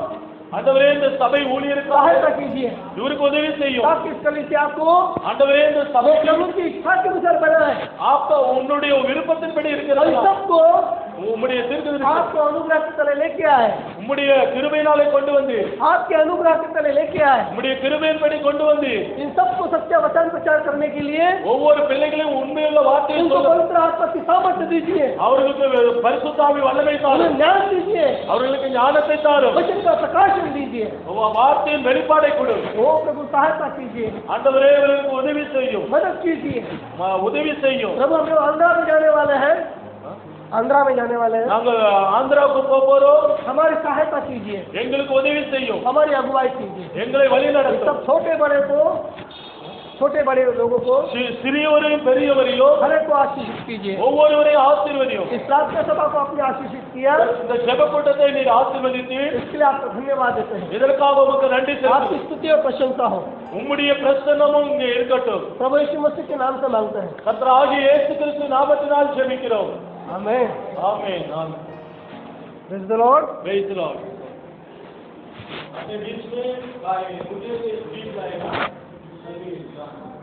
[SPEAKER 3] ஆண்டவரே இந்த சபை ஊழியருக்காக
[SPEAKER 2] सहायता कीजिए
[SPEAKER 3] இவருக்கு உதவி செய்யும்
[SPEAKER 2] ताकि इस कली से आपको
[SPEAKER 3] ஆண்டவரே இந்த
[SPEAKER 2] वो
[SPEAKER 3] சபைக்கு
[SPEAKER 2] प्रभु की इच्छा के अनुसार बनाए
[SPEAKER 3] ஆப்த உன்னுடைய விருப்பத்தின்படி
[SPEAKER 2] हम
[SPEAKER 3] இருக்கிறதா
[SPEAKER 2] तो सबको
[SPEAKER 3] உம்முடைய தீர்க்க
[SPEAKER 2] आपको अनुग्रह के तले लेके आए
[SPEAKER 3] உம்முடைய கிருபையினாலே கொண்டு வந்து
[SPEAKER 2] आपके अनुग्रह के तले लेके आए
[SPEAKER 3] உம்முடைய கிருபையின்படி கொண்டு வந்து
[SPEAKER 2] इन सबको सच्चा वचन प्रचार करने के लिए
[SPEAKER 3] ஒவ்வொரு பிள்ளைகளையும் உண்மையுள்ள வார்த்தையை
[SPEAKER 2] इनको
[SPEAKER 3] சொல்ல
[SPEAKER 2] पवित्र आत्मा की सामर्थ्य दीजिए
[SPEAKER 3] அவர்களுக்கு பரிசுத்தாவி வல்லமை
[SPEAKER 2] उन्हें
[SPEAKER 3] தாரும்
[SPEAKER 2] ज्ञान दीजिए
[SPEAKER 3] அவர்களுக்கு ஞானத்தை தாரும்
[SPEAKER 2] वचन का प्रकाशन दीजिए
[SPEAKER 3] உம் வார்த்தையின் வெளிப்பாடை கொடு
[SPEAKER 2] ओ प्रभु सहायता कीजिए
[SPEAKER 3] ஆண்டவரே இவர்களுக்கு உதவி செய்யும்
[SPEAKER 2] मदद कीजिए
[SPEAKER 3] ம- உதவி செய்யும்
[SPEAKER 2] प्रभु हम लोग आंध्रा में जाने वाले हैं आंध्रा में जाने वाले हैं
[SPEAKER 3] நாங்கள் ஆந்திராவுக்கு போக போறோம்
[SPEAKER 2] हमारी सहायता कीजिए
[SPEAKER 3] எங்களுக்கு உதவி செய்யும்
[SPEAKER 2] हमारी अगुवाई कीजिए
[SPEAKER 3] எங்களை வழி
[SPEAKER 2] इस
[SPEAKER 3] நடத்தும்
[SPEAKER 2] सब छोटे बड़े को छोटे बड़े लोगों को
[SPEAKER 3] சி- சிறியவரையும் பெரியவரையும்
[SPEAKER 2] हर एक को आशीषित कीजिए
[SPEAKER 3] ஒவ்வொருவரையும் ஆசீர்வதியும்
[SPEAKER 2] इस प्रार्थना सभा को आपने आशीषित किया
[SPEAKER 3] இந்த ஜெப கூட்டத்தை நீர் ஆசீர்வதித்து
[SPEAKER 2] इसके लिए आपको धन्यवाद देते हैं
[SPEAKER 3] இதற்காக உமக்கு நன்றி
[SPEAKER 2] आपकी
[SPEAKER 3] செலுத்தும்
[SPEAKER 2] स्तुति और प्रशंसा हो
[SPEAKER 3] உம்முடைய பிரசன்னமும் இங்கே இருக்கட்டும்
[SPEAKER 2] प्रभु यीशु मसीह के नाम से मांगते हैं
[SPEAKER 3] கர்த்தராகிய இயேசு கிறிஸ்து நாமத்தினால் ஜெபிக்கிறோம்
[SPEAKER 2] हमें
[SPEAKER 3] ஆமென் ஆமென்
[SPEAKER 2] Praise the Lord.
[SPEAKER 3] Praise the Lord. अपने बीच में भाई मुझे से बीच आएगा सभी इंसान